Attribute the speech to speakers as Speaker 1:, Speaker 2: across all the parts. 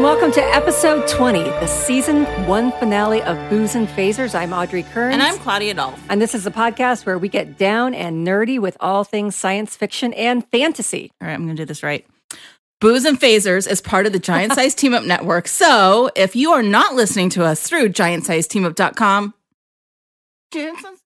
Speaker 1: welcome to episode 20, the season one finale of Booze and Phasers. I'm Audrey Kearns.
Speaker 2: And I'm Claudia Dolph.
Speaker 1: And this is a podcast where we get down and nerdy with all things science fiction and fantasy.
Speaker 2: All right, I'm going to do this right. Booze and Phasers is part of the Giant Size Team Up Network. So if you are not listening to us through giantsizeteamup.com, Giant Size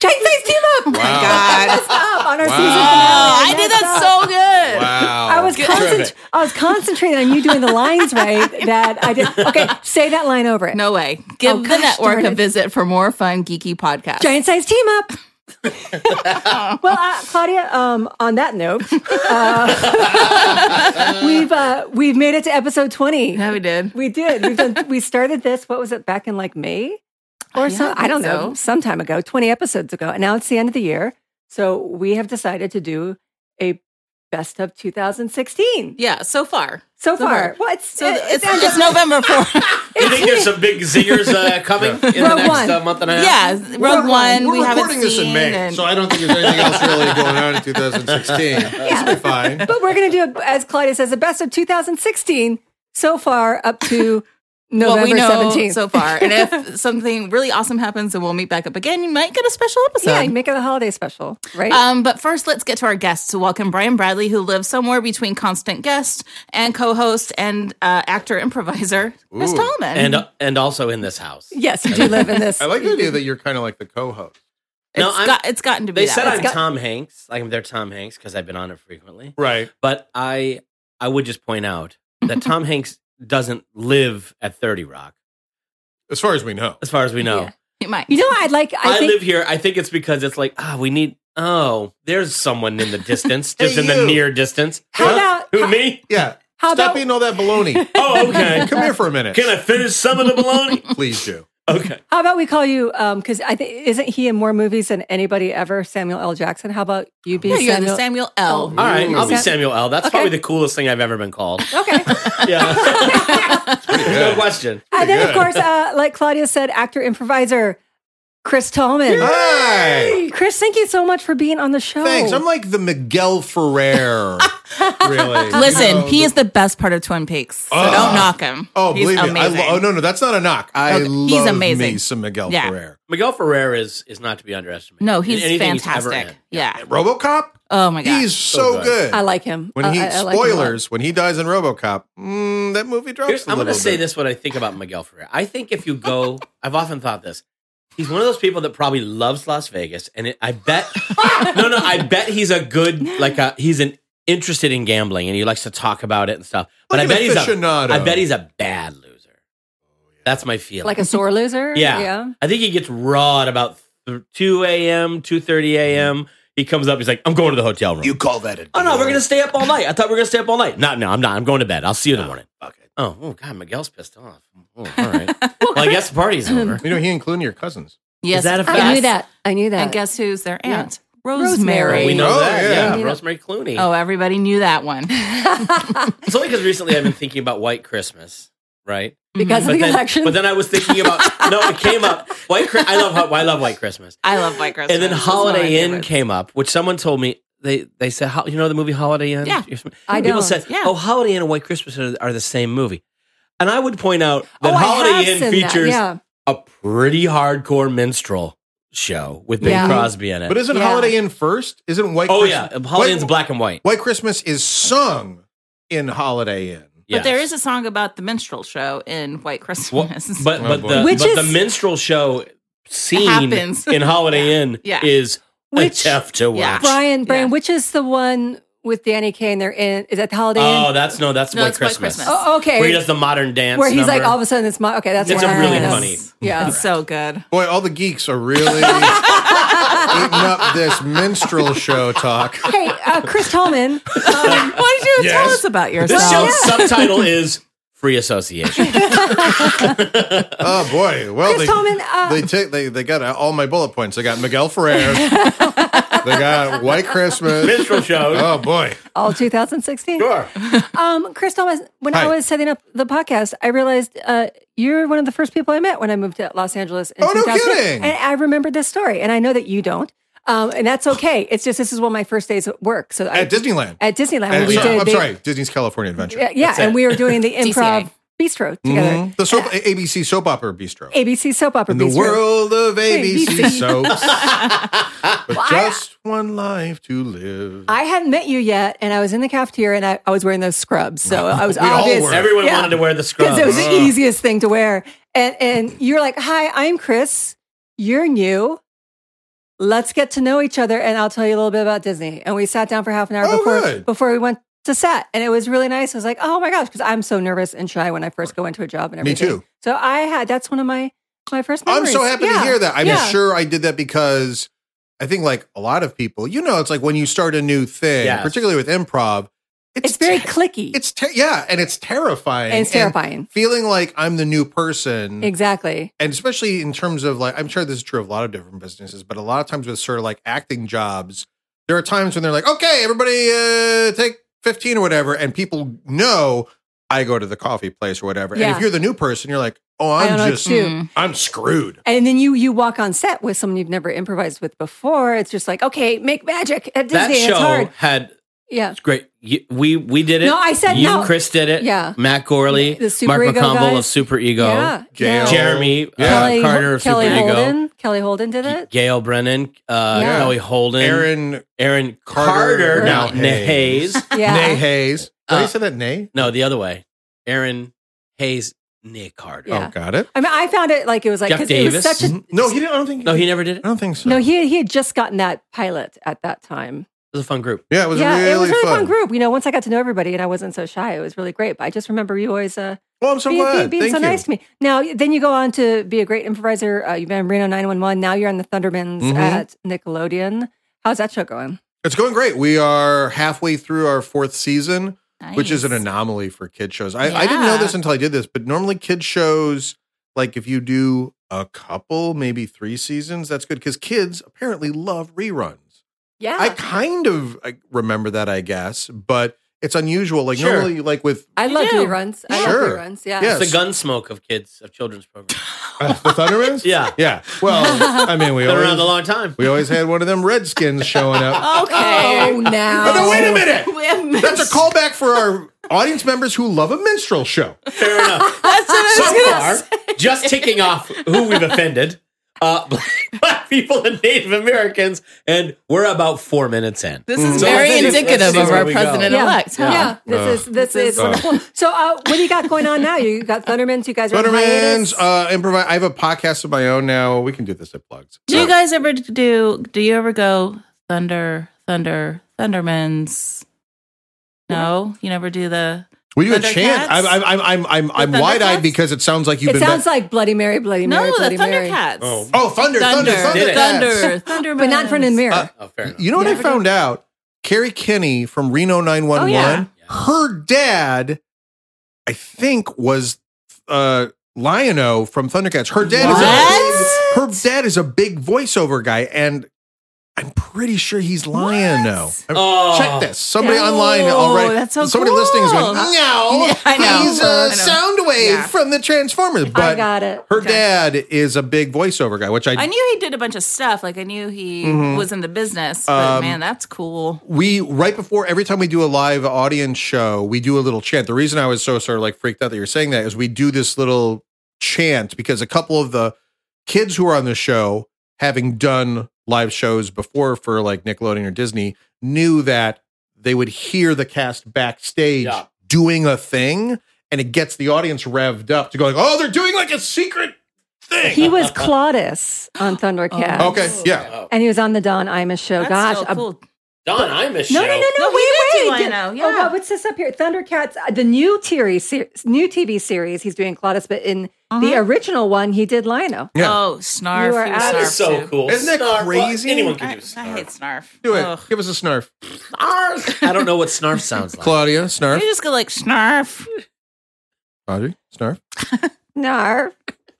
Speaker 2: Giant Size Team Up! Oh my
Speaker 3: Wow.
Speaker 2: God.
Speaker 1: Up Um, on our
Speaker 3: Wow.
Speaker 1: season finale.
Speaker 2: Oh, I did
Speaker 1: Next
Speaker 2: that
Speaker 1: up.
Speaker 2: so good.
Speaker 3: Wow.
Speaker 1: I was,
Speaker 3: Terrific.
Speaker 1: concent- I was concentrating on you doing the lines right that I did. Okay, say that line over it.
Speaker 2: No way. Give the
Speaker 1: gosh,
Speaker 2: network
Speaker 1: darn
Speaker 2: a
Speaker 1: it.
Speaker 2: visit for more fun, geeky podcasts.
Speaker 1: Giant size team up. well, uh, Claudia, um, on that note, uh, we've uh, we've made it to episode twenty.
Speaker 2: Yeah, we did.
Speaker 1: We did. We've done, we started this. What was it back in like May or
Speaker 2: Yeah,
Speaker 1: so?
Speaker 2: I
Speaker 1: I don't
Speaker 2: think
Speaker 1: know.
Speaker 2: so.
Speaker 1: Some time ago, twenty episodes ago, and now it's the end of the year. So we have decided to do a best of 2016
Speaker 2: Yeah, so far.
Speaker 1: so
Speaker 2: So
Speaker 1: far.
Speaker 2: far.
Speaker 1: Well, it's,
Speaker 2: So
Speaker 1: it-
Speaker 2: it's,
Speaker 1: it's,
Speaker 2: it's November 4th.
Speaker 4: You think there's some big zingers uh, coming
Speaker 1: Row
Speaker 4: in the next
Speaker 1: one.
Speaker 4: uh, month and a half?
Speaker 2: yeah, Rogue One.
Speaker 3: We're
Speaker 2: we haven't
Speaker 3: recording
Speaker 2: seen
Speaker 3: this in May,
Speaker 2: and-
Speaker 3: so I don't think there's anything else really going on in 2016. This will be fine.
Speaker 1: but we're going to do, a, as Claudia says, the best of 2016 so far up to November
Speaker 2: what we know
Speaker 1: 17th.
Speaker 2: so far. And if something really awesome happens, then we'll meet back up again. You might get a special episode.
Speaker 1: Yeah, you make it a holiday special, right?
Speaker 2: Um, but first, let's get to our guests to welcome Brian Bradley, who lives somewhere between constant guest and co-host and uh, actor improviser Chris
Speaker 3: Ooh.
Speaker 2: Tallman.
Speaker 4: And uh, and also in this house.
Speaker 1: yes, you do live in this.
Speaker 3: I like the idea that you're kind of like the co-host.
Speaker 2: it's,
Speaker 4: No, I'm-
Speaker 2: got, it's gotten to be
Speaker 4: They
Speaker 2: that.
Speaker 4: said
Speaker 2: way.
Speaker 4: I'm Tom Hanks. Like I'm their Tom Hanks because I've been on it frequently.
Speaker 3: Right.
Speaker 4: But I I would just point out that Tom Hanks doesn't live at 30 Rock,
Speaker 3: As far as we know.
Speaker 4: as far as we know.
Speaker 2: Yeah. It might.
Speaker 1: you know, I'd like. I,
Speaker 4: I,
Speaker 1: think
Speaker 4: live here. I think it's because it's like, ah, we need oh, there's someone in the distance,
Speaker 3: Hey,
Speaker 4: just in the
Speaker 3: you.
Speaker 4: near distance.
Speaker 1: How about-
Speaker 4: who me?
Speaker 3: Yeah.
Speaker 1: How
Speaker 3: Stop
Speaker 1: about-
Speaker 3: eating all that baloney.
Speaker 4: Oh, okay.
Speaker 3: Come here for a minute.
Speaker 4: Can I finish some of the bologna?
Speaker 3: Please do.
Speaker 4: Okay.
Speaker 1: How about we call you? Because I think isn't he in more movies than anybody ever? Samuel L. Jackson. How about you be
Speaker 2: Yeah, you're
Speaker 1: Samuel?
Speaker 2: the Samuel L.
Speaker 4: All right, I'll be
Speaker 1: Sam-
Speaker 4: Samuel L. That's
Speaker 1: Okay.
Speaker 4: probably the coolest thing I've ever been called.
Speaker 1: okay.
Speaker 4: Yeah, no
Speaker 3: good.
Speaker 4: question.
Speaker 1: and then of
Speaker 3: good.
Speaker 1: course, uh, like Claudia said, actor improviser Chris Tallman.
Speaker 3: Hi.
Speaker 1: Chris, thank you so much for being on the show.
Speaker 3: Thanks. I'm like the Miguel Ferrer. really.
Speaker 2: Listen,
Speaker 4: Oh.
Speaker 3: You know,
Speaker 2: he is the best part of Twin Peaks, so
Speaker 3: Ugh.
Speaker 2: don't knock him.
Speaker 3: Oh,
Speaker 2: He's
Speaker 3: believe me. I
Speaker 2: amazing.
Speaker 3: lo- oh no, no, that's not a knock. I
Speaker 2: Okay, he's
Speaker 3: love
Speaker 2: amazing.
Speaker 3: me some Miguel
Speaker 2: Yeah.
Speaker 3: Ferrer.
Speaker 4: Miguel Ferrer is is not to be underestimated.
Speaker 2: No,
Speaker 4: in
Speaker 2: he's
Speaker 4: anything ever
Speaker 2: fantastic.
Speaker 4: in.
Speaker 2: yeah.
Speaker 3: RoboCop.
Speaker 2: Oh my god.
Speaker 3: He's so,
Speaker 4: good.
Speaker 3: good.
Speaker 1: I like him.
Speaker 3: when
Speaker 1: Uh,
Speaker 3: he
Speaker 1: I- I like him a lot.
Speaker 3: spoilers when he dies in RoboCop. Mm, that movie drops.
Speaker 4: Here's-
Speaker 3: a
Speaker 4: I'm going to
Speaker 3: little
Speaker 4: say
Speaker 3: bit.
Speaker 4: this: what I think about Miguel Ferrer. I think if you go, I've often thought this. He's one of those people that probably loves Las Vegas, and it, I bet. no, no, I bet he's a good like a, he's an interested in gambling, and he likes to talk about it and stuff. But
Speaker 3: Like
Speaker 4: I
Speaker 3: an
Speaker 4: bet he's a,
Speaker 3: aficionado. Oh,
Speaker 4: I bet he's a bad loser. That's my feeling.
Speaker 1: like a sore loser.
Speaker 4: Yeah.
Speaker 1: yeah.
Speaker 4: I think he gets raw at about th- 2 a.m., 2.30 a.m. He comes up, he's like, I'm going to the hotel room.
Speaker 3: call that a
Speaker 4: oh, no, we're going to stay up all night. I thought we were going to stay up all night. No, no, I'm not. I'm going to bed. I'll see you in the morning.
Speaker 3: okay.
Speaker 4: Oh, oh God, Miguel's pissed off. Oh, all right. well, I guess the party's over.
Speaker 3: You know, he and Clooney are cousins.
Speaker 2: yes,
Speaker 4: that a
Speaker 2: yes.
Speaker 4: fact?
Speaker 1: I knew that. I knew that.
Speaker 2: And guess who's their
Speaker 1: Yeah.
Speaker 2: aunt?
Speaker 1: Rosemary.
Speaker 2: Rosemary.
Speaker 4: We know
Speaker 3: Oh,
Speaker 4: that.
Speaker 3: yeah.
Speaker 4: Yeah. Rosemary Clooney.
Speaker 2: Oh, everybody knew that one.
Speaker 4: It's only because recently I've been thinking about White Christmas, right?
Speaker 1: because of the
Speaker 4: then,
Speaker 1: election.
Speaker 4: but then I was thinking about, no, it came up. White. Chri- I love, I love White Christmas.
Speaker 2: I love White Christmas.
Speaker 4: and then
Speaker 2: It's one of my
Speaker 4: Holiday Inn
Speaker 2: favorites.
Speaker 4: came up, which someone told me they they said, "Ho- you know the movie Holiday Inn?
Speaker 2: Yeah.
Speaker 1: I
Speaker 4: People
Speaker 1: don't.
Speaker 4: said,
Speaker 2: Yeah.
Speaker 4: oh, Holiday Inn and White Christmas are, are the same movie. And I would point out that
Speaker 1: Oh, I have
Speaker 4: Holiday
Speaker 1: seen
Speaker 4: Inn
Speaker 1: that,
Speaker 4: features
Speaker 1: yeah.
Speaker 4: a pretty hardcore minstrel show with Bing
Speaker 1: Yeah.
Speaker 4: Crosby in it.
Speaker 3: But isn't
Speaker 1: Yeah.
Speaker 3: Holiday Inn first? Isn't White?
Speaker 4: oh,
Speaker 3: Christmas,
Speaker 4: yeah. Holiday
Speaker 3: White,
Speaker 4: Inn's black and white.
Speaker 3: White Christmas is sung in Holiday Inn.
Speaker 4: Yeah.
Speaker 2: But there is a song about the minstrel show in White
Speaker 4: Well,
Speaker 2: Christmas.
Speaker 4: but
Speaker 3: Oh,
Speaker 4: but,
Speaker 3: boy.
Speaker 4: the,
Speaker 1: Which
Speaker 4: but
Speaker 1: is-
Speaker 4: the minstrel show scene
Speaker 2: Happens.
Speaker 4: in Holiday Inn
Speaker 2: Yeah.
Speaker 4: is
Speaker 1: Which-
Speaker 4: a tough to
Speaker 2: Yeah.
Speaker 4: watch.
Speaker 1: Brian, Brian,
Speaker 2: Yeah.
Speaker 1: which is the one with Danny Kaye and they're in? Is that the Holiday
Speaker 4: Oh,
Speaker 1: Inn?
Speaker 4: that's no, that's
Speaker 2: No,
Speaker 4: White,
Speaker 2: it's White
Speaker 4: Christmas.
Speaker 2: Christmas.
Speaker 1: Oh, okay.
Speaker 4: Where he does the modern dance.
Speaker 1: Where he's like,
Speaker 4: number.
Speaker 1: all of a sudden, it's my okay. That's
Speaker 4: It's
Speaker 1: the
Speaker 4: a
Speaker 1: one I
Speaker 4: really
Speaker 1: know.
Speaker 4: funny-
Speaker 1: Yeah.
Speaker 2: It's so good.
Speaker 3: Boy, all the geeks are really eating up this minstrel show talk.
Speaker 1: hey, uh, Chris Tallman. Um,
Speaker 2: Why did you tell
Speaker 3: Yes.
Speaker 2: us about
Speaker 4: This
Speaker 2: yourself?
Speaker 4: show's subtitle is Free Association.
Speaker 3: Oh boy! Well,
Speaker 1: Chris
Speaker 3: they
Speaker 1: Tallman, uh,
Speaker 3: they take they they got uh, all my bullet points. They got Miguel Ferrer. they got White Christmas.
Speaker 4: Minstrel show.
Speaker 3: Oh boy!
Speaker 1: all 2016.
Speaker 4: Sure.
Speaker 1: Um, Chris Tallman, when I
Speaker 3: Hi.
Speaker 1: was setting up the podcast, I realized uh, you're one of the first people I met when I moved to Los Angeles. In
Speaker 3: Oh, no
Speaker 1: 2000.
Speaker 3: kidding.
Speaker 1: And I remembered this story, and I know that you don't. Um, and that's okay. It's just this is one of my first days at work. So I,
Speaker 3: at Disneyland.
Speaker 1: Uh, at Disneyland,
Speaker 3: And
Speaker 1: we
Speaker 3: so-
Speaker 1: did.
Speaker 3: I'm
Speaker 1: they-
Speaker 3: sorry, Disney's California Adventure.
Speaker 1: Yeah, yeah
Speaker 4: That's
Speaker 1: and
Speaker 4: it.
Speaker 1: we were doing the
Speaker 5: DCA.
Speaker 1: improv bistro together.
Speaker 3: Mhm. The soap, ABC soap opera bistro.
Speaker 1: ABC soap opera
Speaker 3: In the
Speaker 1: bistro.
Speaker 3: world of ABC
Speaker 1: ABC.
Speaker 3: soaps, but
Speaker 1: I-
Speaker 3: just one life to live.
Speaker 1: I hadn't met you yet, and I was in the cafeteria, and I, I was wearing those scrubs, so I was
Speaker 3: We all
Speaker 1: obvious.
Speaker 3: were.
Speaker 4: Everyone
Speaker 1: Yeah.
Speaker 4: wanted to wear the Oh. scrubs.
Speaker 1: because it was the easiest thing to wear. And and you're like, "Hi, I'm Chris. You're new. Let's get to know each other, and I'll tell you a little bit about Disney." And we sat down for half an hour
Speaker 3: Oh,
Speaker 1: before
Speaker 3: good.
Speaker 1: before we went to set, and it was really nice. I was like, "Oh my gosh," because I'm so nervous and shy when I first go into a job and
Speaker 3: Me
Speaker 1: everything.
Speaker 3: too.
Speaker 1: So I had that's one of my my first.
Speaker 3: I'm so
Speaker 1: memories.
Speaker 3: happy to
Speaker 1: Yeah.
Speaker 3: hear that. I'm
Speaker 1: Yeah.
Speaker 3: sure I did that because I think, like a lot of people, you know, it's like when you start a new thing,
Speaker 4: Yes.
Speaker 3: particularly with improv, it's,
Speaker 1: It's very
Speaker 3: te-
Speaker 1: clicky.
Speaker 3: it's te- yeah, and it's terrifying.
Speaker 1: and it's terrifying.
Speaker 3: feeling like I'm the new person,
Speaker 1: exactly.
Speaker 3: and especially in terms of like, I'm sure this is true of a lot of different businesses, but a lot of times with sort of like acting jobs, there are times when they're like, okay, everybody uh, take 15 or whatever, and people know I go to the coffee place or whatever. And
Speaker 1: Yeah.
Speaker 3: if you're the new person, you're like, oh,
Speaker 1: I
Speaker 3: I'm
Speaker 1: don't know
Speaker 3: just,
Speaker 1: too.
Speaker 3: I'm screwed.
Speaker 1: And then you you walk on set with someone you've never improvised with before. It's just like, okay, make magic at
Speaker 4: that
Speaker 1: Disney. It's
Speaker 4: show
Speaker 1: hard.
Speaker 4: had
Speaker 1: Yeah.
Speaker 4: it's great. You, we we did it.
Speaker 1: No, I said
Speaker 4: you,
Speaker 1: no.
Speaker 4: Chris did it.
Speaker 1: Yeah.
Speaker 4: Matt Gorley,
Speaker 1: The Super
Speaker 4: Mark
Speaker 1: Ego
Speaker 4: McComble
Speaker 1: guys.
Speaker 4: of Super Ego,
Speaker 1: Yeah.
Speaker 3: Jail.
Speaker 1: yeah.
Speaker 4: Jeremy uh,
Speaker 3: Yeah.
Speaker 1: Kelly,
Speaker 4: Carter of
Speaker 1: Kelly
Speaker 4: Super
Speaker 1: Holden. Kelly Holden did
Speaker 4: Ego,
Speaker 1: it.
Speaker 4: Gail Brennan, uh,
Speaker 1: Yeah.
Speaker 4: Kelly Holden,
Speaker 3: Aaron
Speaker 4: Aaron
Speaker 3: Carter,
Speaker 4: Carter,
Speaker 1: now
Speaker 4: now
Speaker 3: Hayes.
Speaker 4: Hayes.
Speaker 1: Yeah.
Speaker 3: Nay Hayes. Did I
Speaker 4: Uh,
Speaker 3: say Oh, that Nay?
Speaker 4: no, the other way. Aaron Hayes, Nick Carter.
Speaker 1: Yeah.
Speaker 3: Oh, got it. Mm.
Speaker 1: I mean, I found it like it was like
Speaker 4: Jeff
Speaker 1: 'cause it was
Speaker 4: Davis?
Speaker 1: such a
Speaker 3: No, he didn't. I don't think.
Speaker 4: No, he never did it.
Speaker 3: I don't think so.
Speaker 1: no. He he had just gotten that pilot at that time.
Speaker 4: It was a fun group.
Speaker 3: yeah, it was
Speaker 1: yeah,
Speaker 3: really,
Speaker 1: it was a really
Speaker 3: fun.
Speaker 1: fun. group. You know, once I got to know everybody and I wasn't so shy, it was really great. But I just remember you always uh,
Speaker 3: Well, I'm so
Speaker 1: be- be-
Speaker 3: glad.
Speaker 1: being
Speaker 3: Thank
Speaker 1: so
Speaker 3: you.
Speaker 1: nice to me. Now, then you go on to be a great improviser. Uh, you've been in Reno 911. Now you're on the Thundermans
Speaker 3: Mhm.
Speaker 1: at Nickelodeon. How's that show going?
Speaker 3: It's going great. We are halfway through our fourth season, which is an
Speaker 5: Nice.
Speaker 3: anomaly for kid shows. I, I didn't know
Speaker 5: Yeah.
Speaker 3: this until I did this, but normally kid shows, like if you do a couple, maybe three seasons, that's good because kids apparently love reruns.
Speaker 1: Yeah.
Speaker 3: I kind of I remember that, I guess, but it's unusual. Like
Speaker 4: Sure.
Speaker 3: normally, like with
Speaker 1: I
Speaker 5: You
Speaker 1: love
Speaker 5: do.
Speaker 1: reruns. I
Speaker 3: Sure.
Speaker 1: love reruns. Yeah.
Speaker 3: Yeah.
Speaker 4: It's the gun smoke of kids of children's programs.
Speaker 3: uh, the Thundermans,
Speaker 4: Yeah.
Speaker 3: yeah. Well, I mean, we
Speaker 4: Been around a
Speaker 3: always,
Speaker 4: long time.
Speaker 3: we always had one of them Redskins showing up.
Speaker 5: Okay.
Speaker 1: Oh, now.
Speaker 3: Oh, no, wait a minute.
Speaker 5: Women.
Speaker 3: That's a callback for our audience members who love a minstrel show.
Speaker 4: Fair enough.
Speaker 5: That's what
Speaker 4: So
Speaker 5: I
Speaker 4: far, just ticking off who we've offended. Uh, black, black people and Native Americans, and we're about four minutes in.
Speaker 5: This is
Speaker 4: So
Speaker 5: very
Speaker 4: let's see- let's
Speaker 5: indicative
Speaker 4: see
Speaker 5: of
Speaker 4: where
Speaker 5: our
Speaker 4: we go.
Speaker 5: president elect.
Speaker 1: Yeah.
Speaker 5: Huh?
Speaker 1: This is this,
Speaker 5: This
Speaker 1: is, wonderful. So, uh, what do you got going on now? You got Thundermans. You guys are on
Speaker 3: Thundermans,
Speaker 1: hiatus?
Speaker 3: uh, improvise. I have a podcast of my own now. We can do this at plugs.
Speaker 5: Do you
Speaker 3: Uh,
Speaker 5: guys ever do? Do you ever go Thunder, Thunder, Thundermans? No, you never do the.
Speaker 3: we do a
Speaker 5: Thundercats?
Speaker 3: chant. I'm, I'm, I'm, I'm, I'm, I'm
Speaker 5: Thundercats?
Speaker 3: wide eyed because it sounds like you've
Speaker 1: it
Speaker 3: been.
Speaker 1: sounds
Speaker 3: back-
Speaker 1: like Bloody Mary, Bloody
Speaker 5: No,
Speaker 1: Mary,
Speaker 5: the
Speaker 1: Bloody Mary.
Speaker 5: Thundercats.
Speaker 4: Oh.
Speaker 3: oh, thunder,
Speaker 5: Thunder,
Speaker 3: thunder, thunder,
Speaker 4: Did it.
Speaker 5: Thunder, Thunder,
Speaker 1: but not in front of the mirror.
Speaker 3: Uh,
Speaker 4: Oh, fair enough.
Speaker 3: You know what
Speaker 1: Yeah.
Speaker 3: I found out? Carrie Kinney from Reno 911,
Speaker 1: Oh, yeah.
Speaker 3: her dad, I think, was uh, Lion-O from Thundercats. Her dad is a, her dad is a big voiceover guy, and I'm pretty sure he's Lion-O. I'm-
Speaker 4: Oh.
Speaker 3: Check this. Somebody
Speaker 5: Oh,
Speaker 3: online already.
Speaker 5: that's so
Speaker 3: somebody listening is going,
Speaker 5: cool.
Speaker 3: no,
Speaker 5: I know.
Speaker 3: he's
Speaker 5: I
Speaker 3: a
Speaker 5: know.
Speaker 3: sound wave
Speaker 5: Yeah.
Speaker 3: from the Transformers.
Speaker 1: I
Speaker 3: But
Speaker 1: got it.
Speaker 3: her
Speaker 5: Okay.
Speaker 3: dad is a big voiceover guy, which I,
Speaker 5: I knew he did a bunch of stuff. Like I knew he
Speaker 3: Mhm.
Speaker 5: was in the business. But
Speaker 3: Um,
Speaker 5: man, that's cool.
Speaker 3: we right before every time we do a live audience show, we do a little chant. The reason I was so sort of like freaked out that you're saying that is we do this little chant because a couple of the kids who are on the show, having done live shows before for like Nickelodeon or Disney, knew that they would hear the cast backstage
Speaker 4: Yeah.
Speaker 3: doing a thing, and it gets the audience revved up to go like, "Oh, they're doing like a secret thing."
Speaker 1: He was Claudius on Thundercats.
Speaker 3: okay, yeah.
Speaker 4: Oh.
Speaker 1: And he was on the Don Imus show.
Speaker 5: That's
Speaker 1: Oh, Gosh,
Speaker 5: so
Speaker 1: a-
Speaker 5: cool.
Speaker 4: Don Imus
Speaker 1: No,
Speaker 4: show.
Speaker 1: no, no, no.
Speaker 5: No, he
Speaker 1: wait,
Speaker 5: did do
Speaker 1: wait.
Speaker 5: Lino,
Speaker 1: Oh,
Speaker 5: yeah.
Speaker 1: God, what's this up here? Thundercats, uh, the new TV, ser- new TV series. He's doing Claudus, but in
Speaker 5: Uh-huh.
Speaker 1: the original one, he did Lino.
Speaker 3: Yeah.
Speaker 5: Oh, snarf.
Speaker 1: You are
Speaker 5: He was
Speaker 1: out
Speaker 4: That
Speaker 1: of-
Speaker 5: snarf
Speaker 4: is so
Speaker 5: too.
Speaker 4: cool.
Speaker 3: Isn't that
Speaker 4: Snarf. Well,
Speaker 3: crazy?
Speaker 4: anyone can
Speaker 5: I,
Speaker 4: do snarf.
Speaker 5: I hate snarf.
Speaker 3: Do it.
Speaker 5: Ugh.
Speaker 3: Give us a snarf,
Speaker 4: I don't know what snarf sounds like.
Speaker 3: Claudia. Snarf,
Speaker 5: You just go like snarf.
Speaker 3: Audrey. Snarf.
Speaker 1: No.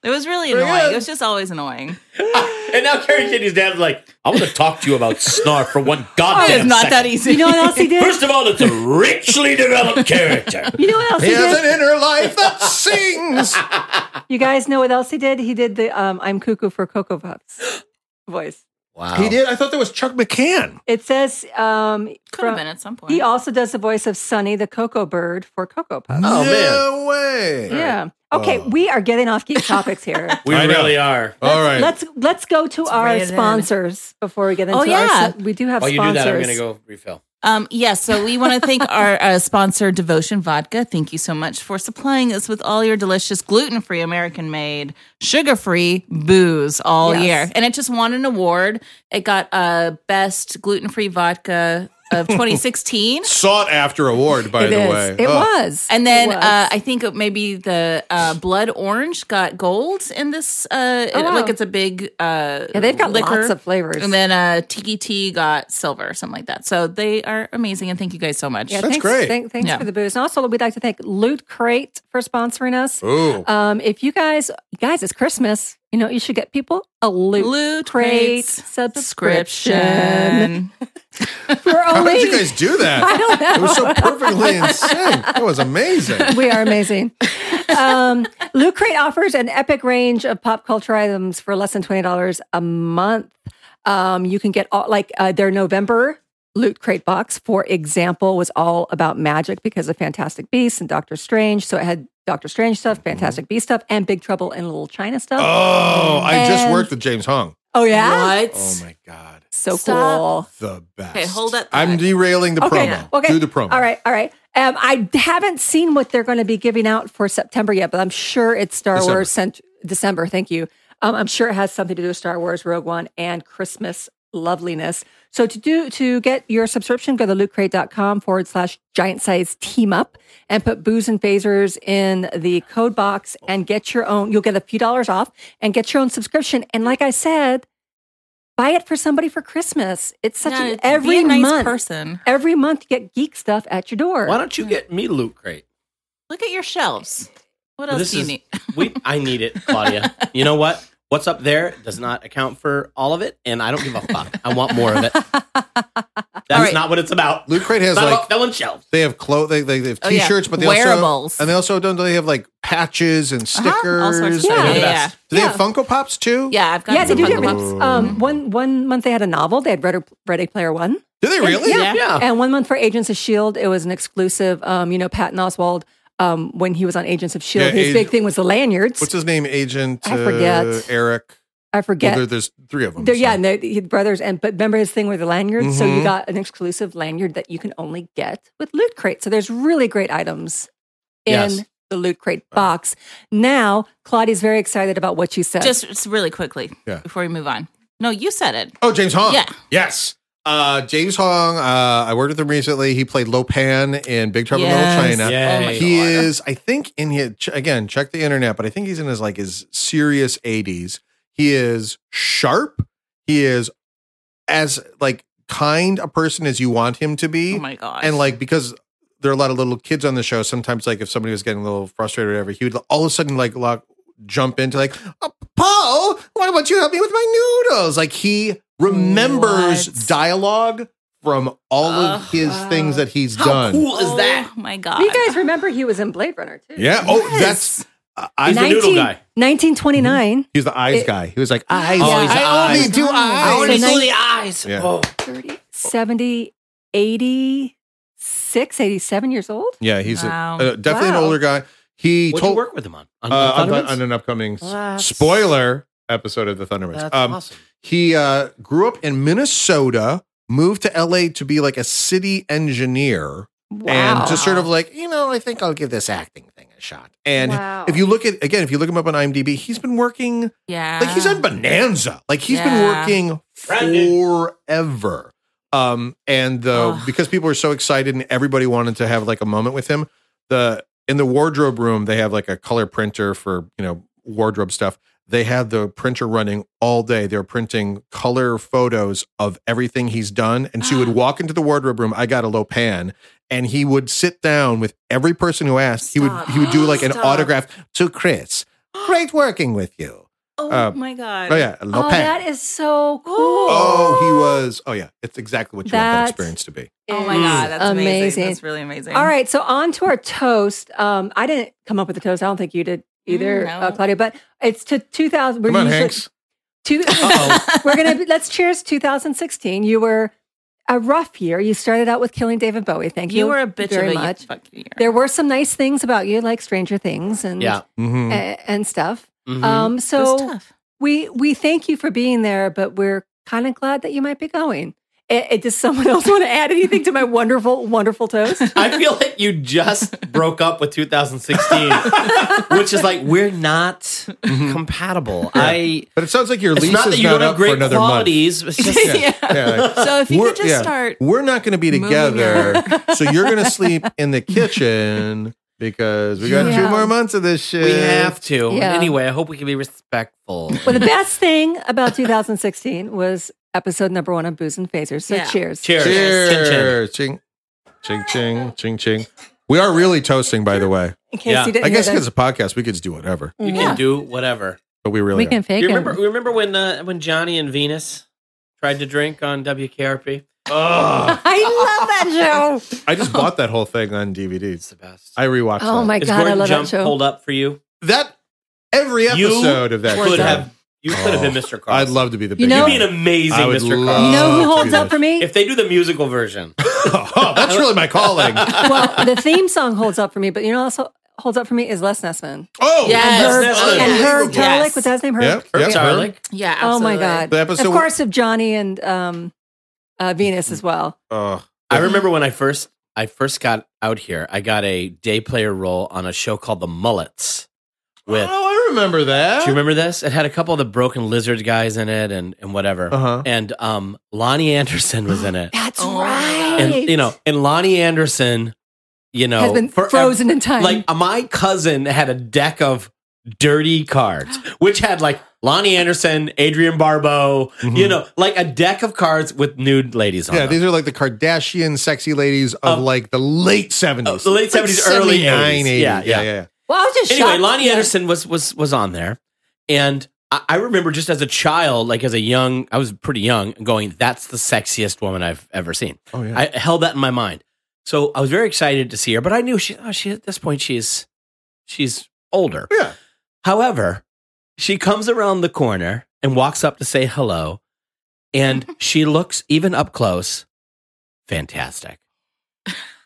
Speaker 5: It was really
Speaker 3: Very
Speaker 5: annoying.
Speaker 3: good.
Speaker 5: It was just always annoying.
Speaker 4: and now Carrie Kitty's dad's like, I want to talk to you about snarf for one goddamn
Speaker 5: It's not
Speaker 4: second.
Speaker 5: that easy.
Speaker 1: You know what else he did?
Speaker 4: First of all, it's a richly developed character.
Speaker 1: You know what else
Speaker 3: He
Speaker 1: he
Speaker 3: has an
Speaker 1: did?
Speaker 3: inner life that sings.
Speaker 1: You guys know what else he did? He did the um, "I'm Cuckoo for Cocoa Puffs" voice.
Speaker 4: Wow.
Speaker 3: He did. I thought that was Chuck McCann.
Speaker 1: It says um,
Speaker 5: Could
Speaker 1: from-
Speaker 5: have been at some point.
Speaker 1: he also does the voice of Sonny the Cocoa Bird for Cocoa Puff.
Speaker 3: no
Speaker 4: Oh,
Speaker 3: way.
Speaker 1: Yeah. Okay,
Speaker 3: Oh.
Speaker 1: we are getting off geek topics here.
Speaker 4: We
Speaker 3: I know.
Speaker 4: really are.
Speaker 3: All right.
Speaker 1: Let's let's go to
Speaker 5: It's
Speaker 1: our
Speaker 5: rated.
Speaker 1: sponsors before we get into
Speaker 5: Oh, yeah.
Speaker 1: our. We do have
Speaker 4: While you do
Speaker 1: sponsors.
Speaker 4: that, I'm going to go refill.
Speaker 5: Um, yes, so we want to thank our uh, sponsor, Devotion Vodka. Thank you so much for supplying us with all your delicious gluten free, American made, sugar free booze all
Speaker 1: Yes.
Speaker 5: year. And it just won an award. It got uh, Best Gluten Free Vodka of 2016.
Speaker 3: Sought after award, by
Speaker 1: It
Speaker 3: the
Speaker 1: is.
Speaker 3: way.
Speaker 1: It
Speaker 3: Oh.
Speaker 1: was.
Speaker 5: And then
Speaker 1: It was.
Speaker 5: uh, I think it- maybe the uh, blood orange got gold in this. Uh, it-
Speaker 1: Oh, wow.
Speaker 5: Like it's a big. Uh,
Speaker 1: yeah, they've got
Speaker 5: liquor.
Speaker 1: lots of flavors.
Speaker 5: And then uh, Tiki Tea got silver or something like that. So they are amazing. And thank you guys so much.
Speaker 1: yeah,
Speaker 3: That's
Speaker 1: thanks,
Speaker 3: great.
Speaker 1: thank- thanks
Speaker 5: Yeah.
Speaker 1: for the booze. And also, we'd like to thank Loot Crate for sponsoring us.
Speaker 3: Ooh.
Speaker 1: Um, if you guys, guys, it's Christmas. You know, what you should get people a Loot,
Speaker 5: Loot
Speaker 1: Crate
Speaker 5: Crate
Speaker 1: subscription.
Speaker 5: subscription.
Speaker 1: We're
Speaker 3: How
Speaker 1: only.
Speaker 3: did you guys do that?
Speaker 1: I don't know.
Speaker 3: It was so perfectly in sync. That was amazing.
Speaker 1: we are amazing. Um, Loot Crate offers an epic range of pop culture items for less than twenty dollars a month. Um, you can get all like uh, their November Loot Crate box, for example, was all about magic because of Fantastic Beasts and Doctor Strange. So it had Doctor Strange stuff,
Speaker 5: Mm-hmm.
Speaker 1: Fantastic Beast stuff, and Big Trouble in Little China stuff. Oh,
Speaker 3: Oh, I just
Speaker 1: And-
Speaker 3: worked with James Hung.
Speaker 1: yeah,
Speaker 5: What?
Speaker 3: Oh my god,
Speaker 1: so
Speaker 5: Stop.
Speaker 1: cool.
Speaker 3: the best.
Speaker 5: Okay, hold that
Speaker 3: I'm
Speaker 5: thought.
Speaker 3: derailing the
Speaker 1: Okay,
Speaker 3: promo.
Speaker 1: okay.
Speaker 3: Do the promo.
Speaker 1: All right, all right. Um, I haven't seen what they're going to be giving out for September yet, but I'm sure it's Star
Speaker 3: December.
Speaker 1: Wars sent December. Thank you. Um, I'm sure it has something to do with Star Wars, Rogue One, and Christmas loveliness. So to do to get your subscription, go to lootcrate.com forward slash giant size team up and put booze and phasers in the code box and get your own. You'll get a few dollars off and get your own subscription. And like I said, buy it for somebody for Christmas. It's such
Speaker 5: Yeah,
Speaker 1: an every
Speaker 5: be a nice
Speaker 1: month
Speaker 5: person.
Speaker 1: every month you get geek stuff at your door.
Speaker 4: Why don't you get me loot crate?
Speaker 5: Look at your shelves. What
Speaker 4: Well,
Speaker 5: else
Speaker 4: this
Speaker 5: do you
Speaker 4: is-
Speaker 5: need?
Speaker 4: We, I need it, Claudia. You know what? What's up there does not account for all of it, and I don't give a fuck. I want more of it. That's
Speaker 5: right.
Speaker 4: not what it's about.
Speaker 3: Loot Crate has
Speaker 4: It's not
Speaker 3: like
Speaker 4: about filling shelves.
Speaker 3: they have clothes. They, they, they have
Speaker 5: Oh, yeah.
Speaker 3: T-shirts, but they
Speaker 5: Wearables.
Speaker 3: also and they also don't they have like patches and
Speaker 5: Uh-huh.
Speaker 3: stickers.
Speaker 5: All sorts of
Speaker 1: Yeah.
Speaker 5: stuff. Yeah,
Speaker 1: They're the
Speaker 5: yeah.
Speaker 4: best.
Speaker 3: Do they have Funko Pops too?
Speaker 5: Yeah, I've got
Speaker 1: yeah, they
Speaker 5: some
Speaker 1: do get
Speaker 5: Funko Pops.
Speaker 1: rid- um, one one month they had a novel. They had Ready, Ready Player One,
Speaker 3: Do they really?
Speaker 5: Yeah.
Speaker 4: Yeah.
Speaker 1: and one month for Agents of Shield, E it was an exclusive. Um, you know, Patton Oswald. Um, when he was on Agents of Shield,
Speaker 3: Yeah,
Speaker 1: E his
Speaker 3: Ag-
Speaker 1: big thing was the lanyards.
Speaker 3: What's his name? Agent.
Speaker 1: I forget.
Speaker 3: uh, Eric.
Speaker 1: I
Speaker 3: Well,
Speaker 1: forget.
Speaker 3: there- there's three of them.
Speaker 1: They're-
Speaker 3: so.
Speaker 1: yeah, and they're, he- brothers. And but remember his thing with the lanyards. So you
Speaker 3: Mhm.
Speaker 1: got an exclusive lanyard that you can only get with Loot Crate. So there's really great items in
Speaker 4: Yes.
Speaker 1: the Loot Crate box. Now Claudia's very excited about what you said.
Speaker 5: Just, just really quickly
Speaker 3: Yeah.
Speaker 5: before we move on. No, you said it.
Speaker 3: Oh, James Hong.
Speaker 5: Yeah.
Speaker 3: Yes. Uh, James Hong. Uh, I worked with him recently. He played Lopan in Big Trouble in Little
Speaker 5: Yes.
Speaker 3: China.
Speaker 4: Yeah.
Speaker 5: Oh my
Speaker 3: He
Speaker 5: God.
Speaker 3: is, I think, in his ch- again. Check the internet, but I think he's in his like his serious eighties. He is sharp. He is as like kind a person as you want him to be,
Speaker 5: Oh my gosh.
Speaker 3: and like because there are a lot of little kids on the show. Sometimes, like if somebody was getting a little frustrated or whatever, he would all of a sudden like lock, jump into like, oh, Paul, why don't you help me with my noodles? Like he remembers
Speaker 5: What?
Speaker 3: dialogue from all
Speaker 5: Oh,
Speaker 3: of his
Speaker 1: wow.
Speaker 3: things that he's
Speaker 4: How
Speaker 3: done.
Speaker 4: cool is that?
Speaker 5: Oh my god.
Speaker 1: you guys remember he was in Blade Runner too?
Speaker 3: Yeah. Oh, that's Uh, I,
Speaker 4: He's the noodle guy.
Speaker 1: 1929.
Speaker 3: he's the eyes
Speaker 1: It-
Speaker 3: guy. He was like, eyes.
Speaker 4: Oh, he's the
Speaker 3: I only
Speaker 4: eyes.
Speaker 3: do
Speaker 5: Oh,
Speaker 4: I
Speaker 1: So
Speaker 4: already
Speaker 3: eyes.
Speaker 1: nice.
Speaker 4: saw the eyes.
Speaker 3: Yeah.
Speaker 4: Oh,
Speaker 1: 30, 70, 86, 87 years old.
Speaker 3: Yeah, he's a-
Speaker 5: Wow.
Speaker 3: uh, definitely
Speaker 1: Wow.
Speaker 3: an older guy. He
Speaker 4: what'd you
Speaker 3: told
Speaker 4: work with him on? On
Speaker 3: uh, on,
Speaker 4: Thundermans?
Speaker 3: on an upcoming s-
Speaker 4: That's-
Speaker 3: spoiler episode of the Thundermans.
Speaker 4: That's
Speaker 3: Um,
Speaker 4: awesome.
Speaker 3: He uh, grew up in Minnesota, moved to LA to be like a city engineer,
Speaker 1: Wow.
Speaker 3: and just sort of like, you know, I think I'll give this acting thing a shot. And
Speaker 1: Wow.
Speaker 3: if you look at again, if you look him up on IMDb, he's been working
Speaker 5: yeah.
Speaker 3: like he's on bonanza like he's been
Speaker 5: Yeah.
Speaker 3: working
Speaker 4: Brandon.
Speaker 3: forever um and the
Speaker 5: Ugh.
Speaker 3: because people are so excited and everybody wanted to have like a moment with him the in the wardrobe room they have like a color printer for you know wardrobe stuff they had the printer running all day they're printing color photos of everything he's done and she would walk into the wardrobe room i got a low pan and he would sit down with every person who asked
Speaker 5: Stop.
Speaker 3: he would he would do like an
Speaker 5: Stop.
Speaker 3: autograph to chris great working with you
Speaker 5: Oh
Speaker 3: uh,
Speaker 5: my god.
Speaker 3: Oh yeah,
Speaker 1: Oh,
Speaker 3: Lopin.
Speaker 1: that is so cool.
Speaker 3: Oh, he was. Oh yeah, it's exactly what you want that
Speaker 1: That's-
Speaker 3: experience to be.
Speaker 5: Oh my god. That's amazing.
Speaker 1: Amazing.
Speaker 5: That's really amazing.
Speaker 1: All right, so on to our toast. Um, I didn't come up with the toast. I don't think you did either,
Speaker 5: Mm, no.
Speaker 1: uh, Claudia. But it's to 2000. we're
Speaker 3: Come on,
Speaker 1: usually-
Speaker 3: Hanks.
Speaker 1: Two, we're gonna be- let's cheers 2016. You were a rough year. You started out with killing David Bowie. Thank you.
Speaker 5: You were a bitch
Speaker 1: very
Speaker 5: of a
Speaker 1: much.
Speaker 5: fucking year.
Speaker 1: There were some nice things about you, like Stranger Things and
Speaker 4: Yeah.
Speaker 1: a-
Speaker 3: Mhm.
Speaker 1: and stuff. Um,
Speaker 4: Mhm.
Speaker 5: Mm-hmm. It was
Speaker 1: so
Speaker 5: tough.
Speaker 1: we we thank you for being there, but we're kind of glad that you might be going. Eh, eh, does someone else want to add anything to my wonderful, wonderful toast?
Speaker 4: I feel like you just broke up with 2016, which is like we're not
Speaker 3: Mm-hmm.
Speaker 4: compatible. I.
Speaker 3: But it sounds like your
Speaker 4: It's
Speaker 3: lease
Speaker 4: not
Speaker 3: is
Speaker 4: that you
Speaker 3: not
Speaker 4: don't
Speaker 3: up
Speaker 4: have
Speaker 3: for
Speaker 4: great
Speaker 3: another
Speaker 4: qualities. It's just
Speaker 3: month. Yeah. yeah, like,
Speaker 5: So if you
Speaker 3: we're-
Speaker 5: could just
Speaker 3: yeah,
Speaker 5: start,
Speaker 3: We're not going to be
Speaker 5: moving
Speaker 3: together, so you're going to sleep in the kitchen because we got two
Speaker 1: Yeah.
Speaker 3: more months of this shit.
Speaker 4: we have to.
Speaker 1: Yeah.
Speaker 4: Anyway, I hope we can be respectful.
Speaker 1: Well, the best thing about 2016 was episode number one of Booze and Phasers. So
Speaker 5: Yeah.
Speaker 1: cheers.
Speaker 4: Cheers. Chin chin.
Speaker 3: Cheers. Ching, ching, ching, ching, ching. We are really toasting, by the way.
Speaker 1: In case
Speaker 4: Yeah.
Speaker 1: you didn't
Speaker 3: I guess
Speaker 1: hear
Speaker 3: because
Speaker 1: that,
Speaker 3: it's a podcast, we could just do whatever,
Speaker 4: You
Speaker 5: Yeah.
Speaker 4: can do whatever.
Speaker 3: but we really
Speaker 1: we
Speaker 3: are.
Speaker 1: can fake
Speaker 4: You
Speaker 1: it.
Speaker 4: remember? You remember when uh, when Johnny and Venus tried to drink on WKRP? Oh,
Speaker 1: I love that show.
Speaker 3: I just bought that whole thing on DVD.
Speaker 4: it's the best.
Speaker 3: I rewatched.
Speaker 1: Oh
Speaker 3: that.
Speaker 1: my
Speaker 4: Is
Speaker 1: god, I
Speaker 4: Gordon
Speaker 1: love
Speaker 4: Jump
Speaker 1: that show.
Speaker 4: hold up for you?
Speaker 3: That every
Speaker 4: You
Speaker 3: episode of that
Speaker 4: could
Speaker 3: show.
Speaker 4: have. You could have
Speaker 3: Oh,
Speaker 4: been Mr. Carl.
Speaker 3: I'd love to be the.
Speaker 1: You
Speaker 3: big
Speaker 1: know-
Speaker 4: You'd
Speaker 3: man.
Speaker 4: be an amazing
Speaker 3: I would
Speaker 4: Mr.
Speaker 3: love-
Speaker 4: Carl.
Speaker 1: you know who
Speaker 3: Oh,
Speaker 1: holds up
Speaker 3: goodness.
Speaker 1: for me?
Speaker 4: If they do the musical version,
Speaker 3: oh, that's really my calling.
Speaker 1: well, the theme song holds up for me, but you know what also holds up for me is Les Nessman.
Speaker 3: Oh,
Speaker 5: Yes.
Speaker 1: Herb,
Speaker 4: Nessman.
Speaker 1: and Herb Tarlick,
Speaker 5: Yes.
Speaker 1: what's that his name? Herb.
Speaker 3: Yep,
Speaker 4: Herb
Speaker 3: yep,
Speaker 4: Tarlick.
Speaker 5: yeah.
Speaker 1: Oh
Speaker 5: Absolutely.
Speaker 1: my god.
Speaker 3: The episode
Speaker 1: of course, of Johnny and um, uh, Venus as well.
Speaker 3: Oh,
Speaker 4: I remember when I first I first got out here. I got a day player role on a show called The Mullets. With
Speaker 3: oh, I remember that.
Speaker 4: do
Speaker 1: Uh,
Speaker 4: you remember this? It had a couple of the Broken Lizard guys in it, and and whatever.
Speaker 3: Uh-huh.
Speaker 4: And um, Lonnie Anderson was in it,
Speaker 1: That's
Speaker 5: Oh my
Speaker 1: right.
Speaker 5: God.
Speaker 4: and you know, and Lonnie Anderson, you know,
Speaker 1: has been
Speaker 4: forever-
Speaker 1: frozen in time.
Speaker 4: Like uh, my cousin had a deck of dirty cards, which had like Lonnie Anderson, Adrian Barbeau,
Speaker 1: Mm-hmm.
Speaker 4: you know, like a deck of cards with nude ladies on
Speaker 3: Yeah,
Speaker 4: them.
Speaker 3: these are like the Kardashian sexy ladies of
Speaker 4: Um,
Speaker 3: like the late seventies,
Speaker 4: the late 70s, early 80s.
Speaker 3: Yeah,
Speaker 4: Yeah,
Speaker 3: yeah, yeah.
Speaker 4: yeah.
Speaker 1: well, I was just
Speaker 4: anyway,
Speaker 1: shocked.
Speaker 4: Lonnie
Speaker 1: Yeah.
Speaker 4: Anderson was was was on there, and I, I remember just as a child, like as a young, I was pretty young, going, "That's the sexiest woman I've ever seen."
Speaker 3: Oh yeah.
Speaker 4: I held that in my mind, so I was very excited to see her, but I knew she, oh, she at this point she's she's older.
Speaker 3: yeah.
Speaker 4: However, she comes around the corner and walks up to say hello, and she looks even up close, fantastic.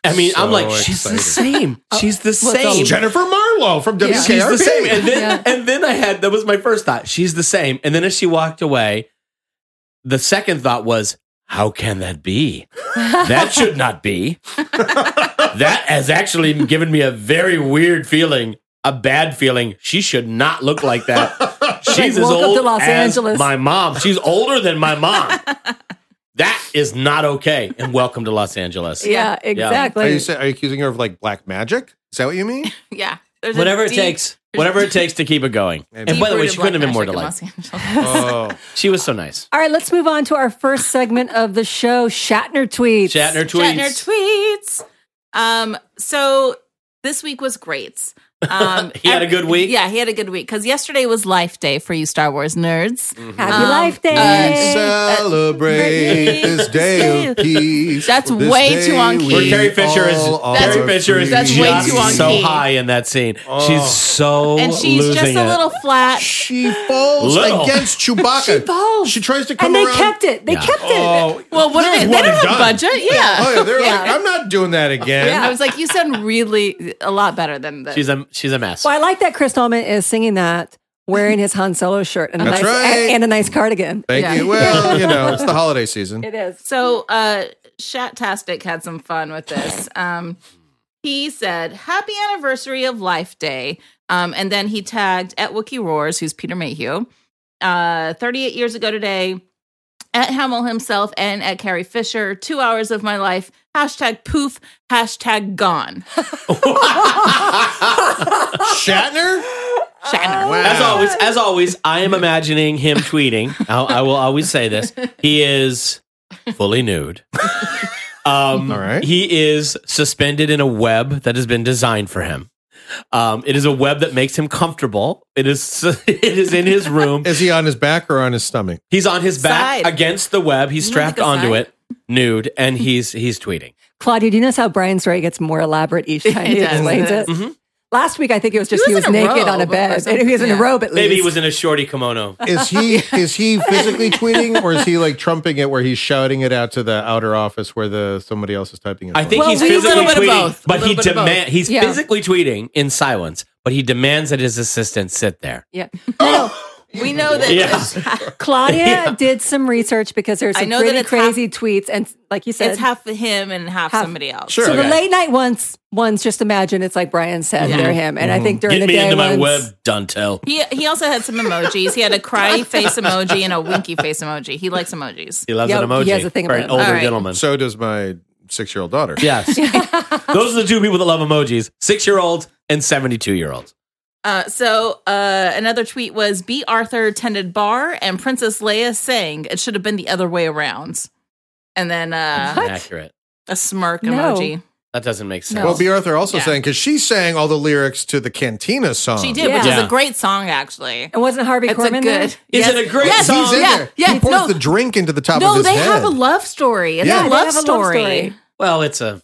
Speaker 4: I mean, I'm
Speaker 3: So
Speaker 4: like, she's the
Speaker 3: excited.
Speaker 4: same. She's the
Speaker 1: what's all
Speaker 4: same.
Speaker 3: Jennifer Marlowe from
Speaker 1: Yeah.
Speaker 3: WKRP.
Speaker 4: She's the same. And then
Speaker 1: Yeah.
Speaker 4: and then I had that was my first thought. She's the same. And then as she walked away, the second thought was, how can that be? That should not be. that has actually given me a very weird feeling, a bad feeling. She should not look like that. She's
Speaker 1: Like,
Speaker 4: as
Speaker 1: woke up
Speaker 4: old
Speaker 1: to Los
Speaker 4: as
Speaker 1: Angeles.
Speaker 4: my mom. She's older than my mom. that is not okay. And welcome to Los Angeles.
Speaker 1: Yeah, exactly.
Speaker 3: are you say, are you accusing her of like black magic? Is that what you mean?
Speaker 5: Yeah. There's a
Speaker 4: Whatever it
Speaker 5: deep-
Speaker 4: takes, whatever it takes to keep it going.
Speaker 3: Maybe.
Speaker 4: And by the way,
Speaker 5: deep-rooted
Speaker 4: she couldn't have been more
Speaker 5: black
Speaker 4: delightful.
Speaker 5: magic in Los Angeles.
Speaker 3: Oh,
Speaker 4: She was so nice.
Speaker 1: All right, let's move on to our first segment of the show, Shatner Tweets.
Speaker 4: Shatner tweets.
Speaker 5: Shatner tweets. Um, so this week was great. Um,
Speaker 4: He had a good week?
Speaker 5: Yeah, he had a good week because yesterday was Life Day for you Star Wars nerds.
Speaker 4: Mm-hmm.
Speaker 1: Happy
Speaker 5: Um,
Speaker 1: Life
Speaker 3: and
Speaker 1: Day.
Speaker 3: celebrate this day of peace.
Speaker 5: That's
Speaker 3: This
Speaker 5: way
Speaker 3: day
Speaker 5: too on key.
Speaker 4: Where
Speaker 3: we
Speaker 4: Carrie Fisher is
Speaker 3: all are
Speaker 4: Carrie Fisher is
Speaker 5: That's
Speaker 4: that's
Speaker 5: way
Speaker 4: just
Speaker 5: too on
Speaker 4: so
Speaker 5: key.
Speaker 4: high in that scene.
Speaker 3: Oh.
Speaker 4: She's so
Speaker 5: And she's just
Speaker 4: losing
Speaker 5: a
Speaker 4: it.
Speaker 5: little flat.
Speaker 3: She falls
Speaker 4: Little.
Speaker 3: against
Speaker 1: She
Speaker 3: Chewbacca.
Speaker 1: falls.
Speaker 3: She tries to come
Speaker 1: And they
Speaker 3: around.
Speaker 1: kept it. They
Speaker 4: Yeah.
Speaker 1: kept it.
Speaker 3: Oh,
Speaker 5: Well, what are they?
Speaker 3: That
Speaker 5: They
Speaker 3: was
Speaker 5: don't
Speaker 3: one and
Speaker 5: have
Speaker 3: done.
Speaker 5: a budget. Yeah.
Speaker 3: oh yeah, they're like,
Speaker 1: Yeah.
Speaker 3: I'm not doing that again.
Speaker 1: Yeah.
Speaker 5: I was like, you sound really a lot better than this.
Speaker 4: she's a she's a mess.
Speaker 1: Well, I like that Chris Tallman is singing that wearing his Han Solo shirt and a,
Speaker 3: That's
Speaker 1: nice,
Speaker 3: right.
Speaker 1: and a nice cardigan.
Speaker 3: Thank
Speaker 5: Yeah.
Speaker 3: you. Well, you know, it's the holiday season.
Speaker 1: It is.
Speaker 5: So uh Shatastic had some fun with this. Um he said, Happy anniversary of Life Day. Um, and then he tagged at Wookie Roars, who's Peter Mayhew, uh, 38 years ago today, at Hamill himself and at Carrie Fisher, two hours of my life, hashtag poof, hashtag gone.
Speaker 3: Shatner?
Speaker 5: Shatner.
Speaker 3: Wow.
Speaker 4: as always, as always, I am imagining him tweeting. I, I will always say this: he is fully nude. Um,
Speaker 3: All right.
Speaker 4: He is suspended in a web that has been designed for him. Um, it is a web that makes him comfortable. It is it is in his room.
Speaker 3: Is he on his back or on his stomach?
Speaker 4: He's on his back
Speaker 5: Side.
Speaker 4: against the web. He's
Speaker 5: You wanna
Speaker 4: strapped
Speaker 5: take a
Speaker 4: onto
Speaker 5: side?
Speaker 4: it, nude, and he's he's tweeting.
Speaker 1: Claudia, do you notice how Brian's story gets more elaborate each time
Speaker 5: It
Speaker 1: he
Speaker 5: does.
Speaker 1: explains it?
Speaker 4: Mhm.
Speaker 1: Last week, I think it was just
Speaker 2: Mm-hmm. He
Speaker 1: he
Speaker 2: was
Speaker 1: was,
Speaker 2: in a
Speaker 1: naked
Speaker 2: robe
Speaker 1: on a
Speaker 2: or
Speaker 1: bed.
Speaker 2: something,
Speaker 1: he was in
Speaker 2: yeah.
Speaker 1: a robe at least.
Speaker 4: Maybe he was in a shorty kimono.
Speaker 3: Is he is he physically tweeting or is he like trumping it where he's shouting it out to the outer office where the somebody else is typing it?
Speaker 4: I
Speaker 3: for
Speaker 4: think
Speaker 3: him?
Speaker 2: Well,
Speaker 4: he's
Speaker 2: we- a little bit
Speaker 4: physically
Speaker 2: of
Speaker 4: tweeting,
Speaker 2: both. A
Speaker 4: but
Speaker 2: little
Speaker 4: he
Speaker 2: bit of both.
Speaker 4: demand he's
Speaker 1: Yeah.
Speaker 4: physically tweeting in silence, but he demands that his assistant sit there.
Speaker 1: Yeah. No,
Speaker 2: We know that.
Speaker 4: Yeah.
Speaker 1: no. Claudia did some research because there's
Speaker 2: I
Speaker 1: some
Speaker 2: know that
Speaker 1: pretty
Speaker 2: it's half-
Speaker 1: crazy tweets, and like you said,
Speaker 2: It's half him and half,
Speaker 1: Half.
Speaker 2: somebody else.
Speaker 3: Sure.
Speaker 1: so
Speaker 4: Okay.
Speaker 1: the late night ones, ones just imagine it's like Brian said,
Speaker 2: Yeah. Mm-hmm.
Speaker 1: they're him, and I think during the
Speaker 4: Get me
Speaker 1: day
Speaker 4: into my
Speaker 1: ones-
Speaker 4: web, Duntel.
Speaker 2: He he also had some emojis. He had a cry face emoji and a winky face emoji. He likes emojis.
Speaker 4: He loves
Speaker 1: Yeah,
Speaker 4: an emoji.
Speaker 1: he has a thing
Speaker 4: for
Speaker 1: about
Speaker 4: an
Speaker 1: it.
Speaker 4: older
Speaker 2: All right.
Speaker 4: gentleman.
Speaker 3: so does my six year old daughter.
Speaker 4: yes. Those are the two people that love emojis six year olds and 72 year olds.
Speaker 2: Uh, so uh, another tweet was B. Arthur tended bar and Princess Leia sang. It should have been the other way around. And then uh,
Speaker 4: Accurate.
Speaker 2: a smirk
Speaker 1: No.
Speaker 2: emoji.
Speaker 4: That doesn't make sense.
Speaker 1: No.
Speaker 3: Well, B. Arthur also
Speaker 2: Yeah.
Speaker 3: sang because she sang all the lyrics to the Cantina song.
Speaker 2: She did, which
Speaker 1: Yeah.
Speaker 2: is a great song actually.
Speaker 1: And wasn't Harvey
Speaker 2: It's a
Speaker 1: Korman
Speaker 2: good.
Speaker 1: there?
Speaker 4: Is
Speaker 2: Yes.
Speaker 4: it a great
Speaker 2: Yes,
Speaker 3: He's
Speaker 4: song?
Speaker 3: in
Speaker 2: yeah,
Speaker 3: there.
Speaker 2: yeah,
Speaker 3: he pours
Speaker 2: no.
Speaker 3: the drink into the top of
Speaker 2: No,
Speaker 3: his
Speaker 2: they
Speaker 3: head.
Speaker 2: have a love story. It's
Speaker 3: Yeah.
Speaker 2: a
Speaker 1: They
Speaker 2: love
Speaker 1: have a love
Speaker 2: story.
Speaker 1: story.
Speaker 4: Well, it's a.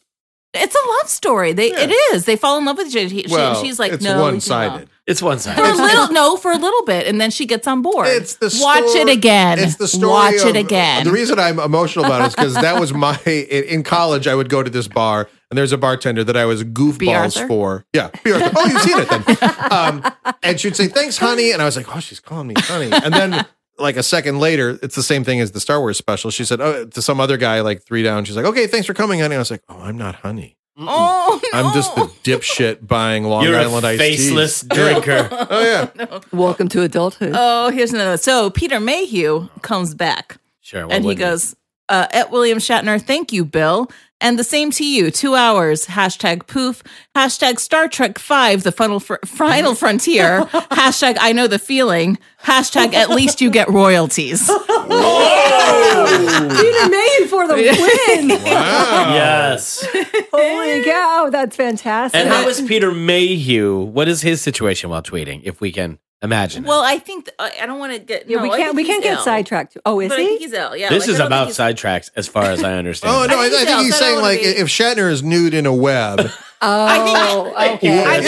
Speaker 2: It's a love story. They
Speaker 3: Yeah.
Speaker 2: it is. They fall in love with each other. He- she-
Speaker 3: well,
Speaker 2: she's like,
Speaker 3: it's
Speaker 2: no,
Speaker 3: one sided.
Speaker 4: It's one
Speaker 2: For a
Speaker 4: sided.
Speaker 2: little, no, for a little bit, and then she gets on board.
Speaker 3: It's the
Speaker 2: watch
Speaker 3: story-
Speaker 2: it again.
Speaker 3: It's the story.
Speaker 2: Watch
Speaker 3: of- uh,
Speaker 2: it again.
Speaker 3: The reason I'm emotional about it is because that was my in in college. I would go to this bar, and there's a bartender that I was
Speaker 2: Arthur?
Speaker 3: goofballs for. Yeah, B. Arthur. Oh, you've seen it then. Um, and she'd say, "Thanks, honey," and I was like, "Oh, she's calling me honey." And then. Like a second later, it's the same thing as the Star Wars special. She said oh, to some other guy, like three down, she's like, okay, thanks for coming, honey. I was like, oh, I'm not honey.
Speaker 2: oh, no.
Speaker 3: I'm just the dipshit buying Long
Speaker 4: You're
Speaker 3: Island
Speaker 4: a
Speaker 3: iced teas."
Speaker 4: faceless drinker.
Speaker 3: Oh, yeah.
Speaker 1: Welcome to adulthood.
Speaker 2: Oh, here's another. So Peter Mayhew comes back
Speaker 4: Sure. well,
Speaker 2: and he
Speaker 4: wouldn't
Speaker 2: goes, uh, "At William Shatner, thank you, Bill, and the same to you. Two hours. Hashtag poof. Hashtag Star Trek Five: The Funnel fr- Final Frontier. Hashtag I know the feeling. Hashtag At least you get royalties.
Speaker 1: Peter Mayhew for the win.
Speaker 3: Wow.
Speaker 4: Yes.
Speaker 1: Holy cow, that's fantastic.
Speaker 4: And how is Peter Mayhew? What is his situation while tweeting, if we can imagine? it?
Speaker 2: well, I think th- I I don't want to get.
Speaker 1: yeah,
Speaker 2: no,
Speaker 1: we
Speaker 2: I
Speaker 1: can't
Speaker 2: think
Speaker 1: we
Speaker 2: he's
Speaker 1: can't get
Speaker 2: ill.
Speaker 1: sidetracked. Oh, is
Speaker 2: But I
Speaker 1: he?
Speaker 2: think he's ill. Yeah,
Speaker 4: this
Speaker 2: like, I don't
Speaker 4: is
Speaker 2: think
Speaker 4: about
Speaker 2: he's-
Speaker 4: sidetracks, as far as I understand.
Speaker 3: Oh no, I,
Speaker 2: I think so.
Speaker 3: I think he's
Speaker 2: I don't
Speaker 3: saying
Speaker 2: wanna
Speaker 3: like
Speaker 2: be-
Speaker 3: if Shatner is nude in a web,
Speaker 1: oh, okay.
Speaker 2: I think
Speaker 3: Yeah, yeah,
Speaker 2: he,
Speaker 3: yeah,
Speaker 2: maybe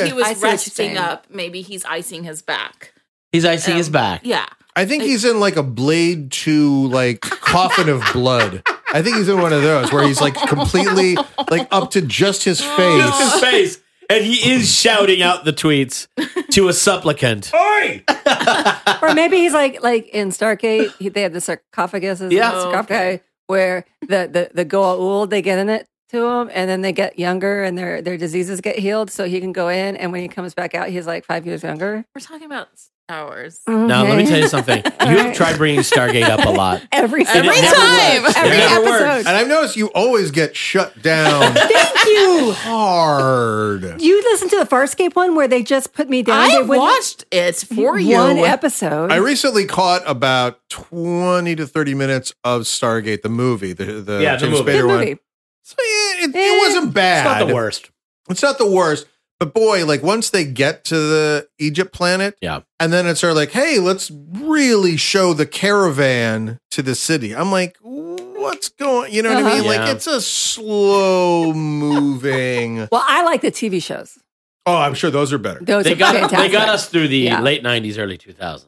Speaker 3: yeah.
Speaker 2: he was
Speaker 1: I see what you're
Speaker 2: resting
Speaker 1: saying.
Speaker 2: up. Maybe he's icing his back.
Speaker 4: He's icing his
Speaker 2: Um,
Speaker 4: back.
Speaker 2: Yeah.
Speaker 3: I think he's in like a Blade Two like coffin of blood. I think he's in one of those where he's like completely like up to just his
Speaker 4: Just his
Speaker 3: face.
Speaker 4: face. And he is shouting out the tweets to a supplicant.
Speaker 1: or maybe he's like like in Stargate, he, they have the sarcophagus
Speaker 4: Yeah.
Speaker 1: yeah. sarcophagi where the the the Goa'uld they get in it to him, and then they get younger, and their their diseases get healed, so he can go in, and when he comes back out, he's like five years younger.
Speaker 2: We're talking about hours.
Speaker 4: Now, let me
Speaker 1: Okay.
Speaker 4: tell you something. You have tried bringing Stargate up a lot.
Speaker 1: every
Speaker 4: And
Speaker 1: single
Speaker 4: it never
Speaker 2: time.
Speaker 1: episode.
Speaker 4: It
Speaker 1: every
Speaker 4: never works.
Speaker 1: episode.
Speaker 3: And I've noticed you always get shut down
Speaker 1: Thank you.
Speaker 3: hard.
Speaker 1: You listen to the Farscape one where they just put me down.
Speaker 2: I
Speaker 1: they wouldn't-
Speaker 2: watched it for you.
Speaker 1: one episode.
Speaker 3: I recently caught about twenty to thirty minutes of Stargate, the movie, the the
Speaker 4: Yeah, the
Speaker 3: James
Speaker 4: movie.
Speaker 1: Good
Speaker 3: Spader
Speaker 1: movie.
Speaker 3: one. So, yeah, it,
Speaker 1: Eh,
Speaker 3: it wasn't bad.
Speaker 4: It's not the worst.
Speaker 2: Oh,
Speaker 3: It's not the worst, but boy, like once they get to the Egypt planet,
Speaker 4: Yeah.
Speaker 3: and then it's sort of like, hey, let's really show the caravan to the city. I'm like, what's going? You know what I
Speaker 1: Uh-huh.
Speaker 3: mean?
Speaker 4: Yeah.
Speaker 3: Like it's a slow moving.
Speaker 1: Well, I like the TV shows.
Speaker 3: oh, I'm sure those are better.
Speaker 1: Those
Speaker 4: They
Speaker 1: are
Speaker 4: got,
Speaker 1: fantastic.
Speaker 4: they got us through the
Speaker 1: Yeah.
Speaker 4: late 90s, early 2000s.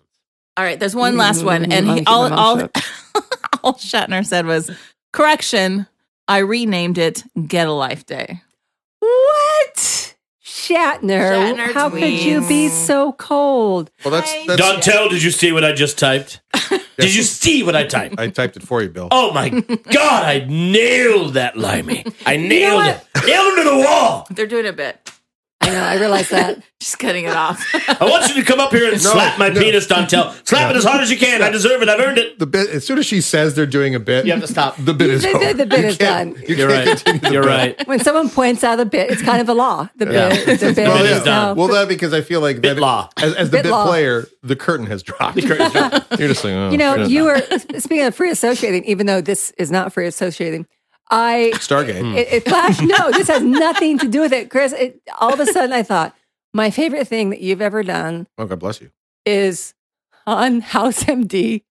Speaker 2: All right, there's one last one.
Speaker 1: Mm,
Speaker 2: And
Speaker 1: I'm
Speaker 2: he,
Speaker 1: keeping
Speaker 2: all,
Speaker 1: my mouth
Speaker 2: all,
Speaker 1: shut.
Speaker 2: all Shatner said was, correction, I renamed it Get a Life Day.
Speaker 1: What? Shatner,
Speaker 2: Shatner
Speaker 1: how could you
Speaker 2: tweets.
Speaker 1: be so cold?
Speaker 3: Well, that's
Speaker 2: I-
Speaker 3: that's.
Speaker 4: Dontel, did you see what I just typed? Did you see what I typed?
Speaker 3: I typed it for you, Bill.
Speaker 4: Oh my God, I nailed that limey. I nailed
Speaker 1: what?
Speaker 4: it. Nailed him to the wall.
Speaker 2: They're doing a bit.
Speaker 1: I know, I realize that.
Speaker 2: Just cutting it off.
Speaker 4: I want you to come up here and
Speaker 3: No,
Speaker 4: slap my
Speaker 3: no.
Speaker 4: penis, Dontel. Slap it as hard as you can. I deserve it. I've earned it.
Speaker 3: The bit as soon as she says they're doing a bit,
Speaker 4: You have to stop.
Speaker 3: The bit is
Speaker 1: The- the-
Speaker 3: over.
Speaker 1: the bit
Speaker 3: You
Speaker 1: is
Speaker 3: can't-
Speaker 1: done.
Speaker 3: You
Speaker 4: You're
Speaker 3: can't
Speaker 4: right.
Speaker 3: continue the
Speaker 4: You're
Speaker 3: bit.
Speaker 4: right.
Speaker 1: When someone points out a bit, it's kind of a law. The
Speaker 3: Yeah.
Speaker 1: bit, the bit
Speaker 3: Well,
Speaker 1: is
Speaker 3: yeah.
Speaker 4: is done.
Speaker 1: now-
Speaker 3: well, that because I feel like
Speaker 4: Bit
Speaker 3: that
Speaker 4: law.
Speaker 3: as, as the
Speaker 1: Bit
Speaker 3: bit,
Speaker 1: law.
Speaker 3: player, the curtain has dropped. You're just like, oh,
Speaker 1: you know,
Speaker 3: shit.
Speaker 1: you were speaking of free associating, even though this is not free associating. I
Speaker 3: Stargate.
Speaker 1: it, it flashed. No, this has nothing to do with it, Chris. It, all of a sudden, I thought my favorite thing that you've ever done
Speaker 3: Oh, God bless you.
Speaker 1: is on House MD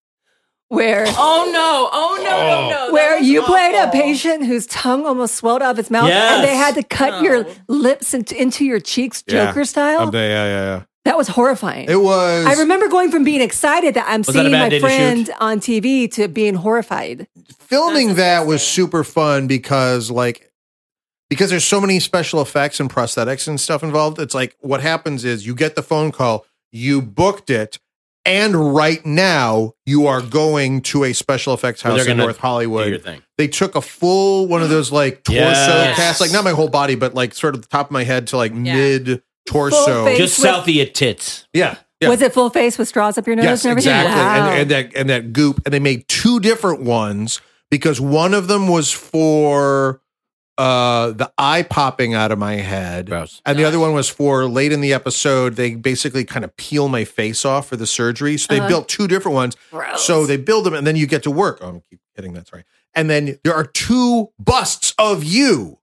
Speaker 1: where
Speaker 5: Oh no! Oh no! no, no. That
Speaker 1: where
Speaker 5: was
Speaker 1: you played a
Speaker 5: awful.
Speaker 1: patient whose tongue almost swelled out of his mouth, and they
Speaker 4: Yes.
Speaker 1: had to cut your lips into, into your cheeks,
Speaker 3: Yeah.
Speaker 1: Joker style.
Speaker 3: Um, yeah, yeah,
Speaker 1: that was horrifying.
Speaker 3: yeah. It was.
Speaker 1: I remember going from being excited that I'm
Speaker 4: that a
Speaker 1: seeing
Speaker 4: bad
Speaker 1: my
Speaker 4: day to shoot?
Speaker 1: friend on TV to being horrified.
Speaker 3: filming
Speaker 5: That's
Speaker 3: that was
Speaker 5: disgusting.
Speaker 3: super fun because like because there's so many special effects and prosthetics and stuff involved it's like what happens is you get the phone call you booked it and right now you are going to a special effects
Speaker 4: Well,
Speaker 3: house
Speaker 4: they're
Speaker 3: in
Speaker 4: gonna
Speaker 3: north
Speaker 4: Do your
Speaker 3: hollywood
Speaker 4: thing.
Speaker 3: they took a full one of those like torso
Speaker 4: Yes.
Speaker 3: casts like not my whole body but like sort of the top of my head to like
Speaker 5: Yeah.
Speaker 3: mid
Speaker 1: Full
Speaker 3: torso
Speaker 1: face.
Speaker 4: Just
Speaker 1: with-
Speaker 4: south of your tits.
Speaker 3: yeah yeah
Speaker 1: Was it full face with straws up your nose
Speaker 3: yes,
Speaker 1: and everything?
Speaker 3: Exactly.
Speaker 1: Wow.
Speaker 3: And, and that and that goop. And they made two different ones because one of them was for uh the eye popping out of my head.
Speaker 4: Gross.
Speaker 3: And the other one was for late in the episode, they basically kind of peel my face off for the surgery. So they
Speaker 1: Uh-huh.
Speaker 3: built two different ones. So they build them and then you get to work. Oh, I'm keep hitting that, sorry. And then there are two busts of you.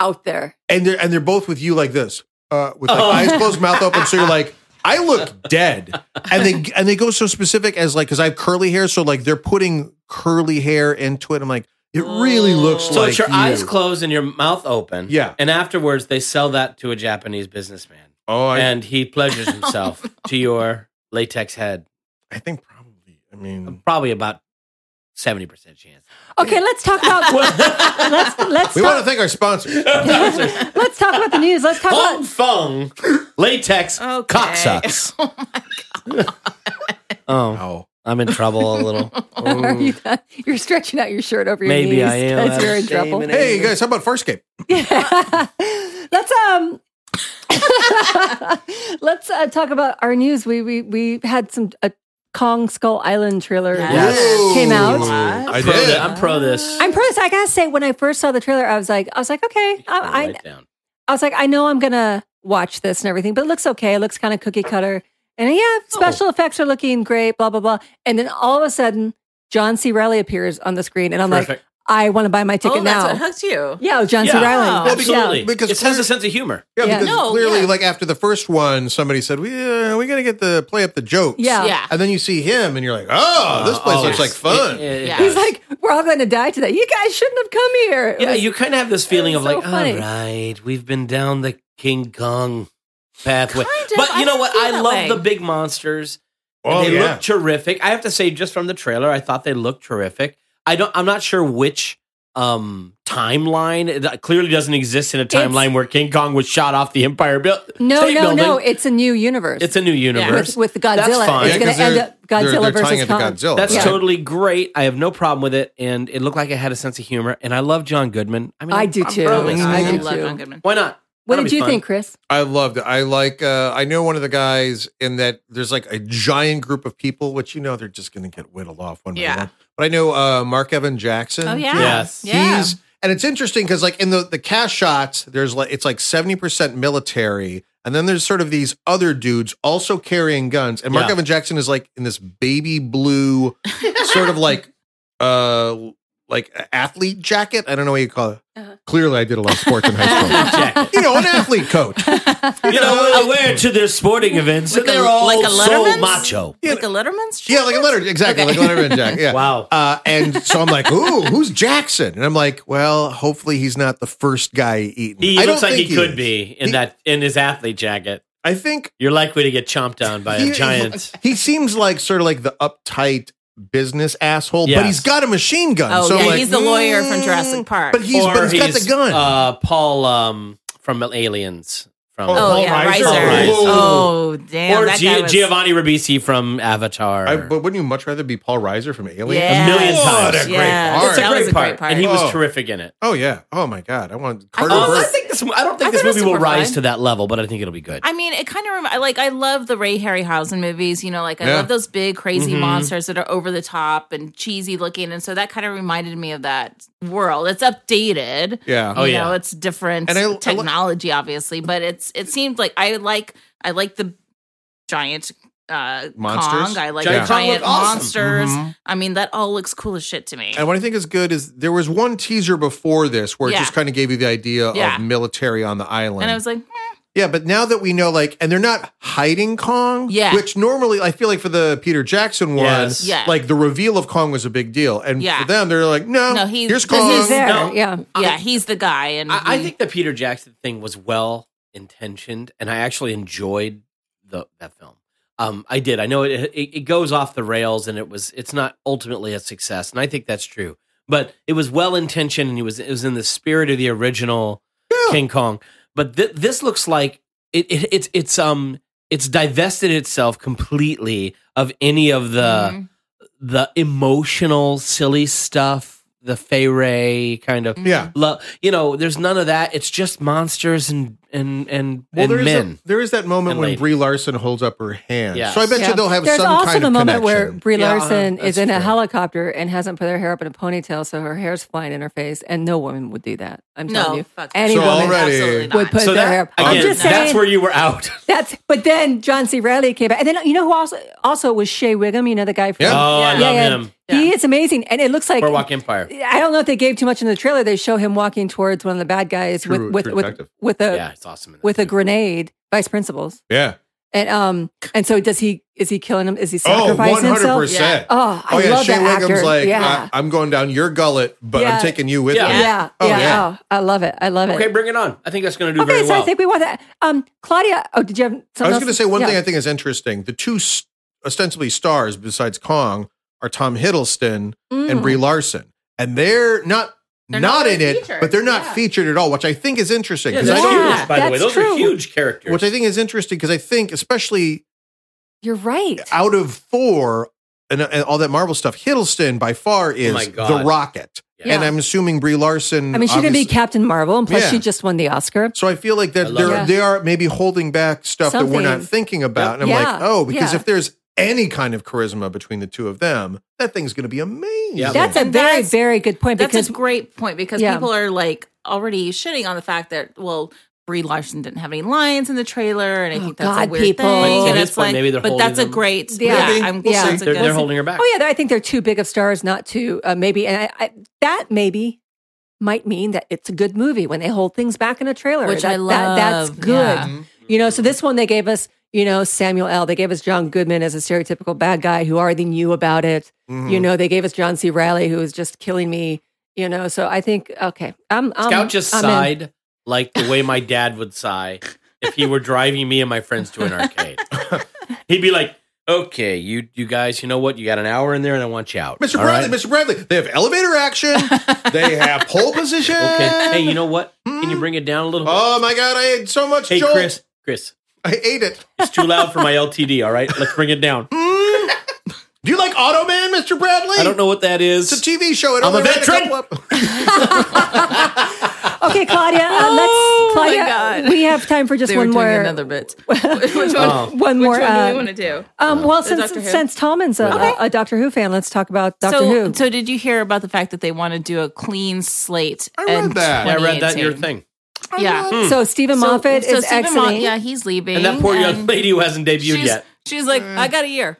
Speaker 1: out there.
Speaker 3: And they're and they're both with you like this. Uh with like
Speaker 4: Oh.
Speaker 3: eyes closed, mouth open. So you're like, I look dead. And they and they go so specific as like because I have curly hair, so like they're putting curly hair into it. I'm like, it really looks
Speaker 4: Oh. So
Speaker 3: like
Speaker 4: it's your
Speaker 3: you.
Speaker 4: eyes closed and your mouth open.
Speaker 3: Yeah.
Speaker 4: And afterwards, they sell that to a Japanese businessman,
Speaker 3: Oh, I,
Speaker 4: and he pleasures himself to your latex head.
Speaker 3: I think probably. I mean,
Speaker 4: Probably about seventy percent chance.
Speaker 1: Okay, let's talk about let's let's
Speaker 3: we want
Speaker 1: talk,
Speaker 3: to thank our sponsors.
Speaker 1: let's talk about the news. Let's talk
Speaker 3: Oh.
Speaker 4: Hong
Speaker 1: about
Speaker 4: Fong latex
Speaker 5: Okay.
Speaker 4: cocksucks. Oh,
Speaker 3: Oh,
Speaker 4: I'm in trouble a little.
Speaker 1: Are you done? You're stretching out your shirt over your
Speaker 4: Maybe
Speaker 1: knees
Speaker 4: I am.
Speaker 1: because you're in trouble.
Speaker 3: hey you guys, how about Farscape?
Speaker 1: Yeah. let's um let's uh, talk about our news. We we we had some a Kong Skull Island trailer
Speaker 5: Yes.
Speaker 1: that came
Speaker 3: Ooh,
Speaker 1: out.
Speaker 5: What?
Speaker 3: I
Speaker 4: Pro thi-
Speaker 3: did.
Speaker 4: I'm pro this.
Speaker 1: I'm pro this. I gotta say, when I first saw the trailer, I was like, I was like, okay, I, I,
Speaker 4: Write down.
Speaker 1: I was like, I know I'm gonna watch this and everything, but it looks okay. It looks kind of cookie cutter. And yeah,
Speaker 5: Oh.
Speaker 1: special effects are looking great, blah, blah, blah. And then all of a sudden, John C. Riley appears on the screen, and I'm like,
Speaker 4: Perfect.
Speaker 1: I want to buy my ticket
Speaker 5: oh,
Speaker 1: now.
Speaker 5: that's what hooked you.
Speaker 1: yeah, John C.
Speaker 4: Yeah.
Speaker 1: Riley.
Speaker 5: Well,
Speaker 4: Absolutely.
Speaker 1: Yeah.
Speaker 3: Because
Speaker 4: it has
Speaker 3: clear-
Speaker 4: a sense of humor.
Speaker 3: Yeah,
Speaker 1: Yeah.
Speaker 3: because
Speaker 5: No,
Speaker 3: clearly,
Speaker 5: yeah.
Speaker 3: like after the first one, somebody said, "We uh, we gotta get the play up the jokes."
Speaker 1: Yeah.
Speaker 5: Yeah.
Speaker 3: and then you see him, and you're like, "Oh, this
Speaker 4: Uh,
Speaker 3: place
Speaker 4: oh,
Speaker 3: looks
Speaker 4: it's-
Speaker 3: like fun."
Speaker 4: it- it
Speaker 5: Yeah.
Speaker 4: does.
Speaker 1: He's like, we're all going to die today. You guys shouldn't have come here. It
Speaker 4: yeah,
Speaker 1: was-
Speaker 4: you kind of have this feeling of
Speaker 1: so
Speaker 4: like,
Speaker 1: funny.
Speaker 4: all right, we've been down the King Kong pathway.
Speaker 5: Kind of.
Speaker 4: but
Speaker 5: I
Speaker 4: you know
Speaker 5: don't
Speaker 4: what?
Speaker 5: feel
Speaker 4: I
Speaker 5: that
Speaker 4: love
Speaker 5: way.
Speaker 4: the big monsters. And
Speaker 3: Oh,
Speaker 4: they
Speaker 3: yeah.
Speaker 4: look terrific. I have to say, just from the trailer, I thought they looked terrific. I don't. I'm not sure which um timeline. It clearly doesn't exist in a timeline where King Kong was shot off the Empire Buil-
Speaker 1: no,
Speaker 4: State
Speaker 1: no,
Speaker 4: Building.
Speaker 1: no. It's a new universe.
Speaker 4: It's a new universe.
Speaker 1: with, with the Godzilla.
Speaker 4: fine.
Speaker 1: It's
Speaker 4: Yeah,
Speaker 1: going
Speaker 3: 'cause
Speaker 1: to end
Speaker 3: they're-
Speaker 1: up Godzilla
Speaker 3: they're- they're tying
Speaker 1: versus
Speaker 3: it to
Speaker 1: Kong.
Speaker 3: Godzilla.
Speaker 4: That's
Speaker 3: right?
Speaker 1: Yeah.
Speaker 4: totally great. I have no problem with it, and it looked like it had a sense of humor. And I love John Goodman. I mean,
Speaker 1: I
Speaker 4: I'm-
Speaker 1: do
Speaker 4: I'm
Speaker 1: too. Mm-hmm.
Speaker 4: pro this.
Speaker 1: I
Speaker 5: Oh, I
Speaker 1: do
Speaker 5: love
Speaker 1: too.
Speaker 5: John Goodman.
Speaker 4: Why not?
Speaker 1: What
Speaker 4: That'll
Speaker 1: did
Speaker 4: be
Speaker 1: you
Speaker 4: fun.
Speaker 1: think, Chris?
Speaker 3: I loved it. I like. Uh, I know one of the guys in that. There's like a giant group of people, which you know they're just going to get whittled off one by
Speaker 5: Yeah.
Speaker 3: one. But I know uh, Mark Evan Jackson.
Speaker 5: Oh yeah.
Speaker 4: Yes.
Speaker 5: Yeah.
Speaker 3: He's and it's interesting because like in the the cash shots, there's like it's like seventy percent military, and then there's sort of these other dudes also carrying guns. And Mark
Speaker 4: Yeah.
Speaker 3: Evan Jackson is like in this baby blue, sort of like uh like athlete jacket. I don't know what you call it.
Speaker 1: Uh-huh.
Speaker 3: Clearly, I did a lot of sports in high school.
Speaker 4: Check.
Speaker 3: you know, an athlete coat.
Speaker 4: You know, I wear it to their sporting events.
Speaker 5: Like
Speaker 4: and they're
Speaker 5: a-
Speaker 4: all
Speaker 5: like a
Speaker 4: so
Speaker 5: Letterman's?
Speaker 4: macho.
Speaker 3: Yeah.
Speaker 5: Like a Letterman's.
Speaker 3: Yeah, like a letter, exactly, like a letter jacket. Yeah.
Speaker 4: Wow.
Speaker 3: Uh, and so I'm like, ooh, who's Jackson? And I'm like, well, hopefully he's not the first guy eaten.
Speaker 4: He
Speaker 3: I
Speaker 4: looks like he, could
Speaker 3: is.
Speaker 4: be in
Speaker 3: He-
Speaker 4: that in his athlete jacket.
Speaker 3: I think
Speaker 4: You're likely to get chomped on by
Speaker 3: He-
Speaker 4: a giant.
Speaker 3: he seems like sort of like the uptight business asshole, but
Speaker 4: Yes.
Speaker 3: he's got a machine gun.
Speaker 5: Oh
Speaker 3: so I'm
Speaker 5: yeah,
Speaker 3: like,
Speaker 5: he's the lawyer from
Speaker 3: mm,
Speaker 5: Jurassic Park.
Speaker 3: But he's but he's got the gun.
Speaker 4: Uh, Paul um, from Aliens. From
Speaker 3: Oh,
Speaker 5: oh
Speaker 3: Paul
Speaker 5: yeah,
Speaker 3: Reiser.
Speaker 5: Riser.
Speaker 3: Oh.
Speaker 5: Oh damn,
Speaker 4: or
Speaker 5: that
Speaker 4: Gia-
Speaker 5: guy was Uh,
Speaker 4: Giovanni Ribisi from Avatar.
Speaker 3: I, but wouldn't you much rather be Paul Reiser from Alien?
Speaker 5: Yes.
Speaker 4: A million times.
Speaker 3: What a great
Speaker 5: Yes.
Speaker 3: part.
Speaker 4: That's a
Speaker 5: That was
Speaker 4: great
Speaker 5: a great
Speaker 4: part,
Speaker 5: part.
Speaker 4: and he
Speaker 3: Oh.
Speaker 4: was terrific in it.
Speaker 3: Oh yeah. Oh my God. I want
Speaker 5: I
Speaker 3: Carter
Speaker 5: thought-
Speaker 4: Um, I
Speaker 3: Burke.
Speaker 4: think this. I don't think
Speaker 5: I
Speaker 4: this
Speaker 5: thought it
Speaker 4: movie
Speaker 5: was
Speaker 4: will rise
Speaker 5: superfine.
Speaker 4: to that level, but I think it'll be good.
Speaker 5: I mean, it kind of rem- like I love the Ray Harryhausen movies. You know, like I
Speaker 3: Yeah. Mm-hmm.
Speaker 5: love those big crazy
Speaker 4: Mhm.
Speaker 5: monsters that are over the top and cheesy looking, and so that kind of reminded me of that world. It's updated.
Speaker 3: yeah.
Speaker 4: Oh,
Speaker 5: you
Speaker 4: yeah.
Speaker 5: know, it's different
Speaker 3: And I- I lo-
Speaker 5: technology, obviously, but it's it seemed like I like I like the giant uh
Speaker 3: Monsters?
Speaker 5: Kong. I like
Speaker 4: Giant
Speaker 5: the
Speaker 4: Kong
Speaker 5: giant
Speaker 4: looked awesome.
Speaker 5: monsters.
Speaker 3: Mhm.
Speaker 5: I mean, that all looks cool as shit to me.
Speaker 3: And what I think is good is there was one teaser before this where it
Speaker 5: Yeah.
Speaker 3: just kind of gave you the idea
Speaker 5: Yeah.
Speaker 3: of military on the island.
Speaker 5: And I was like, eh,
Speaker 3: Yeah, but now that we know, like, and they're not hiding Kong.
Speaker 5: Yeah.
Speaker 3: Which normally I feel like for the Peter Jackson one,
Speaker 4: Yes.
Speaker 5: Yeah.
Speaker 3: like the reveal of Kong was a big deal, and
Speaker 5: Yeah.
Speaker 3: for them they're like, no,
Speaker 5: No,
Speaker 3: no,
Speaker 5: he-
Speaker 3: here's
Speaker 5: this
Speaker 3: Kong.
Speaker 1: He's there.
Speaker 4: No.
Speaker 1: Yeah.
Speaker 5: yeah, he's the guy, and
Speaker 4: I, I
Speaker 5: he-
Speaker 4: think the Peter Jackson thing was well intentioned, and I actually enjoyed the that film. Um, I did. I know it, it it goes off the rails, and it was it's not ultimately a success, and I think that's true. But it was well intentioned, and it was it was in the spirit of the original
Speaker 3: Yeah.
Speaker 4: King Kong. But th- this looks like it, it it's it's um it's divested itself completely of any of the
Speaker 5: Mhm.
Speaker 1: Mm-hmm.
Speaker 4: the emotional silly stuff, the Fay Ray kind of
Speaker 3: Yeah.
Speaker 4: lo- you know, there's none of that. It's just monsters and and and,
Speaker 3: Well,
Speaker 4: and
Speaker 3: there's
Speaker 4: men.
Speaker 3: there is that moment
Speaker 4: And
Speaker 3: when
Speaker 4: ladies.
Speaker 3: Brie Larson holds up her hand.
Speaker 4: Yes.
Speaker 3: So I bet
Speaker 1: Yeah.
Speaker 3: you they'll have
Speaker 1: There's
Speaker 3: some
Speaker 1: also
Speaker 3: kind
Speaker 1: the
Speaker 3: of
Speaker 1: moment where
Speaker 3: connection.
Speaker 1: Brie
Speaker 4: Yeah,
Speaker 1: Larson
Speaker 4: uh-huh,
Speaker 1: is
Speaker 4: that's
Speaker 1: in a
Speaker 4: true.
Speaker 1: helicopter and hasn't put her hair up in a ponytail, so her hair's flying in her face, and no woman would do that. I'm telling
Speaker 5: no,
Speaker 1: you,
Speaker 5: fuck
Speaker 1: any
Speaker 3: So
Speaker 1: woman
Speaker 3: already-
Speaker 5: Absolutely not.
Speaker 1: would put
Speaker 4: so
Speaker 1: their
Speaker 4: that,
Speaker 1: hair up. I'm
Speaker 4: again,
Speaker 1: just saying,
Speaker 4: that's where you were out.
Speaker 1: That's but then John C. Reilly came back, and then you know who also also was Shea Wiggum. You know the guy from
Speaker 3: Yeah.
Speaker 4: Oh, I
Speaker 5: Yeah.
Speaker 4: love
Speaker 1: yeah,
Speaker 4: him.
Speaker 1: He is amazing, and it looks like
Speaker 4: Boardwalk Empire.
Speaker 1: I don't know if they gave too much in the trailer. They show him walking towards one of the bad guys
Speaker 3: True-
Speaker 1: with with
Speaker 3: True
Speaker 1: with,
Speaker 3: Detective.
Speaker 1: with a
Speaker 4: yeah, it's awesome. in
Speaker 1: uh,
Speaker 4: that
Speaker 1: with a
Speaker 4: movie.
Speaker 1: grenade. Vice principals,
Speaker 3: Yeah.
Speaker 1: and um, and so does he? Is he killing him? Is he
Speaker 3: Oh,
Speaker 1: sacrificing himself?
Speaker 3: 100%.
Speaker 5: Yeah.
Speaker 1: Oh, I
Speaker 3: oh, yeah.
Speaker 1: love
Speaker 3: Shea
Speaker 1: that actor.
Speaker 3: Wiggum's like,
Speaker 1: yeah.
Speaker 3: I, am going down your gullet, but
Speaker 1: Yeah.
Speaker 3: I'm taking you with
Speaker 4: Yeah.
Speaker 3: me.
Speaker 1: yeah, yeah,
Speaker 3: Oh, yeah.
Speaker 1: Oh, I love it. I love it.
Speaker 4: Okay, bring it on. I think that's going to do
Speaker 1: Okay,
Speaker 4: very
Speaker 1: so
Speaker 4: well.
Speaker 1: I think we want that. Um, Claudia. Oh, did you have?
Speaker 3: I
Speaker 1: something
Speaker 3: was
Speaker 1: else?
Speaker 3: going to say one
Speaker 1: Yeah.
Speaker 3: thing I think is interesting. The two s- ostensibly stars besides Kong are Tom Hiddleston and
Speaker 1: Mm.
Speaker 3: Brie Larson, and they're not
Speaker 5: They're
Speaker 3: not
Speaker 5: not
Speaker 3: in it,
Speaker 5: featured.
Speaker 3: but they're not
Speaker 5: Yeah.
Speaker 3: featured at all, which I think is interesting.
Speaker 4: yeah,
Speaker 3: 'cause
Speaker 4: that's
Speaker 3: I don't-
Speaker 1: Yeah,
Speaker 4: huge, by the way.
Speaker 1: that's
Speaker 4: Those
Speaker 1: true.
Speaker 4: are huge characters.
Speaker 3: which I think is interesting because I think, especially
Speaker 1: You're right.
Speaker 3: out of four and, uh, and all that Marvel stuff, Hiddleston by far is
Speaker 4: Oh my God.
Speaker 3: the Rocket,
Speaker 4: Yeah.
Speaker 3: and I'm assuming Brie Larson.
Speaker 1: I mean, she could be
Speaker 3: obviously-
Speaker 1: Captain Marvel, and plus
Speaker 3: Yeah.
Speaker 1: she just won the Oscar.
Speaker 3: So I feel like
Speaker 4: I
Speaker 3: that
Speaker 4: love
Speaker 3: they're,
Speaker 1: it.
Speaker 3: they are maybe holding back stuff that we're not
Speaker 1: Something.
Speaker 3: thinking about, and I'm
Speaker 1: Yeah.
Speaker 3: like, oh, because
Speaker 1: Yeah.
Speaker 3: if there's any kind of charisma between the two of them, that thing's going to be amazing.
Speaker 4: Yeah.
Speaker 1: That's a
Speaker 5: And
Speaker 1: very,
Speaker 5: that's-
Speaker 1: very good point
Speaker 5: That's
Speaker 1: because
Speaker 5: a great point because
Speaker 1: Yeah.
Speaker 5: people are like already shitting on the fact that well, Brie Larson didn't have any lines in the trailer, and I
Speaker 1: Oh,
Speaker 5: think that's a
Speaker 1: God,
Speaker 5: weird
Speaker 1: people.
Speaker 5: thing.
Speaker 1: But to
Speaker 5: and
Speaker 4: his
Speaker 5: it's
Speaker 4: point,
Speaker 5: like-
Speaker 4: maybe they're
Speaker 5: but
Speaker 4: holding
Speaker 5: that's a
Speaker 4: them-
Speaker 5: great.
Speaker 1: Yeah.
Speaker 5: Yeah,
Speaker 3: Maybe.
Speaker 5: I'm
Speaker 1: We'll
Speaker 5: yeah,
Speaker 1: see.
Speaker 5: it's a
Speaker 4: they're,
Speaker 5: good-
Speaker 4: they're holding her back.
Speaker 1: Oh yeah, I think they're too big of stars not to uh, maybe, and I, I, that maybe might mean that it's a good movie when they hold things back in a trailer,
Speaker 5: Which I
Speaker 1: That- that-
Speaker 5: love,
Speaker 1: that's good.
Speaker 5: yeah.
Speaker 4: Mm-hmm.
Speaker 1: You know, so this one they gave us, you know, Samuel L. They gave us John Goodman as a stereotypical bad guy who already knew about it.
Speaker 4: Mm-hmm.
Speaker 3: Mhm.
Speaker 1: You know, they gave us John C. Riley who was just killing me. You know, so I think okay, I'm, I'm
Speaker 4: Scout just
Speaker 1: I'm in.
Speaker 4: sighed like the way my dad would sigh if he were driving me and my friends to an arcade. He'd be like, "Okay, you you guys, you know what? You got an hour in there, and I want you out,
Speaker 3: Mr.
Speaker 4: all
Speaker 3: Bradley,
Speaker 4: right?
Speaker 3: Mr. Bradley, they have elevator action. they have pole position.
Speaker 4: Okay. Hey, you know what? Can you bring it down a little?
Speaker 3: Hmm? Oh my God, I ate so much
Speaker 4: hey,
Speaker 3: jolt.
Speaker 4: Chris, Chris,
Speaker 3: I ate it.
Speaker 4: it's too loud for my LTD. All right, let's bring it down.
Speaker 3: Do you like Automan, Mr. Bradley?
Speaker 4: I don't know what that
Speaker 3: It's
Speaker 4: is.
Speaker 3: a TV show. It
Speaker 4: I'm a
Speaker 3: only ran
Speaker 4: veteran.
Speaker 3: couple of-
Speaker 1: Okay, Claudia, uh, let's.
Speaker 5: Oh my
Speaker 1: Claudia,
Speaker 5: God.
Speaker 1: we have time for just
Speaker 5: They were
Speaker 1: one
Speaker 5: doing
Speaker 1: more.
Speaker 5: another bit. Which one? Which
Speaker 4: Oh.
Speaker 1: one
Speaker 5: one do
Speaker 1: more.
Speaker 5: we
Speaker 1: uh,
Speaker 5: want to do?
Speaker 1: Um, well, since
Speaker 5: Doctor Who.
Speaker 1: since Tallman's a, a, a Doctor Who fan, let's talk about Doctor
Speaker 5: so,
Speaker 1: Who.
Speaker 5: so did you hear about the fact that they want to do a clean slate?
Speaker 3: I read
Speaker 5: in
Speaker 3: that.
Speaker 4: Yeah, I read that in your
Speaker 5: 2018?
Speaker 4: thing,
Speaker 5: Yeah.
Speaker 2: Hmm. Uh,
Speaker 1: So Stephen Moffat
Speaker 5: so
Speaker 1: is
Speaker 5: Stephen
Speaker 1: exiting.
Speaker 5: Mo- yeah, he's leaving.
Speaker 4: and that poor young
Speaker 5: and
Speaker 4: lady who hasn't debuted
Speaker 5: she's,
Speaker 4: yet.
Speaker 5: She's like, I got a year.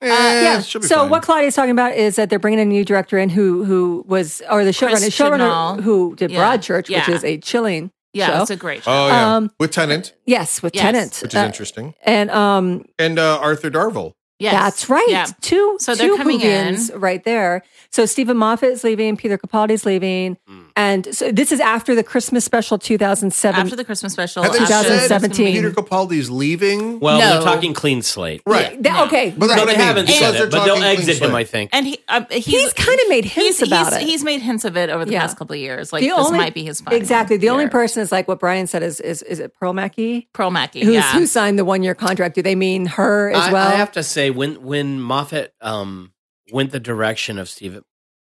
Speaker 3: Eh,
Speaker 1: Yeah.
Speaker 3: should be
Speaker 1: So
Speaker 3: fine.
Speaker 1: what Claudia's talking about is that they're bringing a new director in who who was or the showrunner
Speaker 5: Chris Chibnall.
Speaker 1: showrunner who did
Speaker 5: Yeah.
Speaker 1: Broadchurch, which
Speaker 5: Yeah.
Speaker 1: is a chilling
Speaker 5: Yeah,
Speaker 1: show.
Speaker 5: it's a great
Speaker 4: Uh,
Speaker 5: show.
Speaker 3: Oh yeah,
Speaker 1: um,
Speaker 3: with
Speaker 2: uh,
Speaker 3: Tennant,
Speaker 1: yes, with
Speaker 5: Yes.
Speaker 1: Tennant,
Speaker 3: which is
Speaker 1: Uh,
Speaker 3: interesting,
Speaker 1: and um,
Speaker 3: and uh, Arthur Darvill.
Speaker 5: yes.
Speaker 1: That's right.
Speaker 5: Yeah.
Speaker 1: Two,
Speaker 5: So they're
Speaker 1: two
Speaker 5: coming in.
Speaker 1: Whovians right there. So Stephen Moffat is leaving, Peter Capaldi's leaving,
Speaker 3: Hmm.
Speaker 1: and so this is after the Christmas special 2007.
Speaker 5: After the Christmas special,
Speaker 3: Have they
Speaker 5: after-
Speaker 3: said
Speaker 1: 2017.
Speaker 3: Peter Capaldi's leaving?
Speaker 4: Well,
Speaker 5: No.
Speaker 4: they're talking clean slate.
Speaker 3: right.
Speaker 1: That- Okay,
Speaker 4: No,
Speaker 3: But That's what
Speaker 4: they
Speaker 3: I mean.
Speaker 4: haven't
Speaker 3: Because
Speaker 4: said
Speaker 3: they're
Speaker 4: it, but they'll
Speaker 3: talking clean
Speaker 4: exit him.
Speaker 3: slate.
Speaker 4: I think.
Speaker 5: And he, um, he's,
Speaker 1: He's kinda made hints about
Speaker 5: he's,
Speaker 1: it.
Speaker 5: He's made hints of it over the
Speaker 1: Yeah.
Speaker 5: past couple of years. Like this might be his final.
Speaker 1: exactly. The only
Speaker 5: year.
Speaker 1: person is like what Brian said is is is it Pearl Mackey
Speaker 5: Pearl Mackey.
Speaker 1: who's
Speaker 5: yeah.
Speaker 1: who signed the one year contract? Do they mean her as
Speaker 4: I,
Speaker 1: well?
Speaker 4: I have to say, when when Moffat um, went the direction of Steve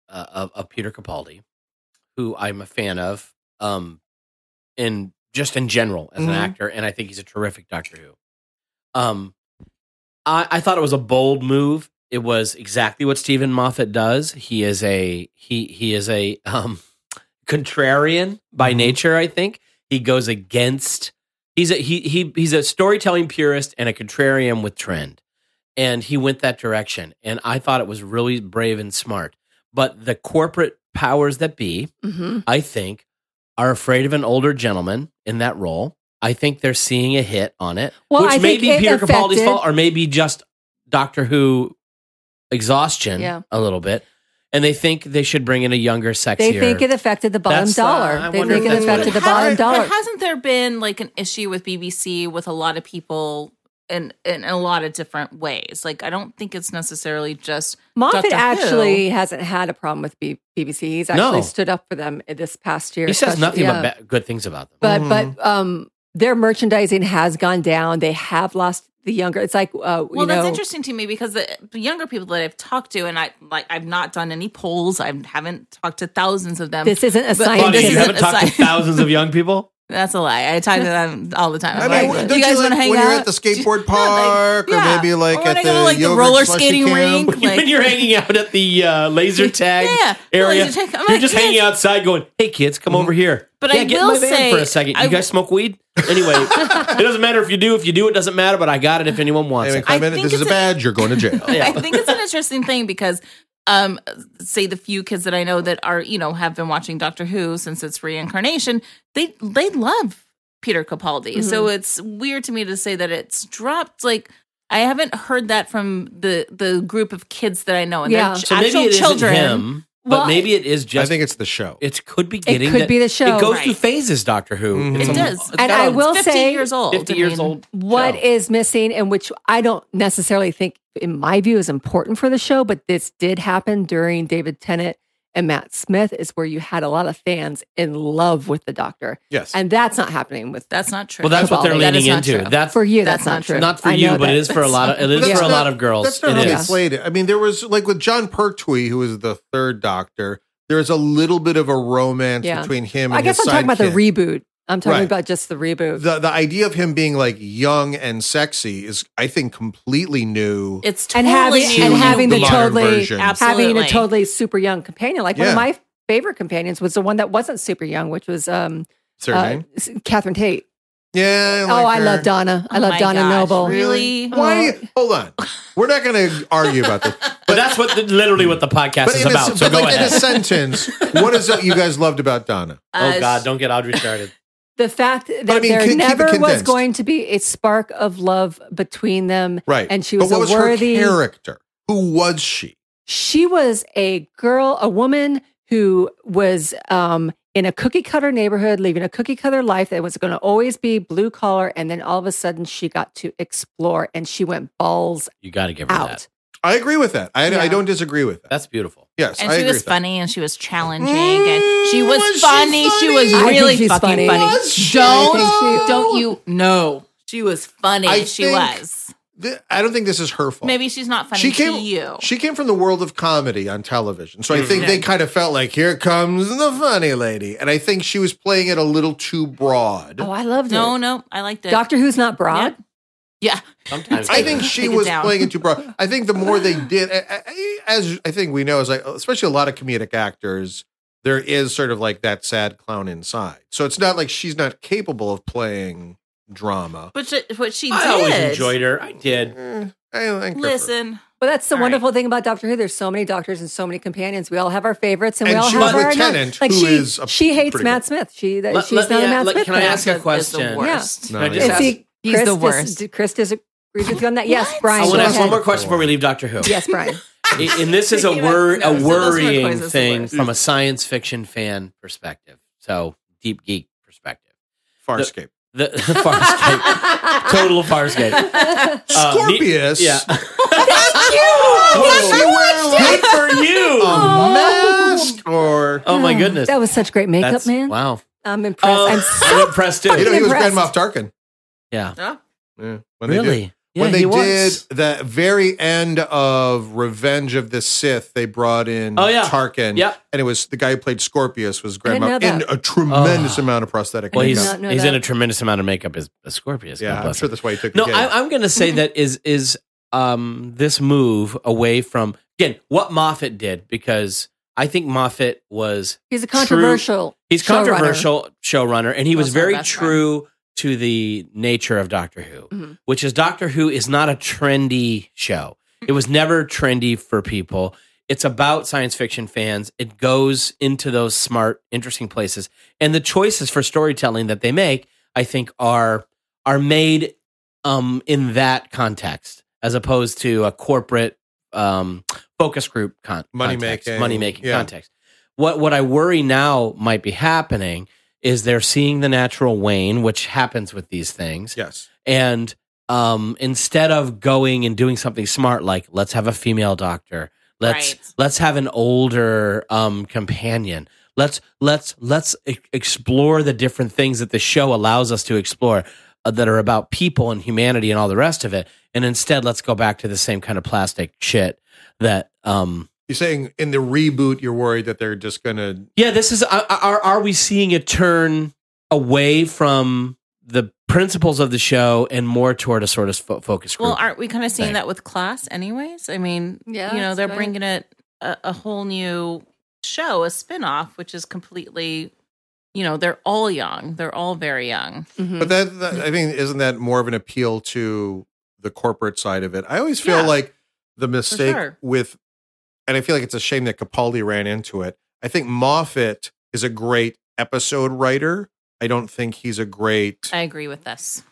Speaker 4: uh, of, of Peter Capaldi, who I'm a fan of, um, in just in general as
Speaker 3: Mhm.
Speaker 4: an actor, and I think he's a terrific Doctor Who. Um, I, I thought it was a bold move. It was exactly what Stephen Moffat does. He is a he he is a um, contrarian by nature. I think he goes against. He's a he he he's a storytelling purist and a contrarian with trend, and he went that direction. And I thought it was really brave and smart. But the corporate powers that be,
Speaker 1: Mhm.
Speaker 4: I think, are afraid of an older gentleman in that role I think they're seeing a hit on it,
Speaker 1: Well,
Speaker 4: which
Speaker 1: I
Speaker 4: may
Speaker 1: think
Speaker 4: be
Speaker 1: it
Speaker 4: Peter Capaldi's
Speaker 1: affected-
Speaker 4: fault, or maybe just Doctor Who exhaustion
Speaker 1: Yeah.
Speaker 4: a little bit, and they think they should bring in a younger, sexier.
Speaker 1: They think it affected the bottom
Speaker 4: That's, uh,
Speaker 1: dollar.
Speaker 4: I
Speaker 1: they
Speaker 4: wonder
Speaker 1: think
Speaker 4: if
Speaker 1: it
Speaker 4: that's what
Speaker 1: affected
Speaker 4: it-
Speaker 1: the bottom
Speaker 2: Hasn't-
Speaker 1: dollar.
Speaker 2: But hasn't there been like an issue with BBC with a lot of people in, in a lot of different ways? Like, I don't think it's necessarily just
Speaker 1: Moffat
Speaker 2: Doctor Who.
Speaker 1: actually hasn't had a problem with B- BBC. He's actually
Speaker 4: No.
Speaker 1: stood up for them this past year.
Speaker 4: he says
Speaker 1: especially-
Speaker 4: nothing
Speaker 1: yeah.
Speaker 4: but Mm. ba- good things about them.
Speaker 1: but but um their merchandising has gone down they have lost the younger it's like uh
Speaker 2: Well,
Speaker 1: you know
Speaker 2: that's interesting to me because the, the younger people that I've talked to, and I like, I've not done any polls. I haven't talked to thousands of them.
Speaker 1: this isn't a
Speaker 2: But-
Speaker 1: science
Speaker 2: Claudia,
Speaker 4: Claudia,
Speaker 2: this
Speaker 4: you
Speaker 2: isn't
Speaker 4: haven't
Speaker 2: a
Speaker 4: talked to
Speaker 2: science-
Speaker 4: thousands of young people.
Speaker 2: That's a lie. I talk to them all the time.
Speaker 3: I
Speaker 2: I'm
Speaker 3: mean,
Speaker 2: like,
Speaker 3: don't
Speaker 2: you guys
Speaker 3: like,
Speaker 2: want to hang
Speaker 3: when
Speaker 2: out?
Speaker 3: you're at the skateboard
Speaker 2: No, like,
Speaker 3: park,
Speaker 2: yeah.
Speaker 3: or maybe like
Speaker 2: Or when
Speaker 3: at
Speaker 2: I go
Speaker 3: the,
Speaker 2: to, like, the
Speaker 3: yogurt
Speaker 2: roller
Speaker 3: slushy
Speaker 2: skating
Speaker 3: camp.
Speaker 2: rink. Like-
Speaker 4: when you're hanging out at the uh, laser tag
Speaker 2: Yeah, the
Speaker 4: area,
Speaker 2: laser tag. I'm
Speaker 4: you're
Speaker 2: like,
Speaker 4: just
Speaker 2: yes. Mm-hmm.
Speaker 4: hanging outside, going, "Hey kids, come over here."
Speaker 2: But
Speaker 4: yeah,
Speaker 2: I
Speaker 4: get
Speaker 2: will
Speaker 4: in my van
Speaker 2: say-
Speaker 4: for a second. You
Speaker 2: I-
Speaker 4: guys smoke weed anyway. it doesn't matter if you do. If you do, it doesn't matter. But I got it. If anyone wants
Speaker 3: Anyway,
Speaker 4: it,
Speaker 3: Clement,
Speaker 2: think
Speaker 3: this is a
Speaker 2: it's a-
Speaker 3: badge. You're going to jail.
Speaker 4: Yeah.
Speaker 2: I think it's an interesting thing because, um, say the few kids that I know that are you know have been watching Doctor Who since its reincarnation, they they love Peter Capaldi. So
Speaker 4: Mm-hmm.
Speaker 2: it's weird to me to say that it's dropped. Like I haven't heard that from the the group of kids that I know, and
Speaker 1: Yeah.
Speaker 2: they're ch-
Speaker 4: so maybe
Speaker 2: actual
Speaker 4: it
Speaker 2: children.
Speaker 4: not him, but
Speaker 1: Well,
Speaker 4: maybe it is just.
Speaker 3: I think it's the show.
Speaker 4: it could be getting.
Speaker 1: could be the show.
Speaker 4: It goes
Speaker 2: Right.
Speaker 4: through phases. Doctor Who.
Speaker 3: Mhm.
Speaker 4: It's
Speaker 2: It
Speaker 4: a-
Speaker 2: does.
Speaker 4: it's
Speaker 2: And
Speaker 4: got
Speaker 1: I
Speaker 4: a
Speaker 1: will
Speaker 2: 50
Speaker 1: say-
Speaker 2: years old.
Speaker 4: Fifty
Speaker 2: I
Speaker 4: years
Speaker 2: mean,
Speaker 4: old.
Speaker 1: what
Speaker 4: show.
Speaker 1: is missing and which i don't necessarily think in my view is important for the show but this did happen during david tennant and matt smith is where you had a lot of fans in love with the doctor
Speaker 3: Yes.
Speaker 1: and that's not happening with
Speaker 2: That's not true.
Speaker 4: Well, that's what they're
Speaker 1: Capaldi. That
Speaker 4: leaning
Speaker 2: is not
Speaker 4: into.
Speaker 2: true.
Speaker 4: That's
Speaker 1: for you that's,
Speaker 2: That's
Speaker 1: not,
Speaker 2: not
Speaker 1: true
Speaker 2: true.
Speaker 4: not for
Speaker 1: I
Speaker 4: you,
Speaker 1: know
Speaker 4: but
Speaker 1: that.
Speaker 4: it is for a lot of. It is
Speaker 3: But that's
Speaker 4: for a
Speaker 3: not-
Speaker 4: lot of girls.
Speaker 3: That's not
Speaker 4: It
Speaker 3: how they
Speaker 4: is.
Speaker 3: played it. I mean, there was like with John Pertwee, who was the third Doctor. There's a little bit of a romance
Speaker 1: Yeah.
Speaker 3: between him.
Speaker 1: i
Speaker 3: and
Speaker 1: guess i'm
Speaker 3: his
Speaker 1: talking about the
Speaker 3: sidekick.
Speaker 1: reboot i'm talking
Speaker 3: Right.
Speaker 1: about just the reboot
Speaker 3: The the idea of him being like young and sexy is, I think, completely new.
Speaker 2: It's
Speaker 1: and
Speaker 2: totally
Speaker 1: having
Speaker 2: new.
Speaker 1: and having the
Speaker 3: The modern
Speaker 1: totally
Speaker 3: version.
Speaker 1: having a
Speaker 2: Absolutely.
Speaker 1: totally super young companion. Like one of
Speaker 3: Yeah.
Speaker 1: my favorite companions was the one that wasn't super young, which was um
Speaker 3: Sir
Speaker 1: uh,
Speaker 3: name?
Speaker 1: S- Catherine Tate.
Speaker 3: Yeah.
Speaker 1: oh, I
Speaker 3: her.
Speaker 1: love Donna. I
Speaker 2: Oh
Speaker 1: love
Speaker 2: my
Speaker 1: Donna
Speaker 2: gosh,
Speaker 1: Noble.
Speaker 2: Really?
Speaker 3: Why? Hold on. We're not going to argue about this.
Speaker 4: But that's what the, literally what the podcast
Speaker 3: But,
Speaker 4: is
Speaker 3: in,
Speaker 4: about.
Speaker 3: a,
Speaker 4: so
Speaker 3: but
Speaker 4: go
Speaker 3: like in a
Speaker 4: ahead.
Speaker 3: sentence, what is it you guys loved about Donna?
Speaker 2: Uh,
Speaker 4: oh God, don't get Audrey started.
Speaker 1: The fact that
Speaker 3: I mean,
Speaker 1: there
Speaker 3: keep- keep it
Speaker 1: never was
Speaker 3: condensed.
Speaker 1: going to be a spark of love between them.
Speaker 3: Right.
Speaker 1: And she was
Speaker 3: but
Speaker 1: a
Speaker 3: what was
Speaker 1: worthy
Speaker 3: her character? Who was she?
Speaker 1: she was a girl, a woman who was um, in a cookie cutter neighborhood, living a cookie cutter life that was going to always be blue collar. And then all of a sudden, she got to explore and she went balls
Speaker 4: You got to give her that.
Speaker 1: out.
Speaker 3: I agree with that. I,
Speaker 1: Yeah.
Speaker 3: I don't disagree with that.
Speaker 4: That's beautiful.
Speaker 3: Yes,
Speaker 2: and
Speaker 3: I
Speaker 2: she
Speaker 3: agree
Speaker 2: was
Speaker 3: with that.
Speaker 2: funny and she was challenging and she
Speaker 3: Mm,
Speaker 2: was,
Speaker 3: was she
Speaker 2: funny. She
Speaker 3: funny?
Speaker 2: was
Speaker 1: I think
Speaker 2: really
Speaker 1: she's
Speaker 2: fucking
Speaker 1: funny.
Speaker 2: funny.
Speaker 3: Was she?
Speaker 2: Don't
Speaker 1: I think she-
Speaker 2: don't you no. She was funny.
Speaker 3: I
Speaker 2: she
Speaker 3: think-
Speaker 2: was.
Speaker 3: Th- I don't think this is her fault.
Speaker 2: Maybe she's not funny
Speaker 3: she came.
Speaker 2: to you. Mm-hmm.
Speaker 3: She came from the world of comedy on television, so I think they kind of felt like here comes the funny lady, and I think she was playing it a little too broad.
Speaker 1: Oh, I loved
Speaker 2: no,
Speaker 1: it.
Speaker 2: no, I liked it.
Speaker 1: Doctor Who's not broad.
Speaker 2: yeah.
Speaker 4: Sometimes
Speaker 3: I think she
Speaker 2: Take it
Speaker 3: was
Speaker 2: down.
Speaker 3: playing it too broad. I think the more they did, I- I- I- as I think we know, is like especially a lot of comedic actors, there is sort of like that sad clown inside. So it's not like she's not capable of playing drama.
Speaker 2: But she, what she
Speaker 4: I
Speaker 2: did.
Speaker 4: always enjoyed her. I did.
Speaker 3: Eh, I like her for-
Speaker 2: Listen,
Speaker 1: Well, that's the
Speaker 2: All
Speaker 1: wonderful thing about Doctor Who. There's so many doctors and so many companions. We all have our favorites, and, we
Speaker 3: And
Speaker 1: all
Speaker 3: she
Speaker 1: have
Speaker 4: was
Speaker 1: our
Speaker 3: with
Speaker 1: not-
Speaker 3: Tennant,
Speaker 1: like
Speaker 3: who
Speaker 1: she,
Speaker 3: is a
Speaker 1: she hates
Speaker 3: pretty
Speaker 1: Matt
Speaker 3: good-
Speaker 1: Smith. She that
Speaker 4: Let-
Speaker 1: she's
Speaker 4: let
Speaker 1: not
Speaker 4: me
Speaker 1: a
Speaker 4: a-
Speaker 1: Matt
Speaker 4: let-
Speaker 1: Smith.
Speaker 4: can I
Speaker 1: fan.
Speaker 4: ask you
Speaker 2: is
Speaker 4: a
Speaker 2: the
Speaker 4: question?
Speaker 2: worst.
Speaker 4: Can
Speaker 3: No,
Speaker 4: I
Speaker 3: yeah.
Speaker 4: just
Speaker 1: And
Speaker 4: ask?
Speaker 1: see,
Speaker 2: He's
Speaker 1: Chris
Speaker 2: the
Speaker 1: dis-
Speaker 2: worst.
Speaker 1: Chris disagrees with you on that. Yes,
Speaker 2: What?
Speaker 1: Brian.
Speaker 4: Oh, I
Speaker 1: go
Speaker 4: want to ask
Speaker 1: ahead.
Speaker 4: one more question before we leave Doctor Who.
Speaker 1: Yes, Brian.
Speaker 4: I- And this is a
Speaker 2: Speaking
Speaker 4: wor-
Speaker 2: of-
Speaker 4: a
Speaker 2: no, so those were
Speaker 4: worrying
Speaker 2: quizzes, the
Speaker 4: thing
Speaker 2: worst.
Speaker 4: from a science fiction fan perspective. So deep geek perspective.
Speaker 3: Farscape.
Speaker 4: The, the Farscape. Total Farscape. Uh, ne-
Speaker 3: Scorpius.
Speaker 4: yeah. Oh.
Speaker 3: Was she wearing
Speaker 4: Good for you.
Speaker 3: a
Speaker 4: Oh,
Speaker 3: mask or?
Speaker 4: my goodness.
Speaker 1: That was such great makeup,
Speaker 4: That's-
Speaker 1: man.
Speaker 4: Wow.
Speaker 1: I'm impressed.
Speaker 4: Um,
Speaker 1: I'm
Speaker 4: I'm
Speaker 1: so
Speaker 4: impressed
Speaker 3: You know,
Speaker 4: too.
Speaker 3: he was Grand Moff
Speaker 1: Impressed.
Speaker 3: Tarkin.
Speaker 4: Yeah.
Speaker 3: Yeah, when They did,
Speaker 4: Really? Yeah,
Speaker 3: when they
Speaker 4: he
Speaker 3: did
Speaker 4: was.
Speaker 3: the very end of Revenge of the Sith, they brought in
Speaker 4: Oh, yeah.
Speaker 3: Tarkin.
Speaker 4: Yep.
Speaker 3: and it was the guy who played Scorpius was Grand
Speaker 1: didn't
Speaker 3: Moff
Speaker 1: know that.
Speaker 3: in a tremendous
Speaker 4: Oh.
Speaker 3: amount of prosthetic.
Speaker 4: Well,
Speaker 1: did
Speaker 4: he's
Speaker 3: makeup.
Speaker 1: not know
Speaker 4: he's
Speaker 1: that.
Speaker 4: in a tremendous amount of makeup as a Scorpius. God
Speaker 3: yeah, I'm
Speaker 4: bless
Speaker 3: sure
Speaker 4: him.
Speaker 3: that's why he took
Speaker 4: No,
Speaker 3: the gig.
Speaker 4: I, I'm going to say that is is um, this move away from again what Moffat did because I think Moffat was
Speaker 1: he's a
Speaker 4: true-
Speaker 1: controversial.
Speaker 4: he's
Speaker 1: showrunner.
Speaker 4: controversial showrunner and he was
Speaker 2: That's my
Speaker 4: very
Speaker 2: best friend.
Speaker 4: true to the nature of Doctor Who,
Speaker 1: Mhm.
Speaker 4: which is Doctor Who is not a trendy show. It was never trendy for people. It's about science fiction fans. It goes into those smart, interesting places. And the choices for storytelling that they make, I I think are are made um, in that context as opposed to a corporate um, focus group con-
Speaker 3: Money
Speaker 4: context,
Speaker 3: making,
Speaker 4: money making
Speaker 3: yeah.
Speaker 4: context. What what I worry now might be happening is they're seeing the natural wane, which happens with these things,
Speaker 3: Yes.
Speaker 4: and um, instead of going and doing something smart like let's have a female doctor let's
Speaker 2: Right.
Speaker 4: let's have an older um, companion let's let's let's e- explore the different things that the show allows us to explore uh, that are about people and humanity and all the rest of it and instead let's go back to the same kind of plastic shit that um,
Speaker 3: You're saying in the reboot, you're worried that they're just going to.
Speaker 4: yeah, this is are are, are we seeing a turn away from the principles of the show and more toward a sort of fo- focus group?
Speaker 5: Well, aren't we kind of seeing
Speaker 4: Thing.
Speaker 5: that with class, anyways? I mean,
Speaker 1: Yeah,
Speaker 5: you know,
Speaker 1: that's
Speaker 5: they're
Speaker 1: right.
Speaker 5: bringing it a, a whole new show, a spin off, which is completely, you know, they're all young. They're all very young.
Speaker 1: Mhm.
Speaker 3: But that, that- I mean, isn't that more of an appeal to the corporate side of it? I always feel
Speaker 5: Yeah.
Speaker 3: like the mistake
Speaker 5: sure.
Speaker 3: with, and I feel like it's a shame that Capaldi ran into it. I think Moffat is a great episode writer. I don't think he's a great
Speaker 5: I agree with this.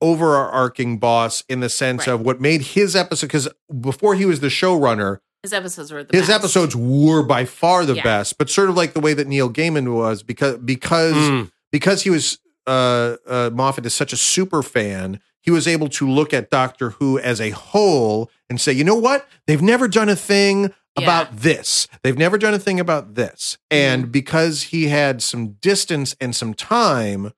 Speaker 3: overarching boss in the sense
Speaker 5: Right.
Speaker 3: of what made his episode. Because before he was the showrunner,
Speaker 5: His episodes were the
Speaker 3: his
Speaker 5: best.
Speaker 3: episodes were by far the
Speaker 5: Yeah.
Speaker 3: best. But sort of like the way that Neil Gaiman was, because because
Speaker 4: Mm.
Speaker 3: because he was uh, uh, Moffat is such a super fan, he was able to look at Doctor Who as a whole and say, you know what? They've never done a thing
Speaker 5: Yeah.
Speaker 3: about this. They've never done a thing about this.
Speaker 1: Mm-hmm.
Speaker 3: And because he had some distance and some time,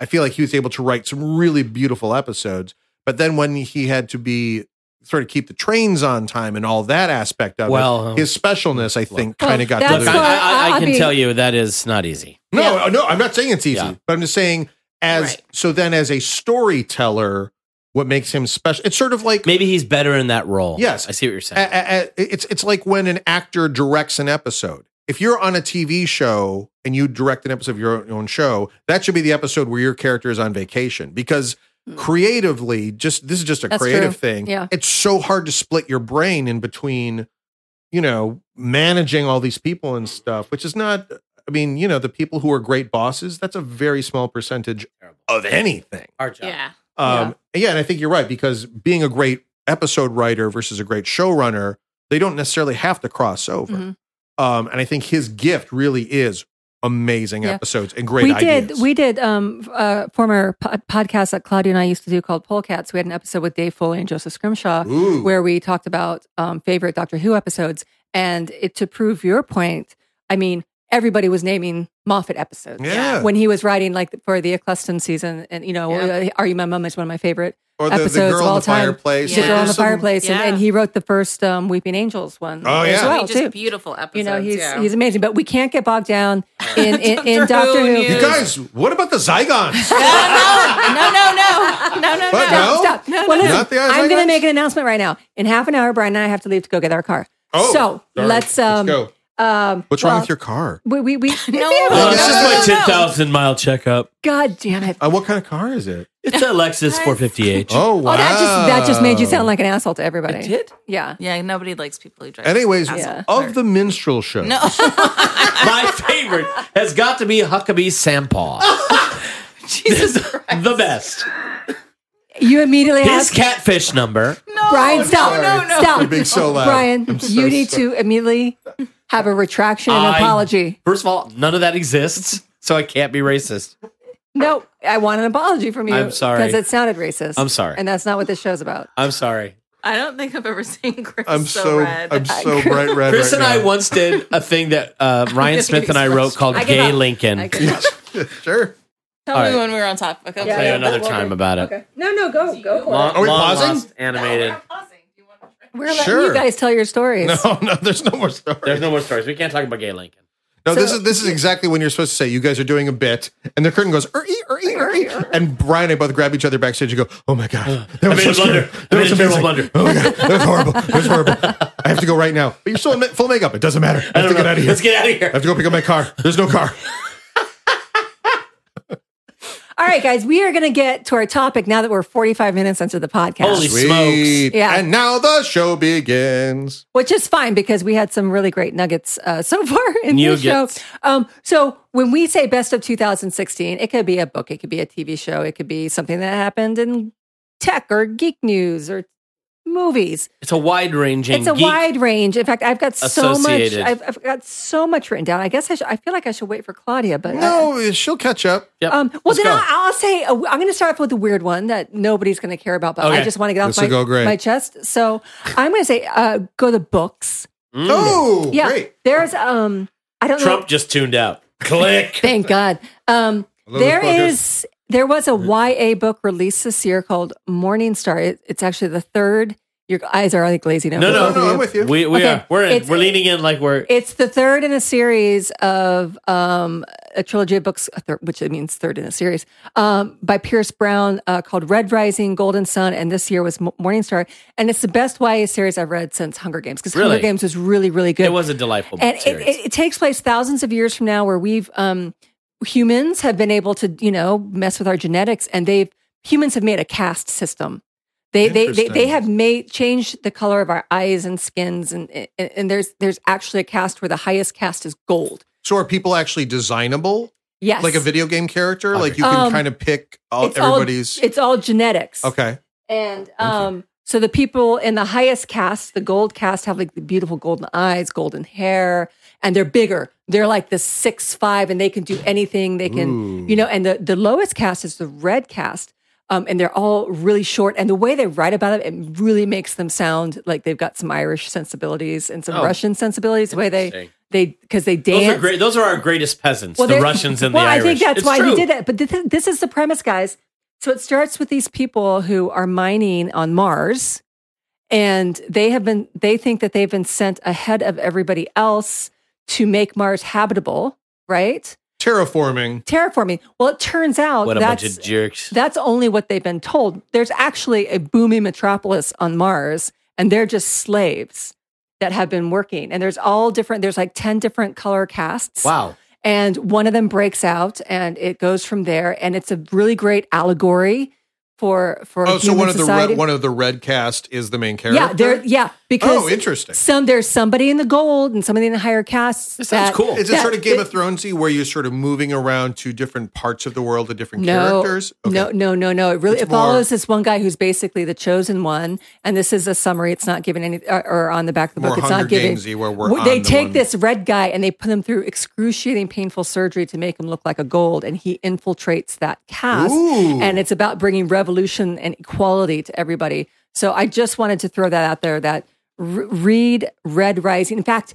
Speaker 3: I feel like he was able to write some really beautiful episodes. But then when he had to be sort of keep the trains on time and all that aspect of
Speaker 4: Well, um,
Speaker 3: it, his specialness, I think,
Speaker 1: Well,
Speaker 3: kind of got
Speaker 1: that's
Speaker 4: Look,
Speaker 3: diluted.
Speaker 4: I,
Speaker 1: why
Speaker 4: I, I,
Speaker 1: I-
Speaker 4: can
Speaker 1: I'll be-
Speaker 4: tell you that is not easy.
Speaker 3: No,
Speaker 5: Yeah.
Speaker 3: no, I'm not saying it's easy,
Speaker 4: Yeah.
Speaker 3: but I'm just saying as
Speaker 5: Right.
Speaker 3: so then as a storyteller, what makes him special? It's sort of like
Speaker 4: Maybe he's better in that role.
Speaker 3: Yes.
Speaker 4: I see what you're
Speaker 3: a-
Speaker 4: saying.
Speaker 3: a- a- it's it's like when an actor directs an episode. If you're on a TV show and you direct an episode of your own- your own show, that should be the episode where your character is on vacation because creatively, just this is just a
Speaker 1: Hmm. That's
Speaker 3: creative
Speaker 1: true.
Speaker 3: thing.
Speaker 1: Yeah.
Speaker 3: It's so hard to split your brain in between, you know, managing all these people and stuff, which is not I mean, you know, the people who are great bosses, that's a very small percentage of anything.
Speaker 4: Hard job.
Speaker 5: Yeah.
Speaker 3: Um, yeah. and I think you're right because being a great episode writer versus a great showrunner, they don't necessarily have to cross over.
Speaker 1: Mhm.
Speaker 3: Um, and I think his gift really is amazing
Speaker 1: Yeah.
Speaker 3: episodes and great
Speaker 1: we
Speaker 3: ideas.
Speaker 1: did we did um f- uh, former pod- podcast that Claudia and I used to do called Polecats. We had an episode with Dave Foley and Joseph Scrimshaw
Speaker 3: Ooh.
Speaker 1: where we talked about um, favorite Doctor Who episodes, and it to prove your point. I mean, everybody was naming Moffat episodes
Speaker 3: yeah.
Speaker 1: when he was writing like for the Eccleston season, and you know,
Speaker 5: Yeah.
Speaker 1: uh, Are You My Mum is one of my favorite.
Speaker 3: or the, the
Speaker 1: episodes of
Speaker 3: girl in
Speaker 1: all
Speaker 3: the
Speaker 1: time.
Speaker 3: fireplace.
Speaker 5: Yeah.
Speaker 1: The Girl in the
Speaker 3: There's some-
Speaker 1: Fireplace,
Speaker 5: Yeah.
Speaker 1: and, and he wrote the first um, Weeping Angels one.
Speaker 3: Oh,
Speaker 1: as
Speaker 3: yeah.
Speaker 1: well,
Speaker 5: I mean, just
Speaker 1: too.
Speaker 5: beautiful episodes.
Speaker 1: You know, he's
Speaker 5: yeah.
Speaker 1: he's amazing, but we can't get bogged down in in, in
Speaker 5: Doctor
Speaker 1: Doctor
Speaker 5: Who
Speaker 1: Who.
Speaker 5: news.
Speaker 3: You guys, what about the Zygons?
Speaker 5: no, no, no, no, no, no.
Speaker 3: What? No?
Speaker 1: Stop.
Speaker 5: No,
Speaker 1: well,
Speaker 5: no.
Speaker 1: listen,
Speaker 3: Not the eyes
Speaker 1: I'm
Speaker 3: like
Speaker 1: going
Speaker 3: us?
Speaker 1: to make an announcement right now. In half an hour, Brian and I have to leave to go get our car.
Speaker 3: Oh,
Speaker 1: so
Speaker 3: sorry.
Speaker 1: let's um
Speaker 3: Let's go.
Speaker 1: um.
Speaker 3: What's wrong
Speaker 1: well,
Speaker 3: with your car?
Speaker 1: We we, we
Speaker 5: No.
Speaker 4: Oh,
Speaker 3: no,
Speaker 4: this is
Speaker 3: no,
Speaker 5: no,
Speaker 4: my
Speaker 5: no.
Speaker 4: 10,000 mile checkup.
Speaker 1: God damn it!
Speaker 3: Uh, what kind of car is it?
Speaker 4: It's a Lexus 450H.
Speaker 3: Oh, wow.
Speaker 1: Oh, that just that just made you sound like an asshole to everybody.
Speaker 4: It did?
Speaker 1: Yeah.
Speaker 5: Yeah, nobody likes people who drive.
Speaker 3: Anyways,
Speaker 1: Yeah.
Speaker 3: of the minstrel show.
Speaker 5: No.
Speaker 4: my favorite has got to be Huckabee Sampaw.
Speaker 5: Jesus Christ.
Speaker 4: the best.
Speaker 1: You immediately
Speaker 4: His
Speaker 1: have
Speaker 4: catfish number.
Speaker 5: No,
Speaker 4: Oh,
Speaker 1: Brian. Stop.
Speaker 3: no, no.
Speaker 1: Stop.
Speaker 3: You're being so loud.
Speaker 1: Brian,
Speaker 3: I'm so
Speaker 1: you need
Speaker 3: sorry.
Speaker 1: to immediately have a retraction and
Speaker 4: I-
Speaker 1: apology.
Speaker 4: First of all, none of that exists, so I can't be racist.
Speaker 1: No, I want an apology from you.
Speaker 4: I'm sorry.
Speaker 1: because it sounded racist.
Speaker 4: I'm sorry.
Speaker 1: and that's not what this show's about.
Speaker 4: I'm sorry.
Speaker 5: I don't think I've ever seen Chris
Speaker 3: I'm
Speaker 5: so,
Speaker 3: so,
Speaker 5: red.
Speaker 3: I'm so bright red.
Speaker 4: Chris
Speaker 3: right
Speaker 4: and I
Speaker 3: now.
Speaker 4: once did a thing that uh, Ryan Smith and I wrote called
Speaker 1: I give
Speaker 4: Gay
Speaker 1: up.
Speaker 4: Lincoln.
Speaker 1: I
Speaker 4: I'll
Speaker 1: give up.
Speaker 3: sure.
Speaker 5: Tell
Speaker 4: All
Speaker 5: me
Speaker 4: right.
Speaker 5: when we were on top. Okay.
Speaker 1: Yeah,
Speaker 4: tell you
Speaker 1: yeah,
Speaker 4: another
Speaker 1: that will
Speaker 4: time
Speaker 1: do.
Speaker 4: about it.
Speaker 1: Okay. No, no, go go for
Speaker 4: Long,
Speaker 1: it.
Speaker 3: Are we
Speaker 4: long
Speaker 3: pausing?
Speaker 4: lost animated.
Speaker 1: We're letting
Speaker 3: Sure.
Speaker 1: you guys tell your stories.
Speaker 3: No, no, there's no more story.
Speaker 4: There's no more stories. We can't talk about Gay Lincoln.
Speaker 3: No, this
Speaker 1: So-
Speaker 3: is this is exactly when you're supposed to say you guys are doing a bit, and the curtain goes er-ee, er-ee, er-ee. and Brian and I both grab each other backstage and go, "Oh my god, that
Speaker 4: Uh, I made a
Speaker 3: so
Speaker 4: blunder. I
Speaker 3: scary. That
Speaker 4: made
Speaker 3: was
Speaker 4: a terrible blunder.
Speaker 3: amazing. Oh my god, that was horrible. That was horrible. I have to go right now. But you're still in ma- full makeup. It doesn't matter. I,
Speaker 4: I
Speaker 3: have
Speaker 4: don't
Speaker 3: to get
Speaker 4: know.
Speaker 3: out of here.
Speaker 4: Let's get out of
Speaker 3: I have
Speaker 4: here.
Speaker 3: to go pick up my car. There's no car.
Speaker 1: All right, guys, we are going to get to our topic now that we're 45 minutes into the podcast,
Speaker 4: Holy smokes.
Speaker 1: Yeah.
Speaker 3: And now the show begins.
Speaker 1: which is fine because we had some really great nuggets uh, so far in this show.
Speaker 4: Nuggets.
Speaker 1: Um, so when we say best of 2016, it could be a book, it could be a TV show, it could be something that happened in tech or geek news or movies.
Speaker 4: It's a wide ranging.
Speaker 1: It's a wide range. In fact, I've got so much.
Speaker 4: Associated.
Speaker 1: I've, I've got so much written down. I guess I, should, I feel like I should wait for Claudia, but uh,
Speaker 3: No, she'll catch up.
Speaker 4: Yep.
Speaker 1: Um, well,
Speaker 4: Let's
Speaker 1: then
Speaker 4: go.
Speaker 1: I'll, I'll say uh, I'm going to start off with a weird one that nobody's going to care about, but I
Speaker 4: Okay.
Speaker 1: just want to get off
Speaker 3: This'll
Speaker 1: my,
Speaker 3: go great.
Speaker 1: my chest. So I'm going to say uh, go to books.
Speaker 4: Mm.
Speaker 3: Oh,
Speaker 1: Yeah,
Speaker 3: great.
Speaker 1: there's um, I don't know.
Speaker 4: Trump just tuned out. Click.
Speaker 1: Thank God. Um,
Speaker 3: I love this
Speaker 1: there
Speaker 3: podcast.
Speaker 1: is there was a YA book released this year called Morning Star. It, it's actually the third. Your eyes are already glazing over.
Speaker 4: No,
Speaker 3: No,
Speaker 1: both of
Speaker 3: no,
Speaker 1: you.
Speaker 3: I'm with you.
Speaker 4: We, we
Speaker 1: Okay.
Speaker 4: are. We're in.
Speaker 1: It's-
Speaker 4: we're leaning in like we're.
Speaker 1: It's the third in a series of um, a trilogy of books, a thir- which it means third in a series, um, by Pierce Brown uh, called Red Rising, Golden Sun, and this year was Mo- Morning Star. And it's the best YA series I've read since Hunger Games because
Speaker 4: Really?
Speaker 1: Hunger Games was really, really good.
Speaker 4: it was a delightful
Speaker 1: and it,
Speaker 4: series.
Speaker 1: it, it takes place thousands of years from now where we've, um, humans have been able to, you know, mess with our genetics and they've, humans have made a caste system. They, they, they, they
Speaker 3: Interesting.
Speaker 1: have made changed the color of our eyes and skins and, and and there's there's actually a cast where the highest cast is gold.
Speaker 3: So are people actually designable?
Speaker 1: Yes,
Speaker 3: Like a video game character? Like you can
Speaker 1: Um,
Speaker 3: kind of pick all,
Speaker 1: It's all-
Speaker 3: everybody's.
Speaker 1: it's all genetics.
Speaker 3: okay.
Speaker 1: and um, so the people in the highest cast, the gold cast, have like the beautiful golden eyes, golden hair, and they're bigger. They're like the six five, and they can do anything. They can, you know. And the the lowest cast is the red cast. Um, and they're all really short, and the way they write about it, it really makes them sound like they've got some Irish sensibilities and some
Speaker 4: Oh.
Speaker 1: Russian sensibilities. The way they
Speaker 4: Interesting.
Speaker 1: they because they dance,
Speaker 4: those are great. Those are our greatest peasants. the
Speaker 1: there-
Speaker 4: Russians and
Speaker 1: well,
Speaker 4: the Irish.
Speaker 1: I think that's
Speaker 4: It's
Speaker 1: why
Speaker 4: true.
Speaker 1: he did it. But this, this is the premise, guys. So it starts with these people who are mining on Mars, and they have been. They think that they've been sent ahead of everybody else to make Mars habitable, right?
Speaker 3: Terraforming.
Speaker 1: Terraforming. Well, it turns out
Speaker 4: What a
Speaker 1: that's
Speaker 4: bunch of jerks.
Speaker 1: that's only what they've been told. There's actually a booming metropolis on Mars, and they're just slaves that have been working. And there's all different. There's like ten different color casts
Speaker 4: Wow.
Speaker 1: and one of them breaks out and it goes from there and it's a really great allegory for for
Speaker 3: Oh, so
Speaker 1: human
Speaker 3: one of the
Speaker 1: society.
Speaker 3: red, one of the red cast is the main character.
Speaker 1: yeah there yeah because
Speaker 3: Oh, interesting.
Speaker 1: some there's somebody in the gold and somebody in the higher castes
Speaker 4: That sounds
Speaker 1: that-
Speaker 4: cool.
Speaker 3: Is it
Speaker 1: Yeah,
Speaker 3: sort of Game
Speaker 1: it-
Speaker 3: of Thronesy where you're sort of moving around to different parts of the world, to different
Speaker 1: no,
Speaker 3: characters?
Speaker 1: no, no, no, no. It really
Speaker 3: It's
Speaker 1: it follows
Speaker 3: more-
Speaker 1: this one guy who's basically the chosen one, and this is a summary. It's not given any or, or on the back of the
Speaker 3: More
Speaker 1: book. It's
Speaker 3: Hunger
Speaker 1: not given.
Speaker 3: Gamesy where we're
Speaker 1: Well, they
Speaker 3: on the
Speaker 1: take
Speaker 3: one-
Speaker 1: this red guy and they put him through excruciating, painful surgery to make him look like a gold, and he infiltrates that cast.
Speaker 3: Ooh.
Speaker 1: And it's about bringing revolution and equality to everybody. So I just wanted to throw that out there. That r- read Red Rising. In fact,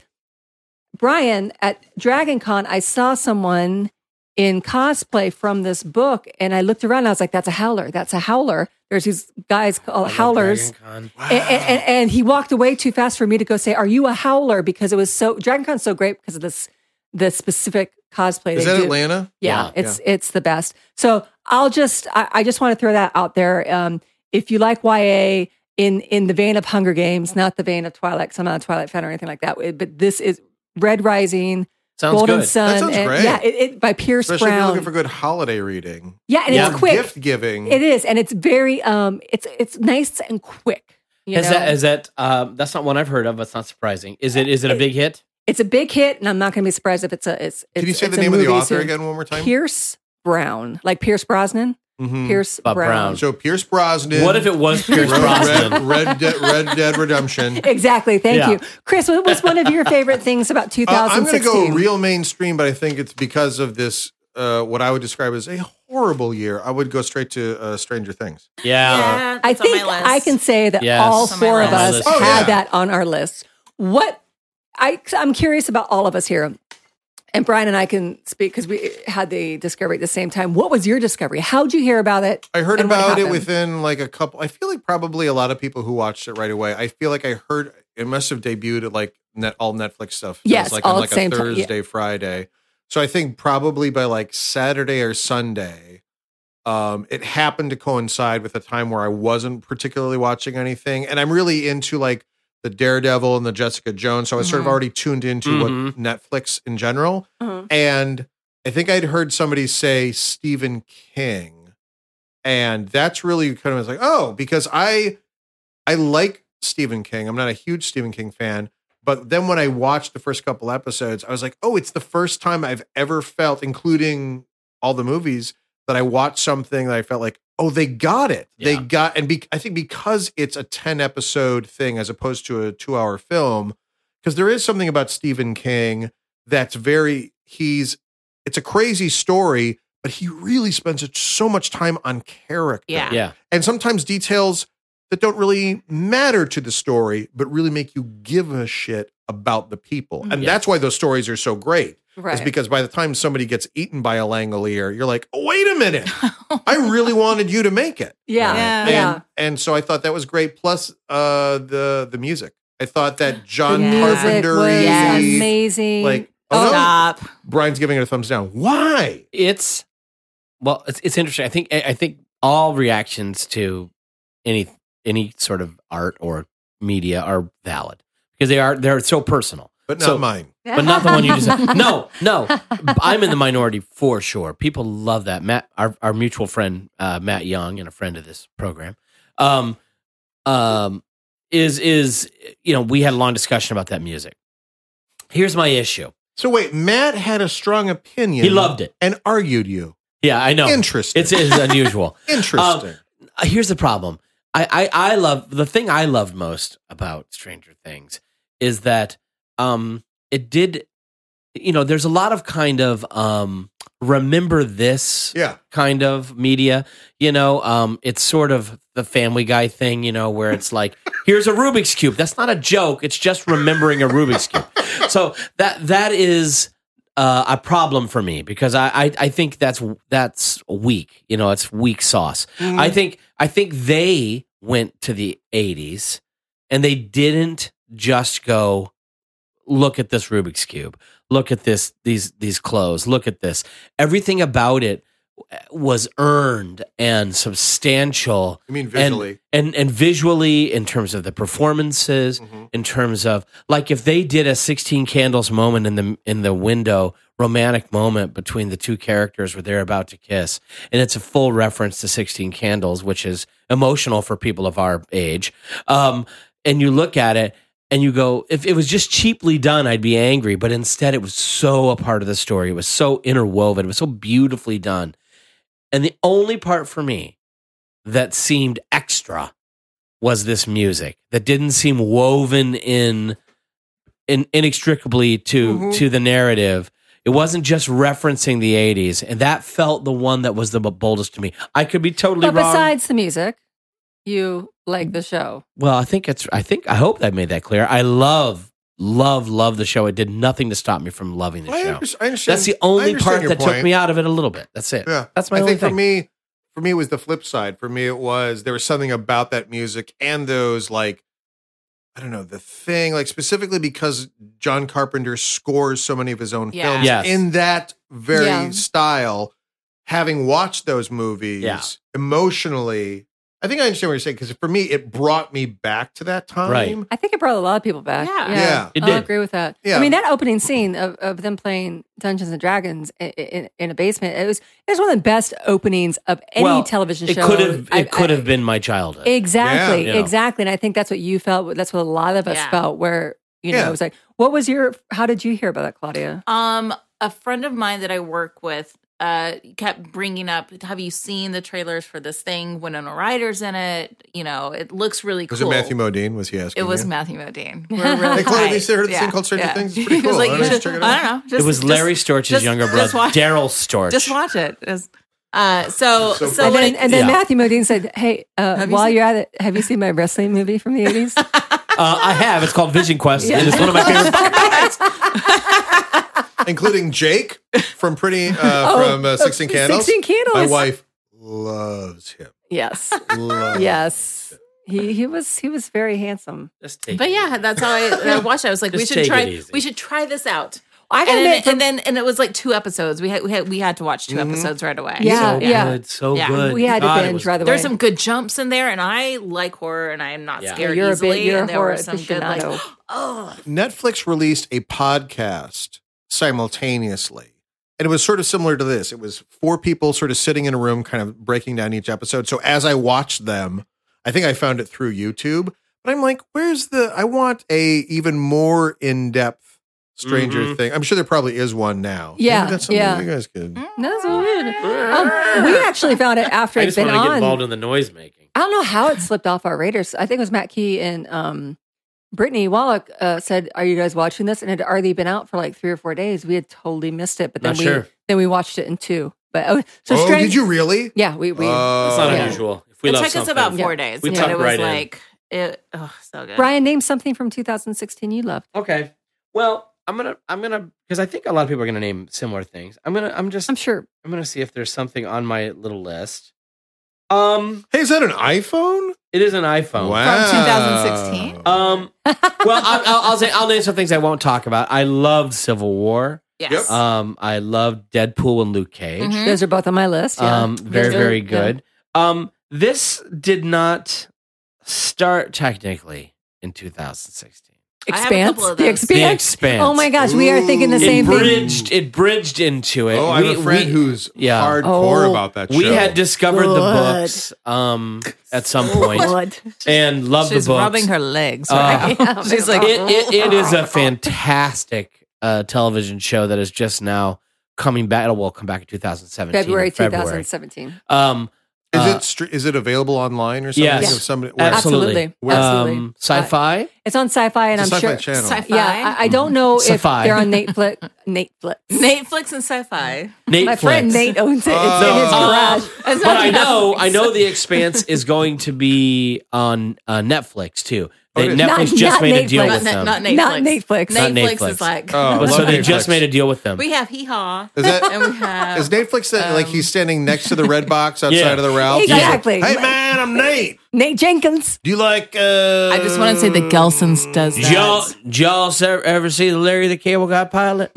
Speaker 1: Brian at Dragon Con, I saw someone in cosplay from this book, and I looked around. and I was like, "That's a howler. That's a howler." There's these guys called howlers.
Speaker 4: Dragon Con.
Speaker 1: And, and, and- and he walked away too fast for me to go say, "Are you a howler?" Because it was so Dragon Con's so great because of this the specific cosplay.
Speaker 3: Is
Speaker 1: they
Speaker 3: that
Speaker 1: do.
Speaker 3: Atlanta?
Speaker 1: Yeah,
Speaker 4: Yeah,
Speaker 1: it's it's the best. So I'll just I, I just want to throw that out there. Um, if you like YA in in the vein of Hunger Games, not the vein of Twilight, 'cause I'm not a Twilight fan or anything like that. But this is Red Rising,
Speaker 4: Sounds
Speaker 1: Golden
Speaker 4: good.
Speaker 1: Sun,
Speaker 3: That sounds
Speaker 1: and-
Speaker 3: great.
Speaker 1: yeah, it, it, by Pierce
Speaker 3: Especially if you're
Speaker 1: Brown.
Speaker 3: looking for good holiday reading.
Speaker 1: yeah, and
Speaker 4: Yeah.
Speaker 1: it's
Speaker 3: Or
Speaker 1: quick.
Speaker 3: Gift giving.
Speaker 1: It is, and it's very um, it's it's nice and quick. You
Speaker 4: Is
Speaker 1: know?
Speaker 4: that is that um, that's not one I've heard of, but it's not surprising. Is it is it a big hit?
Speaker 1: it's a big hit, and I'm not going to be surprised if it's a. It's, it's
Speaker 3: Can you say
Speaker 1: it's
Speaker 3: the
Speaker 1: a
Speaker 3: name of the
Speaker 1: movie
Speaker 3: author
Speaker 1: soon.
Speaker 3: again one more time?
Speaker 1: Pierce Brown, like Pierce Brosnan.
Speaker 3: Mhm.
Speaker 1: Pierce
Speaker 4: Bob
Speaker 1: Brown.
Speaker 4: Brown.
Speaker 3: So Pierce Brosnan.
Speaker 4: What if it was Pierce
Speaker 3: Red, Red,
Speaker 4: Brosnan?
Speaker 3: Red, De- Red Dead Redemption?
Speaker 1: Exactly. Thank
Speaker 4: Yeah.
Speaker 1: you, Chris. What was one of your favorite things about
Speaker 3: Uh, I'm
Speaker 1: 2016?
Speaker 3: going to go real mainstream, but I think it's because of this, uh, what I would describe as a horrible year. I would go straight to uh, Stranger Things.
Speaker 4: Yeah.
Speaker 1: I
Speaker 5: that's on my
Speaker 1: think
Speaker 5: list.
Speaker 1: I can say that
Speaker 4: Yes.
Speaker 1: all
Speaker 4: It's
Speaker 5: on my
Speaker 1: four of
Speaker 5: list.
Speaker 1: us
Speaker 4: Oh,
Speaker 1: had
Speaker 3: yeah.
Speaker 1: that on our list. What I, I'm curious about all of us here, and Brian and I can speak because we had the discovery at the same time. What was your discovery? How'd you hear about it?
Speaker 3: I heard
Speaker 1: and what
Speaker 3: about it
Speaker 1: happened?
Speaker 3: within like a couple. I feel like probably a lot of people who watched it right away. I feel like I heard it must have debuted at like net all Netflix stuff. It
Speaker 1: Yes,
Speaker 3: was, like
Speaker 1: all
Speaker 3: on
Speaker 1: at
Speaker 3: like
Speaker 1: the same
Speaker 3: a
Speaker 1: time, yeah.
Speaker 3: Thursday, Friday. So I think probably by like Saturday or Sunday, um, it happened to coincide with a time where I wasn't particularly watching anything, and I'm really into like the Daredevil and the Jessica Jones. So I was sort of
Speaker 1: Mm-hmm.
Speaker 5: Mhm.
Speaker 3: already tuned into
Speaker 4: Mhm.
Speaker 3: what Netflix in general,
Speaker 1: Mhm.
Speaker 3: and I think I'd heard somebody say Stephen King and that's really kind of was like oh because i i like stephen king i'm not a huge stephen king fan but then when i watched the first couple episodes i was like oh it's the first time i've ever felt including all the movies that i watched something that i felt like oh they got it they
Speaker 4: Yeah.
Speaker 3: got and be, i think because it's a 10 episode thing as opposed to a two hour film because there is something about stephen king that's very he's it's a crazy story but he really spends so much time on character
Speaker 4: Yeah.
Speaker 2: Yeah.
Speaker 3: and sometimes details that don't really matter to the story, but really make you give a shit about the people. And
Speaker 4: Yeah.
Speaker 3: that's why those stories are so great. Is
Speaker 1: Mm-hmm. Right.
Speaker 3: because by the time somebody gets eaten by a Langolier, you're like, oh, wait a minute. I really wanted you to make it.
Speaker 1: yeah.
Speaker 5: Yeah.
Speaker 1: Yeah.
Speaker 3: And, and so I thought that was great. Plus uh the the music. I thought that John
Speaker 1: the music
Speaker 3: Carpenter
Speaker 1: was
Speaker 5: Yes.
Speaker 1: amazing.
Speaker 3: like oh, no.
Speaker 5: Stop.
Speaker 3: Brian's giving it a thumbs down. Why?
Speaker 4: It's well, it's, it's interesting. I think I I think all reactions to any any sort of art or media are valid because they are they're so personal.
Speaker 3: But not
Speaker 4: So-
Speaker 3: mine.
Speaker 4: but not the one you just said. No, no. I'm in the minority for sure. People love that. Matt, our, our mutual friend, uh, Matt Young, and a friend of this program, um, um, is is you know we had a long discussion about that music. Here's my issue.
Speaker 3: So wait, Matt had a strong opinion.
Speaker 4: He loved it.
Speaker 3: and argued you.
Speaker 4: Yeah, I know.
Speaker 3: Interesting.
Speaker 4: It's, it's unusual.
Speaker 3: Interesting.
Speaker 4: Uh, here's the problem. I, I I love the thing I loved most about Stranger Things is that um it did you know there's a lot of kind of um remember this
Speaker 3: yeah.
Speaker 4: kind of media you know um it's sort of the family guy thing you know where it's like here's a rubik's cube that's not a joke it's just remembering a rubik's cube so that that is uh, a problem for me because I, I i think that's that's weak you know it's weak sauce I think I think they went to the 80s and they didn't just go look at this Rubik's cube. Look at this these these clothes. Look at this. Everything about it was earned and substantial
Speaker 3: I mean, visually.
Speaker 4: and and visually in terms of the performances
Speaker 3: Mhm.
Speaker 4: in terms of like if they did a 16 candles moment in the in the window romantic moment between the two characters where they're about to kiss and it's a full reference to 16 candles which is emotional for people of our age um and you look at it and you go if it was just cheaply done i'd be angry but instead it was so a part of the story it was so interwoven it was so beautifully done and the only part for me that seemed extra was this music that didn't seem woven in, in inextricably to
Speaker 1: Mm-hmm.
Speaker 3: Mhm.
Speaker 4: to the narrative. It wasn't just referencing the '80s, and that felt the one that was the boldest to me. I could be totally
Speaker 1: But
Speaker 4: wrong.
Speaker 1: besides the music, you like the show.
Speaker 4: well, I think it's. I think I hope that made that clear. I love, love, love the show. It did nothing to stop me from loving the
Speaker 3: I,
Speaker 4: show.
Speaker 3: under- I understand.
Speaker 4: That's the
Speaker 3: I
Speaker 4: only
Speaker 3: understand
Speaker 4: part
Speaker 3: your
Speaker 4: that
Speaker 3: point.
Speaker 4: took me out of it a little bit. That's it.
Speaker 3: Yeah.
Speaker 4: That's my
Speaker 3: I
Speaker 4: only
Speaker 3: think
Speaker 4: thing.
Speaker 3: for me, for me, it was the flip side. For me, it was there was something about that music and those like, I don't know, the thing like specifically because John Carpenter scores so many of his own
Speaker 2: Yeah.
Speaker 3: films
Speaker 4: Yes.
Speaker 3: in that very
Speaker 1: Yeah.
Speaker 3: style. Having watched those movies
Speaker 4: Yeah.
Speaker 3: emotionally, I think I understand what you're saying because for me, it brought me back to that time.
Speaker 4: Right.
Speaker 1: I think it brought a lot of people back.
Speaker 2: Yeah.
Speaker 3: Yeah.
Speaker 4: It
Speaker 1: I
Speaker 4: did.
Speaker 1: agree with that.
Speaker 3: Yeah.
Speaker 1: I mean, that opening scene of, of them playing Dungeons and Dragons in, in, in a basement, it was it was one of the best openings of any
Speaker 4: Well,
Speaker 1: television
Speaker 4: It
Speaker 1: show.
Speaker 4: could have.
Speaker 1: I-
Speaker 4: It could
Speaker 1: I-
Speaker 4: have been my childhood.
Speaker 1: Exactly,
Speaker 4: Yeah. Yeah.
Speaker 1: exactly. And I think that's what you felt. That's what a lot of us
Speaker 2: Yeah.
Speaker 1: felt. Where you know,
Speaker 3: Yeah.
Speaker 1: it was like, what was your? How did you hear about that, Claudia?
Speaker 2: Um, a friend of mine that I work with uh kept bringing up, "Have you seen the trailers for this thing? Winona Ryder's in it. You know, it looks really
Speaker 3: Was
Speaker 2: cool."
Speaker 3: it Matthew Modine? Was he asking?
Speaker 2: It was
Speaker 3: you?
Speaker 2: Matthew Modine. We're
Speaker 1: Hey,
Speaker 2: really
Speaker 3: Chloe,
Speaker 2: high.
Speaker 3: they started this thing
Speaker 2: Yeah,
Speaker 3: called Stranger
Speaker 2: yeah.
Speaker 3: Things? It's pretty
Speaker 2: He was
Speaker 3: cool.
Speaker 2: like,
Speaker 3: Why
Speaker 2: you
Speaker 3: don't you
Speaker 2: should-
Speaker 3: check it
Speaker 2: I
Speaker 3: out?
Speaker 2: don't know. Just,
Speaker 4: it was Larry Storch's
Speaker 2: just-
Speaker 4: younger
Speaker 2: just
Speaker 4: brother,
Speaker 2: watch-
Speaker 4: Daryl Storch.
Speaker 2: Just, just watch it. It's- Uh, so
Speaker 3: So
Speaker 2: so,
Speaker 3: cool.
Speaker 1: and
Speaker 2: when
Speaker 1: then,
Speaker 2: it-
Speaker 1: and then
Speaker 4: yeah.
Speaker 1: Matthew Modine said, "Hey, uh,
Speaker 2: Have you
Speaker 1: while
Speaker 2: seen-
Speaker 1: you're at it, have you seen my wrestling movie from the '80s?"
Speaker 4: Uh, I have. It's called Vision Quest, and it's one of my favorite.
Speaker 3: uh, including Jake from Pretty uh, from uh, Sixteen Candles.
Speaker 1: Oh, Sixteen Candles.
Speaker 3: My wife loves him.
Speaker 1: Yes.
Speaker 3: Loves
Speaker 1: yes. He he was he was very handsome.
Speaker 4: Just take
Speaker 2: but
Speaker 4: it.
Speaker 2: yeah, that's how I, I watched. it. I was like, we
Speaker 4: Just
Speaker 2: should
Speaker 4: take
Speaker 2: try.
Speaker 4: it easy.
Speaker 2: We should try this out.
Speaker 1: I
Speaker 2: And then,
Speaker 1: admit,
Speaker 2: and then and it was like two episodes. We had we had, we had to watch 2
Speaker 3: Mhm.
Speaker 2: episodes right away.
Speaker 1: Yeah.
Speaker 4: so good, so
Speaker 2: Yeah.
Speaker 4: good.
Speaker 1: we had to
Speaker 4: God, it
Speaker 1: binge
Speaker 4: was-
Speaker 1: right away.
Speaker 2: There's some good jumps in there, and I like horror, and I am not
Speaker 4: Yeah.
Speaker 2: scared
Speaker 1: you're a
Speaker 2: easily.
Speaker 1: bit you're
Speaker 2: and
Speaker 1: a
Speaker 2: there were
Speaker 1: horror
Speaker 2: some good like,
Speaker 1: aficionado.
Speaker 2: oh,
Speaker 3: Netflix released a podcast simultaneously And it was sort of similar to this. It was four people sort of sitting in a room, kind of breaking down each episode. So as I watched them, I think I found it through YouTube. But I'm like, where's the? I want a even more in depth Stranger
Speaker 4: Mhm.
Speaker 3: Thing. I'm sure there probably is one now.
Speaker 1: Yeah,
Speaker 3: Maybe that's something
Speaker 1: yeah. Mm.
Speaker 3: you guys could.
Speaker 1: That's weird. Um, we actually found it after
Speaker 4: I
Speaker 1: it'd
Speaker 4: just want
Speaker 1: been
Speaker 4: to get
Speaker 1: on.
Speaker 4: involved in the noise making.
Speaker 1: I don't know how it slipped off our radars. I think it was Matt Key and um, Brittany Wallach uh, said, "Are you guys watching this?" And it had already been out for like three or four days. We had totally missed it, but then
Speaker 4: Not
Speaker 1: we
Speaker 4: sure.
Speaker 1: then we watched it in two. But oh, so
Speaker 3: oh,
Speaker 1: strange.
Speaker 3: did you really?
Speaker 1: Yeah, we we.
Speaker 3: Oh,
Speaker 4: That's not
Speaker 1: yeah.
Speaker 4: unusual. If we
Speaker 2: it
Speaker 4: love
Speaker 2: took us
Speaker 4: something,
Speaker 2: about four
Speaker 1: Yeah.
Speaker 2: days,
Speaker 4: We
Speaker 2: but
Speaker 4: tucked
Speaker 2: it was
Speaker 4: right in.
Speaker 2: like it. Oh, so good.
Speaker 1: Brian, name something from 2016 you loved.
Speaker 4: Okay. Well, I'm gonna I'm gonna because I think a lot of people are gonna name similar things. I'm gonna I'm just
Speaker 1: I'm sure.
Speaker 4: I'm gonna see if there's something on my little list. Um,
Speaker 3: Hey, is that an iPhone?
Speaker 4: it is an iPhone.
Speaker 3: Wow.
Speaker 5: 2016?
Speaker 4: Um, well, I, I'll, I'll say I'll name some things I won't talk about. I loved Civil War.
Speaker 2: Yes.
Speaker 4: Um, I loved Deadpool and Luke Cage.
Speaker 2: Mhm.
Speaker 1: Those are both on my list. Mm-hmm. Yeah.
Speaker 4: Um, very
Speaker 1: Yeah.
Speaker 4: very
Speaker 1: Yeah.
Speaker 4: good. Um, this did not start technically in 2016.
Speaker 2: I have a
Speaker 1: Expanse.
Speaker 2: couple of
Speaker 1: The
Speaker 2: those.
Speaker 4: The
Speaker 1: Expanse.
Speaker 4: Expanse.
Speaker 1: Oh my gosh, we are thinking the
Speaker 3: Ooh.
Speaker 1: same
Speaker 4: It
Speaker 1: thing.
Speaker 4: bridged. It bridged into it.
Speaker 3: oh, I have a friend
Speaker 4: we,
Speaker 3: who's
Speaker 4: yeah.
Speaker 3: hardcore
Speaker 1: Oh.
Speaker 3: about that. Show.
Speaker 4: we had discovered the
Speaker 1: Good.
Speaker 4: books um at some point and loved
Speaker 5: She's
Speaker 4: the books.
Speaker 5: rubbing her legs.
Speaker 4: Uh,
Speaker 5: right now.
Speaker 1: Yeah.
Speaker 5: She's like,
Speaker 4: it, it, it is a fantastic uh, television show that is just now coming back. Well, come back in 2017.
Speaker 1: February
Speaker 4: in February.
Speaker 1: 2017.
Speaker 4: Um,
Speaker 3: Is
Speaker 4: uh,
Speaker 3: it str- is it available online or something?
Speaker 4: Yes.
Speaker 3: If somebody, where-
Speaker 4: absolutely.
Speaker 1: Absolutely. Absolutely.
Speaker 4: Um, sci-fi.
Speaker 1: It's on Sci-Fi, and
Speaker 3: it's a
Speaker 1: I'm
Speaker 3: sci-fi
Speaker 1: sure.
Speaker 3: channel.
Speaker 2: Sci-fi.
Speaker 1: Yeah, I, I don't know if
Speaker 4: Mm-hmm. Sci-fi.
Speaker 1: they're on Netflix. Netflix.
Speaker 2: Netflix and sci-fi.
Speaker 4: Nate
Speaker 1: My friend
Speaker 4: Flix.
Speaker 1: Nate owns it. It's in his
Speaker 3: Oh.
Speaker 1: garage.
Speaker 2: It's
Speaker 4: But
Speaker 2: not
Speaker 4: I know, I
Speaker 2: Netflix.
Speaker 4: know the Expanse is going to be on uh, Netflix too.
Speaker 3: Oh, it
Speaker 4: They-
Speaker 3: is.
Speaker 4: Netflix
Speaker 1: Not-
Speaker 4: just
Speaker 1: not
Speaker 4: made a deal
Speaker 1: Netflix.
Speaker 2: Not,
Speaker 4: with
Speaker 2: ne-
Speaker 4: them.
Speaker 2: not Netflix.
Speaker 1: Not Netflix.
Speaker 4: Not
Speaker 2: Netflix,
Speaker 4: Netflix.
Speaker 2: is like
Speaker 3: Oh,
Speaker 4: but so
Speaker 3: Love
Speaker 4: they
Speaker 3: Netflix.
Speaker 4: just made a deal with them.
Speaker 2: we have hee haw
Speaker 3: Is
Speaker 1: Oh,
Speaker 2: and
Speaker 3: that
Speaker 2: we have
Speaker 3: is Netflix that like he's standing next to the red box outside
Speaker 4: Yeah.
Speaker 3: of the Ralph?
Speaker 1: Exactly.
Speaker 3: Hey man, I'm Nate.
Speaker 1: Nate Jenkins.
Speaker 3: Do you like? uh
Speaker 5: I just want to say that Gelson's does
Speaker 4: Did
Speaker 5: that.
Speaker 4: y'all, did y'all se- ever see the Larry the Cable Guy pilot?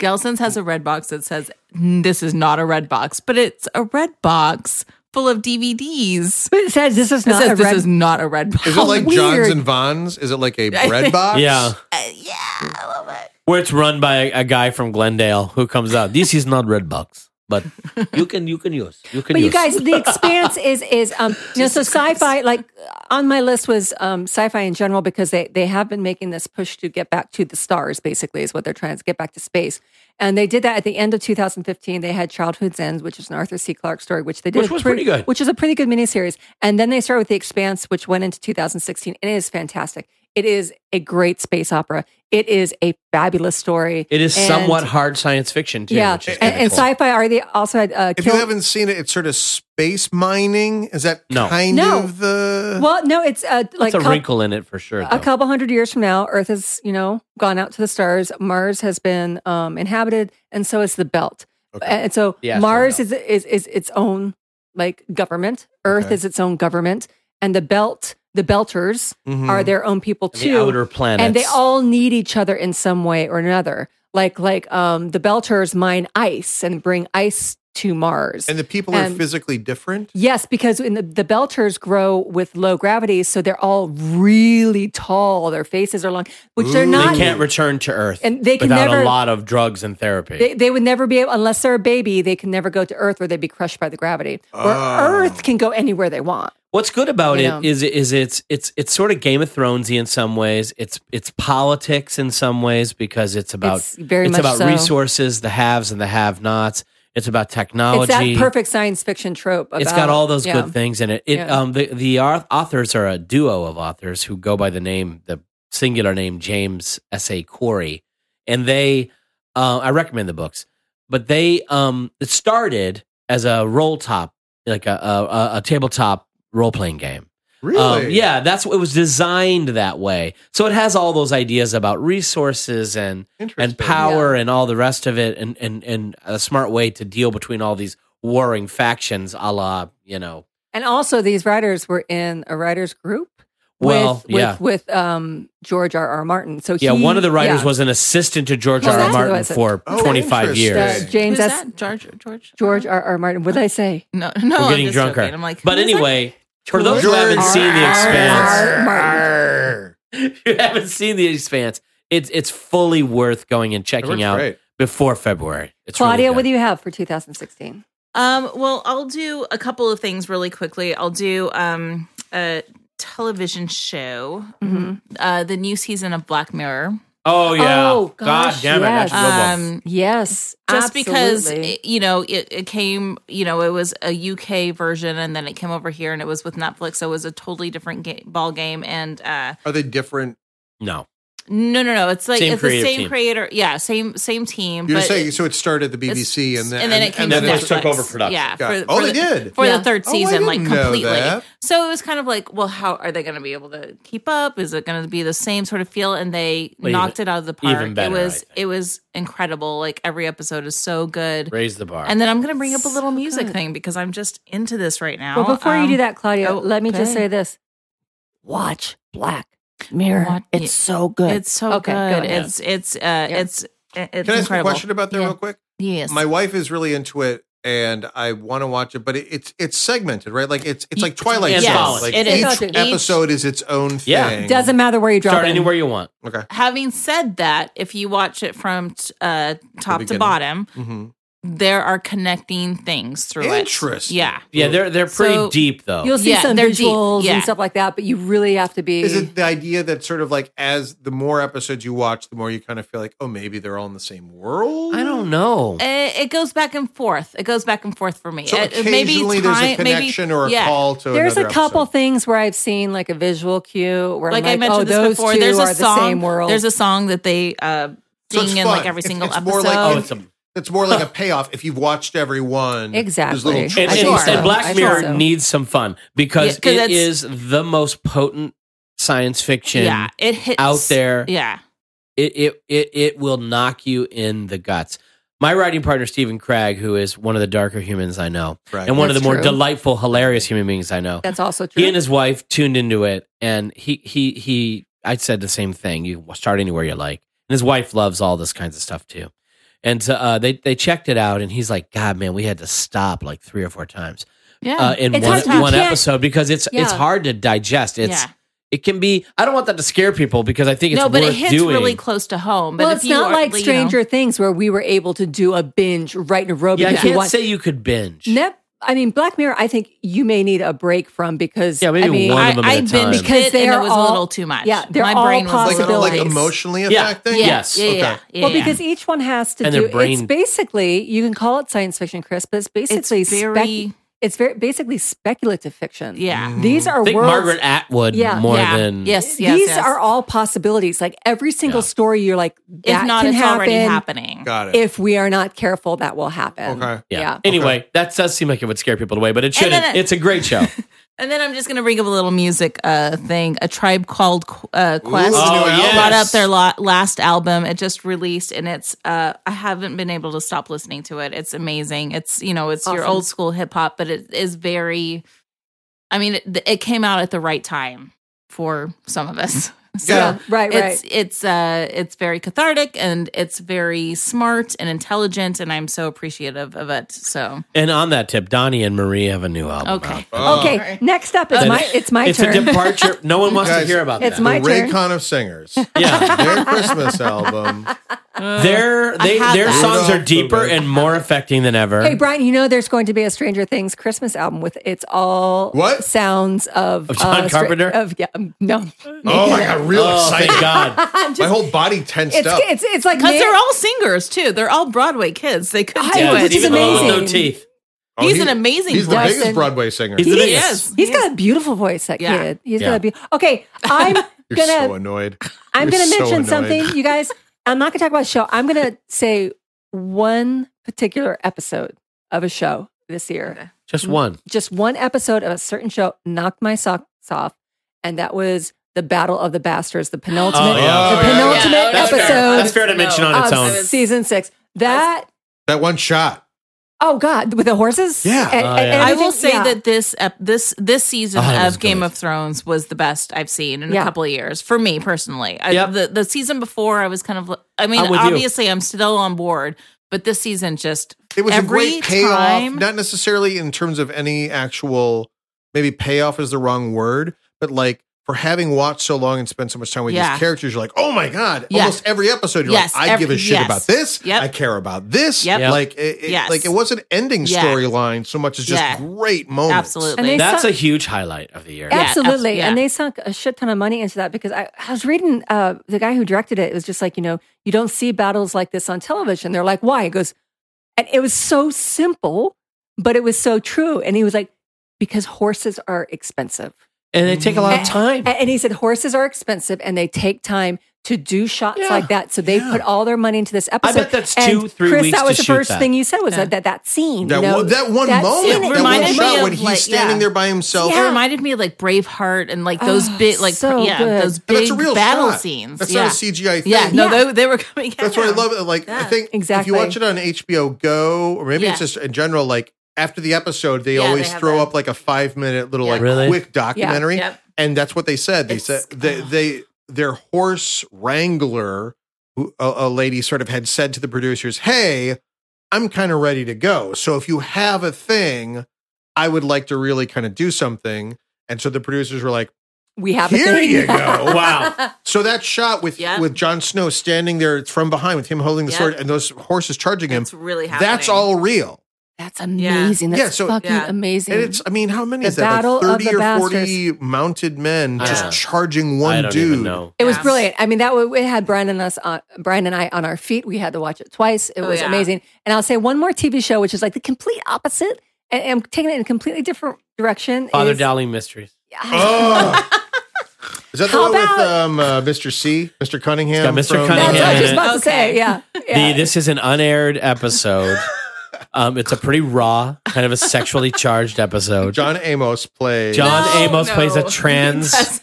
Speaker 5: Gelson's has a red box that says, "Mm, This is not a red box, but it's a red box full of DVDs.
Speaker 1: But it says this is
Speaker 5: It
Speaker 1: not
Speaker 5: says
Speaker 1: a
Speaker 5: this
Speaker 1: red.
Speaker 5: is not a red box.
Speaker 3: Is it like
Speaker 1: weird.
Speaker 3: Johns and Vons? Is it like a bread box?
Speaker 4: Yeah.
Speaker 2: Uh, yeah, I love it.
Speaker 4: where it's run by a, a guy from Glendale who comes out. This is not red box, but you can you can use you can.
Speaker 1: but you
Speaker 4: use.
Speaker 1: guys, the expanse is is um you know so sci-fi like on my list was um sci-fi in general because they they have been making this push to get back to the stars basically is what they're trying to get back to space and they did that at the end of 2015 they had Childhood's End which is an Arthur C Clarke story which they did
Speaker 4: Which was pretty good.
Speaker 1: which is a pretty good miniseries and then they started with the Expanse which went into 2016 and it is fantastic it is a great space opera it is a fabulous story
Speaker 4: it is
Speaker 1: And-
Speaker 4: somewhat hard science fiction too.
Speaker 1: yeah,
Speaker 4: which is
Speaker 1: and,
Speaker 4: kinda
Speaker 1: and
Speaker 4: cool.
Speaker 1: sci-fi already also had uh,
Speaker 3: If
Speaker 1: Kill-
Speaker 3: you haven't seen it, it's sort of space mining. Is that
Speaker 4: No.
Speaker 3: kind
Speaker 1: No.
Speaker 3: of the?
Speaker 1: Well, no, it's uh, like
Speaker 4: That's a
Speaker 1: cou-
Speaker 4: wrinkle in it for sure.
Speaker 1: a
Speaker 4: though.
Speaker 1: couple hundred years from now, Earth has you know gone out to the stars. Mars has been um, inhabited, and so is the belt.
Speaker 3: Okay.
Speaker 1: And so
Speaker 4: The asteroid
Speaker 1: Mars
Speaker 4: belt.
Speaker 1: is, is is its own like government. Earth
Speaker 3: Okay.
Speaker 1: is its own government, and the belt, the belters,
Speaker 3: Mhm.
Speaker 1: are their own people
Speaker 4: Mm-hmm.
Speaker 1: too.
Speaker 4: And the outer planets,
Speaker 1: and they all need each other in some way or another. Like like um, the belters mine ice and bring ice to Mars.
Speaker 3: and the people are
Speaker 1: and-
Speaker 3: physically different.
Speaker 1: Yes, because in the, the belters grow with low gravity, so they're all really tall. Their faces are long, which they're
Speaker 3: Ooh.
Speaker 4: They
Speaker 1: not.
Speaker 4: can't return to Earth
Speaker 1: and they can
Speaker 4: without
Speaker 1: never.
Speaker 4: a lot of drugs and therapy.
Speaker 1: They, they would never be able, unless they're a baby, they can never go to Earth or they'd be crushed by the gravity. Where
Speaker 3: Oh.
Speaker 1: Earth can go anywhere they want.
Speaker 4: What's good about
Speaker 1: You
Speaker 4: it
Speaker 1: know.
Speaker 4: is is it's it's it's sort of Game of Thronesy in some ways. It's it's politics in some ways because it's about
Speaker 1: It's very much
Speaker 4: about
Speaker 1: so.
Speaker 4: resources, the haves and the have-nots. It's about
Speaker 1: It's
Speaker 4: technology.
Speaker 1: that perfect science fiction trope. About,
Speaker 4: it's got all those
Speaker 1: yeah.
Speaker 4: good things in it. It
Speaker 1: Yeah.
Speaker 4: um the the au- authors are a duo of authors who go by the name the singular name James S A Corey, and they uh, I recommend the books, but they um it started as a roll top like a a, a- a tabletop role playing game.
Speaker 3: Really?
Speaker 4: Um, yeah, that's what it was designed that way. So it has all those ideas about resources and
Speaker 3: Interesting.
Speaker 4: and power and all the rest of it and, and and a smart way to deal between all these warring factions a la you know
Speaker 1: And also, these writers were in a writers group.
Speaker 4: well
Speaker 1: with,
Speaker 4: yeah
Speaker 1: with, with um, George R. R. Martin. So
Speaker 4: yeah
Speaker 1: he-
Speaker 4: one of the writers
Speaker 1: yeah.
Speaker 4: was an assistant to george
Speaker 1: Well,
Speaker 4: r r
Speaker 1: that's who
Speaker 4: martin
Speaker 1: was it.
Speaker 4: for
Speaker 3: Oh,
Speaker 4: 25 years
Speaker 3: interesting.
Speaker 1: Uh, James
Speaker 5: Who's
Speaker 1: S.
Speaker 5: that? George? George? Uh-huh.
Speaker 1: George R. R. Martin. What did I say?
Speaker 5: No,
Speaker 2: Oh,
Speaker 5: no.
Speaker 4: we're
Speaker 5: I'm
Speaker 4: getting
Speaker 5: just
Speaker 4: drunker
Speaker 5: joking. I'm like,
Speaker 4: but
Speaker 5: who is that?
Speaker 4: anyway for those who
Speaker 3: George
Speaker 4: haven't
Speaker 3: R.
Speaker 4: seen the
Speaker 3: R.
Speaker 4: expanse
Speaker 1: Arr,
Speaker 3: Arr.
Speaker 4: you haven't seen the expanse it's it's fully worth going and
Speaker 3: That
Speaker 4: checking
Speaker 3: works
Speaker 4: out
Speaker 3: great.
Speaker 4: before February. It's really
Speaker 1: Claudia,
Speaker 4: good.
Speaker 1: what do you have for 2016?
Speaker 2: Um, well, I'll do a couple of things really quickly. I'll do um, a television show,
Speaker 1: Mhm.
Speaker 2: uh, the new season of Black Mirror.
Speaker 4: Oh yeah.
Speaker 1: Oh, gosh,
Speaker 4: God damn it.
Speaker 1: yes.
Speaker 4: That's a good one.
Speaker 2: Um,
Speaker 1: Yes,
Speaker 2: just because
Speaker 1: absolutely.
Speaker 2: it- you know it, it came you know it was a uk version and then it came over here and it was with netflix so it was a totally different ga- ball game and uh
Speaker 3: Are they different?
Speaker 4: no.
Speaker 2: no no no it's like
Speaker 4: Same
Speaker 2: it's the
Speaker 4: creative
Speaker 2: same
Speaker 4: team.
Speaker 2: creator yeah same same team
Speaker 3: You're
Speaker 2: but
Speaker 3: saying
Speaker 2: it-
Speaker 3: so it started at the
Speaker 2: it's-
Speaker 3: BBC and then
Speaker 2: it came
Speaker 4: then
Speaker 2: to
Speaker 4: Netflix
Speaker 2: netflix
Speaker 4: took over production.
Speaker 2: yeah
Speaker 3: Got
Speaker 2: for,
Speaker 3: it.
Speaker 2: for
Speaker 3: oh,
Speaker 2: the,
Speaker 3: they did.
Speaker 2: for
Speaker 1: Yeah.
Speaker 2: the third
Speaker 3: Oh, I
Speaker 2: season like
Speaker 3: didn't know
Speaker 2: completely
Speaker 3: that.
Speaker 2: so it was kind of like well how are they going to be able to keep up is it going to be the same sort of feel and they
Speaker 4: Well,
Speaker 2: knocked
Speaker 4: even-
Speaker 2: it out of the park
Speaker 4: even better,
Speaker 2: it
Speaker 4: I
Speaker 2: was
Speaker 4: think.
Speaker 2: it was incredible like every episode is so good
Speaker 4: Raise the bar.
Speaker 2: and then I'm going to bring up a little
Speaker 1: So
Speaker 2: music
Speaker 1: good.
Speaker 2: thing because I'm just into this right now.
Speaker 1: Well, before you
Speaker 2: Um,
Speaker 1: do that, Claudia,
Speaker 2: oh,
Speaker 1: let me just
Speaker 2: okay.
Speaker 1: say this: watch Black Mirror.
Speaker 2: What-
Speaker 1: it's so good.
Speaker 2: it's so
Speaker 1: Okay, go
Speaker 2: good.
Speaker 1: ahead.
Speaker 2: It's it's uh, it's it's
Speaker 3: Can I ask
Speaker 2: incredible.
Speaker 3: a question about that
Speaker 2: Yeah.
Speaker 3: real quick?
Speaker 2: Yes.
Speaker 3: My wife is really into it, and I want to watch it, but it, it's it's segmented, right? Like it's it's like Twilight
Speaker 4: Yes,
Speaker 3: Zone.
Speaker 4: Yes,
Speaker 3: like
Speaker 2: it
Speaker 1: is.
Speaker 3: each
Speaker 1: Each-
Speaker 3: episode is its own thing.
Speaker 4: Yeah.
Speaker 1: Doesn't matter where you drop
Speaker 4: Start
Speaker 1: in.
Speaker 4: anywhere you want.
Speaker 3: okay.
Speaker 2: Having said that, if you watch it from t- uh, top to
Speaker 3: beginning.
Speaker 2: bottom,
Speaker 3: hmm
Speaker 2: there are connecting things through it.
Speaker 3: Interesting.
Speaker 2: Yeah.
Speaker 4: Yeah, they're they're pretty
Speaker 2: So-
Speaker 4: deep though.
Speaker 1: You'll see
Speaker 2: Yeah,
Speaker 1: some
Speaker 2: they're deep.
Speaker 1: visuals
Speaker 2: Yeah.
Speaker 1: and stuff like that, but you really have to be.
Speaker 3: Is it the idea that sort of like as the more episodes you watch, the more you kind of feel like, oh, maybe they're all in the same world?
Speaker 4: I
Speaker 2: Mm.
Speaker 4: don't know.
Speaker 2: It, it goes back and forth. It goes back and forth for me.
Speaker 3: So
Speaker 2: It- it-
Speaker 3: occasionally there's a
Speaker 2: time- maybe-
Speaker 3: connection or a
Speaker 2: yeah.
Speaker 3: call to
Speaker 1: there's a
Speaker 3: another
Speaker 1: couple
Speaker 3: episode.
Speaker 1: things where I've seen like a visual cue where
Speaker 2: Like,
Speaker 1: I'm
Speaker 2: I mentioned
Speaker 1: oh,
Speaker 2: this
Speaker 1: those
Speaker 2: before,
Speaker 1: two
Speaker 2: there's
Speaker 1: are
Speaker 2: a song.
Speaker 1: the same world.
Speaker 2: There's a song that they uh,
Speaker 3: So it's
Speaker 2: sing in like
Speaker 3: fun.
Speaker 2: every
Speaker 3: It's-
Speaker 2: single
Speaker 3: it's
Speaker 2: episode.
Speaker 3: more like
Speaker 4: oh, it's a
Speaker 3: It's more like a payoff if you've watched every one. There's
Speaker 1: Exactly.
Speaker 3: little
Speaker 1: And-
Speaker 4: and,
Speaker 1: I
Speaker 4: and-
Speaker 1: think
Speaker 4: and
Speaker 1: so. I
Speaker 4: Black
Speaker 1: think
Speaker 4: Mirror
Speaker 1: so.
Speaker 4: needs some fun because
Speaker 2: Yeah, 'cause
Speaker 4: it
Speaker 2: it's-
Speaker 4: is the most potent science fiction
Speaker 2: yeah, it hits
Speaker 4: out there.
Speaker 2: Yeah.
Speaker 4: It, it it it will knock you in the guts. My writing partner Stephen Craig, who is one of the darker humans I know,
Speaker 3: Right.
Speaker 4: and one of
Speaker 1: That's
Speaker 4: the more
Speaker 1: true.
Speaker 4: delightful, hilarious human beings I know.
Speaker 1: That's also true.
Speaker 4: He and his wife tuned into it, and he he he. I said the same thing. You start anywhere you like, and his wife loves all this kinds of stuff too. And so, uh, they they checked it out, and he's like, "God, man, we had to stop like three or four times."
Speaker 2: Yeah.
Speaker 4: uh, in
Speaker 1: It's
Speaker 4: one,
Speaker 1: hard to- you
Speaker 4: one
Speaker 1: can't-
Speaker 4: episode because it's it's
Speaker 1: Yeah.
Speaker 4: hard to digest. It's
Speaker 2: Yeah.
Speaker 4: it can be. I don't want that to scare people because I think it's
Speaker 2: no, but
Speaker 4: worth
Speaker 2: it hits
Speaker 4: doing.
Speaker 2: really close to home. But
Speaker 1: well,
Speaker 2: if
Speaker 1: it's
Speaker 2: you
Speaker 1: not
Speaker 2: are-
Speaker 1: like
Speaker 2: you know-
Speaker 1: Stranger Things where we were able to do a binge right in a row
Speaker 4: yeah, I
Speaker 1: because we
Speaker 4: can't
Speaker 1: want.
Speaker 4: say you could binge.
Speaker 1: Nep- I mean, Black Mirror. I think you may need a break from because
Speaker 4: Yeah, maybe
Speaker 1: I mean,
Speaker 4: one
Speaker 2: I,
Speaker 4: of them at
Speaker 2: I
Speaker 4: a
Speaker 2: binged
Speaker 4: time.
Speaker 2: it
Speaker 1: Because
Speaker 2: and
Speaker 1: they
Speaker 2: it
Speaker 1: are
Speaker 2: was
Speaker 1: all-
Speaker 2: a little too much.
Speaker 1: yeah, they're
Speaker 2: my
Speaker 1: all
Speaker 2: brain was
Speaker 3: like,
Speaker 2: like,
Speaker 3: a- like
Speaker 1: possibilities.
Speaker 3: emotionally
Speaker 4: Yeah.
Speaker 3: affecting.
Speaker 2: yeah,
Speaker 4: Yes.
Speaker 2: yeah,
Speaker 3: Okay.
Speaker 2: yeah, yeah,
Speaker 1: Well,
Speaker 2: yeah.
Speaker 1: because each one has to
Speaker 4: And their
Speaker 1: do. It's
Speaker 4: brain-
Speaker 1: basically you can call it science fiction, Chris, but it's basically
Speaker 2: it's
Speaker 1: spec-
Speaker 2: very
Speaker 1: it's very basically speculative fiction.
Speaker 2: yeah,
Speaker 1: These are
Speaker 4: I Mm. think
Speaker 1: worlds.
Speaker 4: Margaret Atwood
Speaker 1: Yeah.
Speaker 4: more
Speaker 2: yeah.
Speaker 4: than
Speaker 2: yes, yes,
Speaker 1: these
Speaker 2: yes.
Speaker 1: are all possibilities. Like every single story, you're like, that
Speaker 2: if not,
Speaker 1: can
Speaker 2: it's
Speaker 1: happen.
Speaker 2: already happening.
Speaker 3: Got it.
Speaker 1: If we are not careful, that will happen.
Speaker 3: Okay.
Speaker 4: Yeah. Anyway, that does seem like it would scare people away, but it shouldn't.
Speaker 2: then it-
Speaker 4: it's a great show.
Speaker 2: And then I'm just gonna bring up a little music uh, thing. A tribe called Qu- uh, Quest
Speaker 3: Ooh,
Speaker 4: Oh,
Speaker 3: new
Speaker 4: yes.
Speaker 2: brought
Speaker 3: album.
Speaker 2: up their lo- last album. It just released, and it's uh, I haven't been able to stop listening to it. It's amazing. It's you know it's your
Speaker 1: Awesome.
Speaker 2: old school hip hop, but it is very. I mean, it, it came out at the right time for some of us. So
Speaker 1: Yeah. Right.
Speaker 2: it's
Speaker 1: Right.
Speaker 2: it's uh it's very cathartic and it's very smart and intelligent, and I'm so appreciative of it. So
Speaker 4: and on that tip, Donnie and Marie have a new album.
Speaker 2: Okay.
Speaker 4: out.
Speaker 3: Oh.
Speaker 1: okay.
Speaker 2: Sorry.
Speaker 1: Next up is
Speaker 4: And
Speaker 1: my. It's my
Speaker 4: it's
Speaker 1: turn.
Speaker 4: a departure. No one wants to
Speaker 3: Guys,
Speaker 4: hear about
Speaker 1: it's
Speaker 4: that.
Speaker 1: my
Speaker 3: the
Speaker 1: turn.
Speaker 3: Raycon of singers.
Speaker 4: yeah.
Speaker 3: Their Christmas album.
Speaker 4: Their they,
Speaker 2: have
Speaker 4: their
Speaker 2: that.
Speaker 4: songs are
Speaker 3: Rudolph the
Speaker 4: deeper
Speaker 3: Red-
Speaker 4: and more affecting than ever.
Speaker 1: Hey Brian, you know there's going to be a Stranger Things Christmas album with it's all
Speaker 3: What?
Speaker 1: sounds of, uh,
Speaker 4: Of John
Speaker 1: Stra-
Speaker 4: Carpenter?
Speaker 1: of yeah um, no
Speaker 3: Oh, I got real
Speaker 4: oh,
Speaker 3: excited.
Speaker 4: thank God.
Speaker 1: I'm
Speaker 3: My
Speaker 1: just,
Speaker 3: whole body tensed
Speaker 1: it's,
Speaker 3: up.
Speaker 1: it's it's like
Speaker 2: because
Speaker 1: man-
Speaker 2: they're all singers too, they're all Broadway kids. They could do
Speaker 1: Yeah,
Speaker 2: it.
Speaker 1: which is
Speaker 4: Even though with No
Speaker 1: amazing.
Speaker 4: teeth.
Speaker 3: Oh,
Speaker 2: he's
Speaker 3: he-
Speaker 2: an amazing
Speaker 3: He's the
Speaker 2: voice.
Speaker 3: biggest Broadway singer.
Speaker 4: He's the
Speaker 2: He
Speaker 4: biggest.
Speaker 2: is.
Speaker 1: he's got a beautiful voice that
Speaker 2: Yeah.
Speaker 1: kid He's
Speaker 4: Yeah.
Speaker 1: got a be- okay I'm
Speaker 3: You're
Speaker 1: gonna
Speaker 3: so annoyed.
Speaker 1: I'm
Speaker 3: You're
Speaker 1: going to
Speaker 3: so
Speaker 1: mention
Speaker 3: annoying.
Speaker 1: something, you guys. I'm not going to talk about a show. I'm going to say one particular episode of a show this year. Mm.
Speaker 4: Just one.
Speaker 1: Just one episode of a certain show knocked my socks off, and that was the Battle of the Bastards, the penultimate,
Speaker 4: Oh, yeah.
Speaker 1: the
Speaker 3: Oh, yeah.
Speaker 1: penultimate
Speaker 2: Yeah,
Speaker 4: That's
Speaker 2: episodes.
Speaker 4: fair. That's
Speaker 1: episode
Speaker 4: fair to mention on its
Speaker 1: of
Speaker 4: own.
Speaker 1: season six. That
Speaker 3: That one shot.
Speaker 1: oh god, with the horses.
Speaker 3: Yeah.
Speaker 1: And-
Speaker 4: Oh,
Speaker 1: and
Speaker 4: yeah.
Speaker 2: I will
Speaker 1: everything-
Speaker 2: say
Speaker 1: yeah.
Speaker 2: that this ep- this this season
Speaker 4: Oh, it was
Speaker 2: of Game
Speaker 4: good.
Speaker 2: of Thrones was the best I've seen in
Speaker 1: Yeah.
Speaker 2: a couple of years for me personally. I,
Speaker 4: Yep.
Speaker 2: the the season before I was kind of li- I mean
Speaker 4: I'm with you.
Speaker 2: obviously I'm still on board, but this season just
Speaker 3: It was
Speaker 2: Every
Speaker 3: a great payoff,
Speaker 2: time-
Speaker 3: not necessarily in terms of any actual maybe payoff is the wrong word, but like for having watched so long and spent so much time with
Speaker 2: Yeah.
Speaker 3: these characters, you're like, oh my God.
Speaker 2: Yeah.
Speaker 3: Almost every episode, you're
Speaker 2: Yes,
Speaker 3: like, I
Speaker 2: every-
Speaker 3: give a shit
Speaker 2: yes.
Speaker 3: about this.
Speaker 2: Yep.
Speaker 3: I care about this.
Speaker 2: Yep.
Speaker 4: Yep.
Speaker 3: Like, it, it-
Speaker 2: Yes.
Speaker 3: like it wasn't ending
Speaker 2: Yeah.
Speaker 3: storyline so much as just
Speaker 2: Yeah.
Speaker 3: great moments.
Speaker 2: Absolutely.
Speaker 1: And they-
Speaker 4: Oh, That's
Speaker 1: some-
Speaker 4: a huge highlight of the year.
Speaker 2: Yeah,
Speaker 1: absolutely.
Speaker 2: abs- yeah.
Speaker 1: And they sunk a shit ton of money into that because I, I was reading uh, the guy who directed it. It was just like, you know, you don't see battles like this on television. They're like, why? He goes, and it was so simple, but it was so true. And he was like, because horses are expensive.
Speaker 4: And they take a lot of time.
Speaker 1: A- And he said horses are expensive and they take time to do shots
Speaker 4: Yeah,
Speaker 1: like that. So they
Speaker 3: yeah.
Speaker 1: put all their money into this episode.
Speaker 4: that's
Speaker 1: And
Speaker 4: two, three
Speaker 1: Chris,
Speaker 4: weeks
Speaker 1: that
Speaker 4: to
Speaker 1: was the
Speaker 4: shoot
Speaker 1: first
Speaker 4: that.
Speaker 1: thing you said was
Speaker 2: Yeah.
Speaker 1: that, that that scene.
Speaker 3: That,
Speaker 1: you know,
Speaker 3: one, that one
Speaker 1: that
Speaker 3: moment,
Speaker 1: scene,
Speaker 2: It
Speaker 3: that one
Speaker 2: reminded me
Speaker 3: shot
Speaker 2: of,
Speaker 3: when he's
Speaker 2: like,
Speaker 3: standing
Speaker 2: yeah.
Speaker 3: there by himself.
Speaker 1: Yeah.
Speaker 2: It reminded me of like Braveheart and like those
Speaker 1: Oh,
Speaker 2: big like
Speaker 1: so
Speaker 2: yeah
Speaker 1: good.
Speaker 2: those
Speaker 3: And that's
Speaker 2: big
Speaker 3: a real
Speaker 2: battle
Speaker 3: shot.
Speaker 2: scenes.
Speaker 3: That's
Speaker 2: yeah.
Speaker 3: not a CGI thing.
Speaker 2: yeah, no,
Speaker 1: Yeah.
Speaker 2: They, they were coming. at
Speaker 3: That's what I
Speaker 2: him.
Speaker 3: love. uh, Like I
Speaker 2: Yeah.
Speaker 3: think
Speaker 1: Exactly.
Speaker 3: if you watch it on HBO Go, or maybe
Speaker 2: Yeah.
Speaker 3: it's just in general, like after the episode, they
Speaker 2: Yeah, they
Speaker 3: always
Speaker 2: have
Speaker 3: throw
Speaker 2: that.
Speaker 3: up like a five minute little
Speaker 2: Yeah.
Speaker 3: like
Speaker 4: Really?
Speaker 3: quick documentary,
Speaker 2: Yep.
Speaker 3: and that's what they said. They
Speaker 2: It's-
Speaker 3: said they, they their horse wrangler, who, a, a lady, sort of had said to the producers, "Hey, I'm kind of ready to go. So if you have a thing, I would like to really kind of do something." And so the producers were like,
Speaker 1: we have a
Speaker 3: "Here
Speaker 1: thing.
Speaker 3: you go."
Speaker 4: wow.
Speaker 3: So that shot with
Speaker 2: Yeah.
Speaker 3: with Jon Snow standing there from behind with him holding the
Speaker 2: Yeah.
Speaker 3: sword and those horses charging him,
Speaker 2: That's really happening.
Speaker 3: that's all real.
Speaker 1: That's amazing.
Speaker 3: Yeah.
Speaker 1: That's
Speaker 3: Yeah, so-
Speaker 1: fucking
Speaker 2: Yeah.
Speaker 1: amazing.
Speaker 3: And it's I mean, how many
Speaker 1: The
Speaker 3: is that?
Speaker 1: Battle
Speaker 3: Like
Speaker 1: of
Speaker 3: Thirty
Speaker 1: the
Speaker 3: or forty mounted men
Speaker 4: I
Speaker 3: just
Speaker 4: don't know.
Speaker 3: charging
Speaker 4: I
Speaker 3: one
Speaker 4: don't
Speaker 3: dude.
Speaker 4: even know.
Speaker 1: It was
Speaker 2: Yeah.
Speaker 1: brilliant. I mean, that w- it had Brian and us, on, Brian and I, on our feet. We had to watch it twice. It
Speaker 2: Oh,
Speaker 1: was
Speaker 2: yeah.
Speaker 1: amazing. And I'll say one more TV show, which is like the complete opposite, and, and I'm taking it in a completely different direction.
Speaker 4: Father
Speaker 1: is-
Speaker 4: Dowling Mysteries.
Speaker 3: Oh. Is that the
Speaker 1: How
Speaker 3: one with
Speaker 1: about-
Speaker 3: um, uh, Mr. C, Mr. Cunningham?
Speaker 4: got Mr.
Speaker 3: from- uh,
Speaker 1: That's what I was just
Speaker 4: Cunningham.
Speaker 1: about to say.
Speaker 2: Okay.
Speaker 1: Yeah.
Speaker 4: The,
Speaker 1: yeah.
Speaker 4: this is an unaired episode. um, it's a pretty raw, kind of a sexually charged episode. John,
Speaker 3: John Amos played.
Speaker 2: No,
Speaker 4: Amos
Speaker 2: no.
Speaker 4: plays a trans
Speaker 2: Doesn't.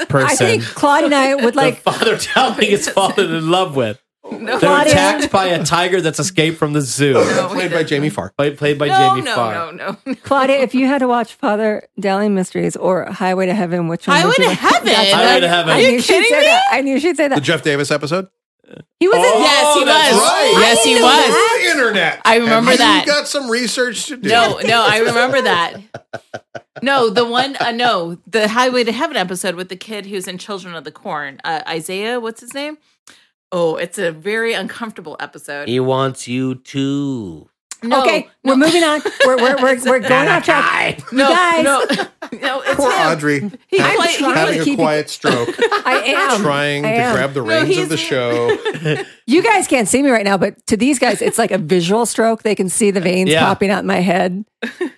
Speaker 1: I
Speaker 4: person.
Speaker 1: think Claude and I would like.
Speaker 4: the father Dowling is fallen in love with.
Speaker 2: no,
Speaker 4: They're
Speaker 1: Claudia.
Speaker 4: attacked by a tiger that's escaped from the zoo.
Speaker 2: no,
Speaker 3: played by Jamie Farr.
Speaker 4: Played, played by
Speaker 2: no,
Speaker 4: Jamie
Speaker 2: no,
Speaker 4: Farr.
Speaker 2: no, no, no.
Speaker 1: Claudia, if you had to watch Father Dowling Mysteries or Highway to Heaven, which one?
Speaker 2: Highway
Speaker 1: would you
Speaker 2: to
Speaker 1: watch?
Speaker 2: Heaven?
Speaker 1: That's what
Speaker 4: Highway to
Speaker 1: I-
Speaker 4: Heaven.
Speaker 1: I
Speaker 4: Are
Speaker 2: you
Speaker 1: knew she'd
Speaker 2: kidding
Speaker 1: say
Speaker 2: me?
Speaker 1: that. I knew she'd say
Speaker 3: The
Speaker 1: that.
Speaker 3: Jeff Davis episode?
Speaker 1: He was
Speaker 4: Oh,
Speaker 1: in.
Speaker 2: Yes, he
Speaker 4: that's
Speaker 2: was.
Speaker 3: right.
Speaker 2: Yes, he
Speaker 1: I
Speaker 2: was.
Speaker 3: The internet.
Speaker 2: I remember
Speaker 3: Have you
Speaker 2: that.
Speaker 3: got some research to do.
Speaker 2: No, no, I remember that. No, the one, uh, no, the Highway to Heaven episode with the kid who's in Children of the Corn, uh, Isaiah. What's his name? Oh, it's a very uncomfortable episode.
Speaker 4: He wants you to.
Speaker 2: No,
Speaker 1: okay,
Speaker 2: no,
Speaker 1: we're moving on. We're we're we're, we're going off track. You
Speaker 2: no,
Speaker 1: guys,
Speaker 2: no, no, it's
Speaker 3: Poor
Speaker 2: him.
Speaker 3: Audrey.
Speaker 2: He
Speaker 3: having-
Speaker 2: played- he
Speaker 1: played-
Speaker 3: having a
Speaker 1: Keep-
Speaker 3: quiet stroke.
Speaker 1: I am
Speaker 3: trying
Speaker 1: I
Speaker 3: to
Speaker 1: am.
Speaker 3: grab the
Speaker 2: No,
Speaker 3: reins
Speaker 2: he's-
Speaker 3: of the show.
Speaker 1: You guys can't see me right now, but to these guys, it's like a visual stroke. They can see the veins
Speaker 4: Yeah.
Speaker 1: popping out in my head.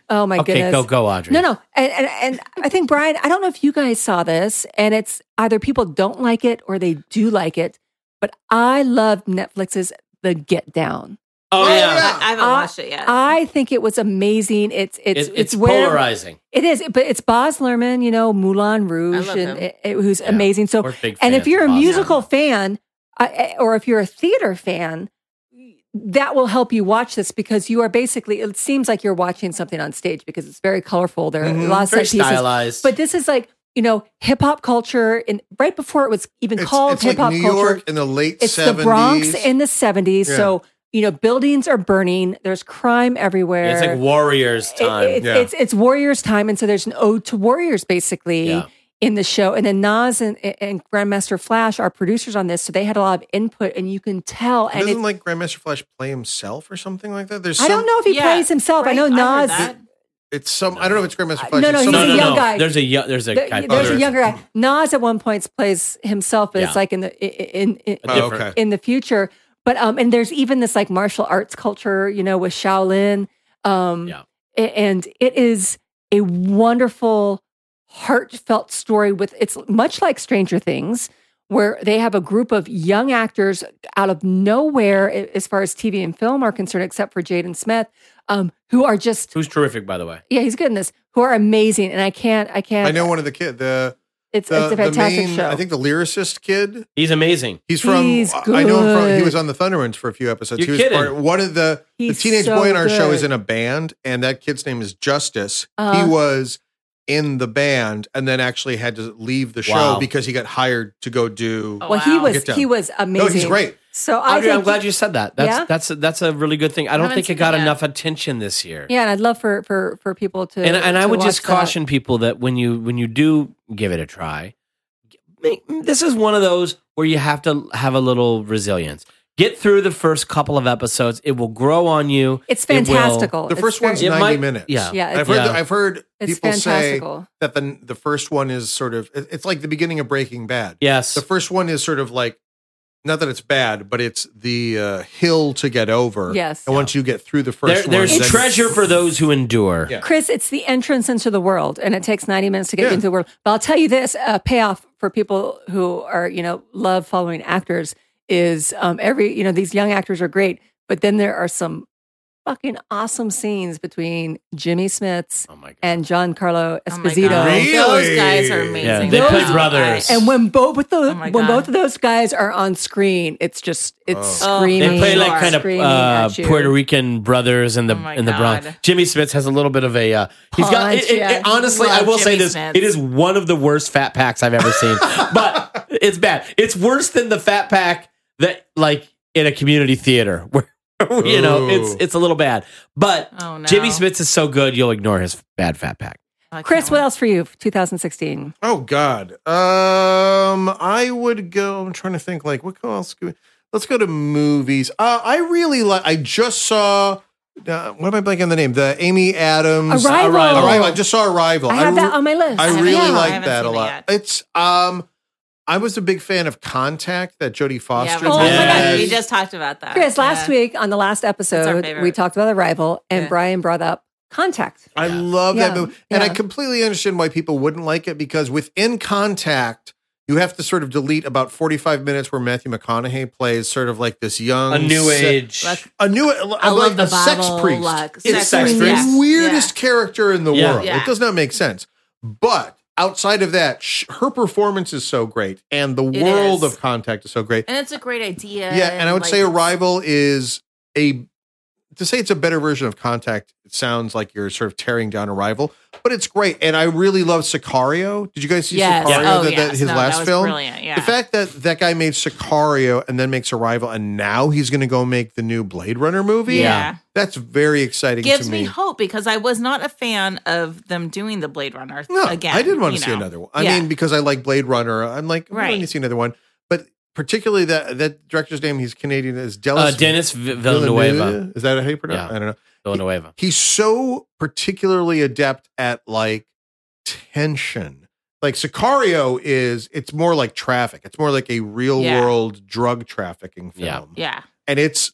Speaker 1: Oh my
Speaker 4: Okay,
Speaker 1: goodness!
Speaker 4: go, go, Audrey.
Speaker 1: No, no, and, and and I think Brian. I don't know if you guys saw this, and it's either people don't like it or they do like it. But I love Netflix's The Get Down.
Speaker 4: Oh,
Speaker 3: Oh,
Speaker 4: yeah.
Speaker 3: yeah.
Speaker 2: I, I haven't
Speaker 1: Uh,
Speaker 2: watched it yet.
Speaker 1: I think it was amazing. It's
Speaker 4: It-
Speaker 1: it's
Speaker 4: It's,
Speaker 1: it's, where
Speaker 4: polarizing.
Speaker 1: it is, but it's Boz Lerman, you know, Moulin Rouge,
Speaker 2: love
Speaker 1: and
Speaker 2: him.
Speaker 1: it, it- who's
Speaker 4: Yeah.
Speaker 1: amazing. So
Speaker 4: We're big
Speaker 1: and if
Speaker 4: fans
Speaker 1: you're a
Speaker 4: of Bob
Speaker 1: musical
Speaker 4: Dylan.
Speaker 1: fan I- I- or if you're a theater fan, that will help you watch this because you are basically, it seems like you're watching something on stage because it's very colorful. There are
Speaker 2: Mm-hmm.
Speaker 3: Mhm.
Speaker 1: a lot of
Speaker 4: Mm-hmm. very
Speaker 1: set pieces.
Speaker 4: stylized.
Speaker 1: But this is like, you know, hip hop culture, and right before it was even
Speaker 3: It's,
Speaker 1: called
Speaker 3: it's
Speaker 1: hip
Speaker 3: like
Speaker 1: hop
Speaker 3: New
Speaker 1: culture,
Speaker 3: York in the late
Speaker 1: it's
Speaker 3: 70s.
Speaker 1: the Bronx in the 70s.
Speaker 3: Yeah.
Speaker 1: So, you know, buildings are burning, there's crime everywhere.
Speaker 4: it's like warriors
Speaker 1: It-
Speaker 4: time.
Speaker 1: it's,
Speaker 3: Yeah.
Speaker 1: it's it's Warriors time, and so there's an ode to Warriors basically
Speaker 4: Yeah.
Speaker 1: in the show. And then Nas and, and Grandmaster Flash are producers on this, so they had a lot of input, and you can tell. And
Speaker 3: Doesn't
Speaker 1: it,
Speaker 3: like Grandmaster Flash play himself or something like that? There's some,
Speaker 1: I don't know if he
Speaker 2: Yeah,
Speaker 1: plays himself. I
Speaker 2: right?
Speaker 1: know
Speaker 2: I heard
Speaker 1: Nas.
Speaker 2: that.
Speaker 3: It's some. I don't know if it's Grandmaster Flash.
Speaker 1: Uh, no,
Speaker 3: it's
Speaker 1: no, he's
Speaker 3: some-
Speaker 4: no,
Speaker 1: a
Speaker 4: no,
Speaker 1: young
Speaker 4: no.
Speaker 1: guy.
Speaker 4: There's a young. There's a
Speaker 1: there-
Speaker 4: guy.
Speaker 1: there's a
Speaker 3: other-
Speaker 1: younger guy. Nas at one point plays himself, but
Speaker 4: Yeah.
Speaker 1: it's like in the in in,
Speaker 4: A
Speaker 3: Oh,
Speaker 4: different-
Speaker 3: okay.
Speaker 1: in the future. But um, and there's even this like martial arts culture, you know, with Shaolin. Um,
Speaker 4: Yeah.
Speaker 1: a- and it is a wonderful, heartfelt story. With it's much like Stranger Things, where they have a group of young actors out of nowhere, a- as far as TV and film are concerned, except for Jaden Smith, um, who are just
Speaker 4: Who's terrific, by the way.
Speaker 1: yeah, he's good in this. Who are amazing, and I can't, I can't.
Speaker 3: I know one of the kid. The,
Speaker 1: it's
Speaker 3: the
Speaker 1: it's a fantastic
Speaker 3: the main,
Speaker 1: show.
Speaker 3: I think the lyricist kid.
Speaker 4: He's amazing.
Speaker 3: He's from.
Speaker 1: He's
Speaker 3: I know him from. He
Speaker 1: good.
Speaker 3: was on the Thunderwinds for a few episodes.
Speaker 4: You're
Speaker 3: he was
Speaker 4: kidding.
Speaker 3: part one of the
Speaker 1: He's
Speaker 3: the teenage
Speaker 1: so
Speaker 3: boy in our show
Speaker 1: good.
Speaker 3: is in a band, and that kid's name is Justice.
Speaker 1: Uh-huh.
Speaker 3: he was in the band, and then actually had to leave the show
Speaker 4: Wow.
Speaker 3: because he got hired to go do.
Speaker 2: Oh,
Speaker 1: well, he
Speaker 2: wow.
Speaker 1: was
Speaker 3: Get down.
Speaker 1: he was amazing.
Speaker 3: no, he's great.
Speaker 1: So I
Speaker 4: Audrey,
Speaker 1: think
Speaker 4: I'm glad you said that. That's
Speaker 1: Yeah?
Speaker 4: that's that's a really good thing. I don't
Speaker 2: Haven't
Speaker 4: think
Speaker 2: seen
Speaker 4: it got
Speaker 2: it yet.
Speaker 4: enough attention this year.
Speaker 1: Yeah, and I'd love for for for people to
Speaker 4: and and I
Speaker 1: to
Speaker 4: would just
Speaker 1: watch that.
Speaker 4: caution people that when you when you do give it a try, make- this is one of those where you have to have a little resilience. Get through the first couple of episodes. It will grow on you.
Speaker 1: It's
Speaker 4: It will-
Speaker 1: fantastical.
Speaker 3: The
Speaker 1: It's
Speaker 3: first
Speaker 1: very-
Speaker 3: one's
Speaker 4: It
Speaker 3: 90
Speaker 4: might-
Speaker 3: minutes.
Speaker 4: yeah.
Speaker 1: yeah,
Speaker 3: I've
Speaker 1: it's,
Speaker 3: heard,
Speaker 4: Yeah.
Speaker 3: I've heard
Speaker 1: it's
Speaker 3: people say
Speaker 1: fantastical.
Speaker 3: that the the first one is sort of it- it's like the beginning of Breaking Bad.
Speaker 4: Yes.
Speaker 3: The first one is sort of like not that it's bad, but it's the uh, hill to get over.
Speaker 1: Yes.
Speaker 3: And once you get through the
Speaker 4: There-
Speaker 3: first one,
Speaker 4: there's
Speaker 1: It's-
Speaker 3: then-
Speaker 4: treasure for those who endure.
Speaker 3: Yeah.
Speaker 1: Chris, it's the entrance into the world, and it takes 90 minutes to get
Speaker 3: Yeah.
Speaker 1: you into the world. But I'll tell you this uh, payoff for people who are, you know, love following actors is um, every, you know, these young actors are great, but then there are some fucking awesome scenes between Jimmy Smiths
Speaker 4: Oh my god.
Speaker 1: and Giancarlo
Speaker 2: Oh my God.
Speaker 1: Esposito.
Speaker 3: Really?
Speaker 2: Those guys are amazing.
Speaker 4: Yeah, they
Speaker 1: play
Speaker 2: Those
Speaker 4: brothers.
Speaker 2: guys-
Speaker 1: and when both with those
Speaker 2: Oh my
Speaker 1: when
Speaker 2: God.
Speaker 1: both of those guys are on screen, it's just it's
Speaker 2: Oh. Oh, they
Speaker 1: screaming.
Speaker 4: They play like
Speaker 2: are
Speaker 4: kind of
Speaker 1: screaming
Speaker 4: uh,
Speaker 1: at you.
Speaker 4: Puerto Rican brothers in the
Speaker 2: Oh my
Speaker 4: in the Bronx.
Speaker 2: God.
Speaker 4: Jimmy Smith has a little bit of a. Uh, he's got.
Speaker 1: Punch,
Speaker 4: It, it-
Speaker 1: yeah.
Speaker 4: it- honestly,
Speaker 2: Love
Speaker 4: I will say
Speaker 2: Jimmy
Speaker 4: this:
Speaker 2: Smith.
Speaker 4: it is one of the worst fat packs I've ever seen. but it's bad. It's worse than the fat pack that like in a community theater where you know
Speaker 3: Ooh.
Speaker 4: it's it's a little bad. But
Speaker 2: Oh, no.
Speaker 4: Jimmy Smith is so good, you'll ignore his bad fat pack.
Speaker 2: I can't
Speaker 1: Chris,
Speaker 2: wait.
Speaker 1: what else for you? for 2016.
Speaker 3: Oh God. Um, I would go. I'm trying to think. Like, what else? Could we, let's go to movies. Uh, I really like. I just saw. Uh, what am I blanking on the name? The Amy Adams
Speaker 1: Arrival.
Speaker 3: Arrival. I just saw Arrival.
Speaker 1: I have
Speaker 3: re-
Speaker 1: that on my list.
Speaker 3: I
Speaker 2: haven't
Speaker 3: really
Speaker 2: seen it. I
Speaker 3: like
Speaker 2: haven't
Speaker 3: that a
Speaker 2: seen it
Speaker 3: lot.
Speaker 2: yet.
Speaker 3: It's um, I was a big fan of Contact that Jodie
Speaker 2: Yeah,
Speaker 3: Foster.
Speaker 1: Oh
Speaker 2: we, talked
Speaker 1: my
Speaker 2: about
Speaker 1: God.
Speaker 2: it. we just talked about that.
Speaker 1: Chris, last
Speaker 2: Yeah.
Speaker 1: week on the last episode,
Speaker 2: favorite.
Speaker 1: we talked about the rival, and
Speaker 2: Yeah.
Speaker 1: Brian brought up Contact.
Speaker 3: I love that
Speaker 1: Yeah,
Speaker 3: movie, and I
Speaker 1: yeah.
Speaker 3: completely understand why people wouldn't like it because within Contact, you have to sort of delete about forty-five minutes where Matthew McConaughey plays sort of like this young,
Speaker 4: A new
Speaker 3: se-
Speaker 4: age.
Speaker 2: Let's-
Speaker 3: a new, I
Speaker 2: love
Speaker 3: like
Speaker 2: the
Speaker 3: a sex
Speaker 2: Bible,
Speaker 3: priest.
Speaker 2: like,
Speaker 3: it's
Speaker 2: sex
Speaker 3: the
Speaker 2: priest. Yes.
Speaker 3: weirdest character in the
Speaker 4: Yeah.
Speaker 3: world.
Speaker 2: Yeah.
Speaker 3: It does not make sense, but. Outside of that, sh- her performance is so great, and the
Speaker 2: It
Speaker 3: world
Speaker 2: is.
Speaker 3: of Contact is so great.
Speaker 2: And it's a great idea.
Speaker 3: Yeah, and I would
Speaker 2: like,
Speaker 3: say
Speaker 2: it's-
Speaker 3: Arrival is a to say it's a better version of Contact. It sounds like you're sort of tearing down Arrival, but it's great. And I really love Sicario. Did you guys see
Speaker 2: Yes.
Speaker 3: Sicario?
Speaker 2: Oh,
Speaker 3: that, that-
Speaker 2: yes.
Speaker 3: his
Speaker 2: No,
Speaker 3: last
Speaker 2: that was
Speaker 3: film.
Speaker 2: Brilliant. Yeah.
Speaker 3: The fact that that guy made Sicario and then makes Arrival, and now he's going to go make the new Blade Runner movie.
Speaker 2: yeah.
Speaker 3: that's very exciting
Speaker 2: Gives
Speaker 3: to
Speaker 2: me
Speaker 3: me.
Speaker 2: hope because I was not a fan of them doing the Blade Runner
Speaker 3: no,
Speaker 2: again.
Speaker 3: I didn't want
Speaker 2: you
Speaker 3: to see
Speaker 2: know.
Speaker 3: another one. I
Speaker 2: Yeah.
Speaker 3: mean, because I like Blade Runner, I'm like, I
Speaker 2: Right.
Speaker 3: don't need to see another one. But particularly that that director's name, he's Canadian, is
Speaker 4: Uh,
Speaker 3: Dallas
Speaker 4: Dennis V- Villanueva.
Speaker 3: Is that how you pronounce?
Speaker 4: Yeah.
Speaker 3: I don't know.
Speaker 4: Villanueva.
Speaker 3: He's so particularly adept at like tension. Like Sicario is, it's more like traffic. It's more like a real
Speaker 2: Yeah.
Speaker 3: world drug trafficking film.
Speaker 4: Yeah.
Speaker 2: Yeah.
Speaker 3: And it's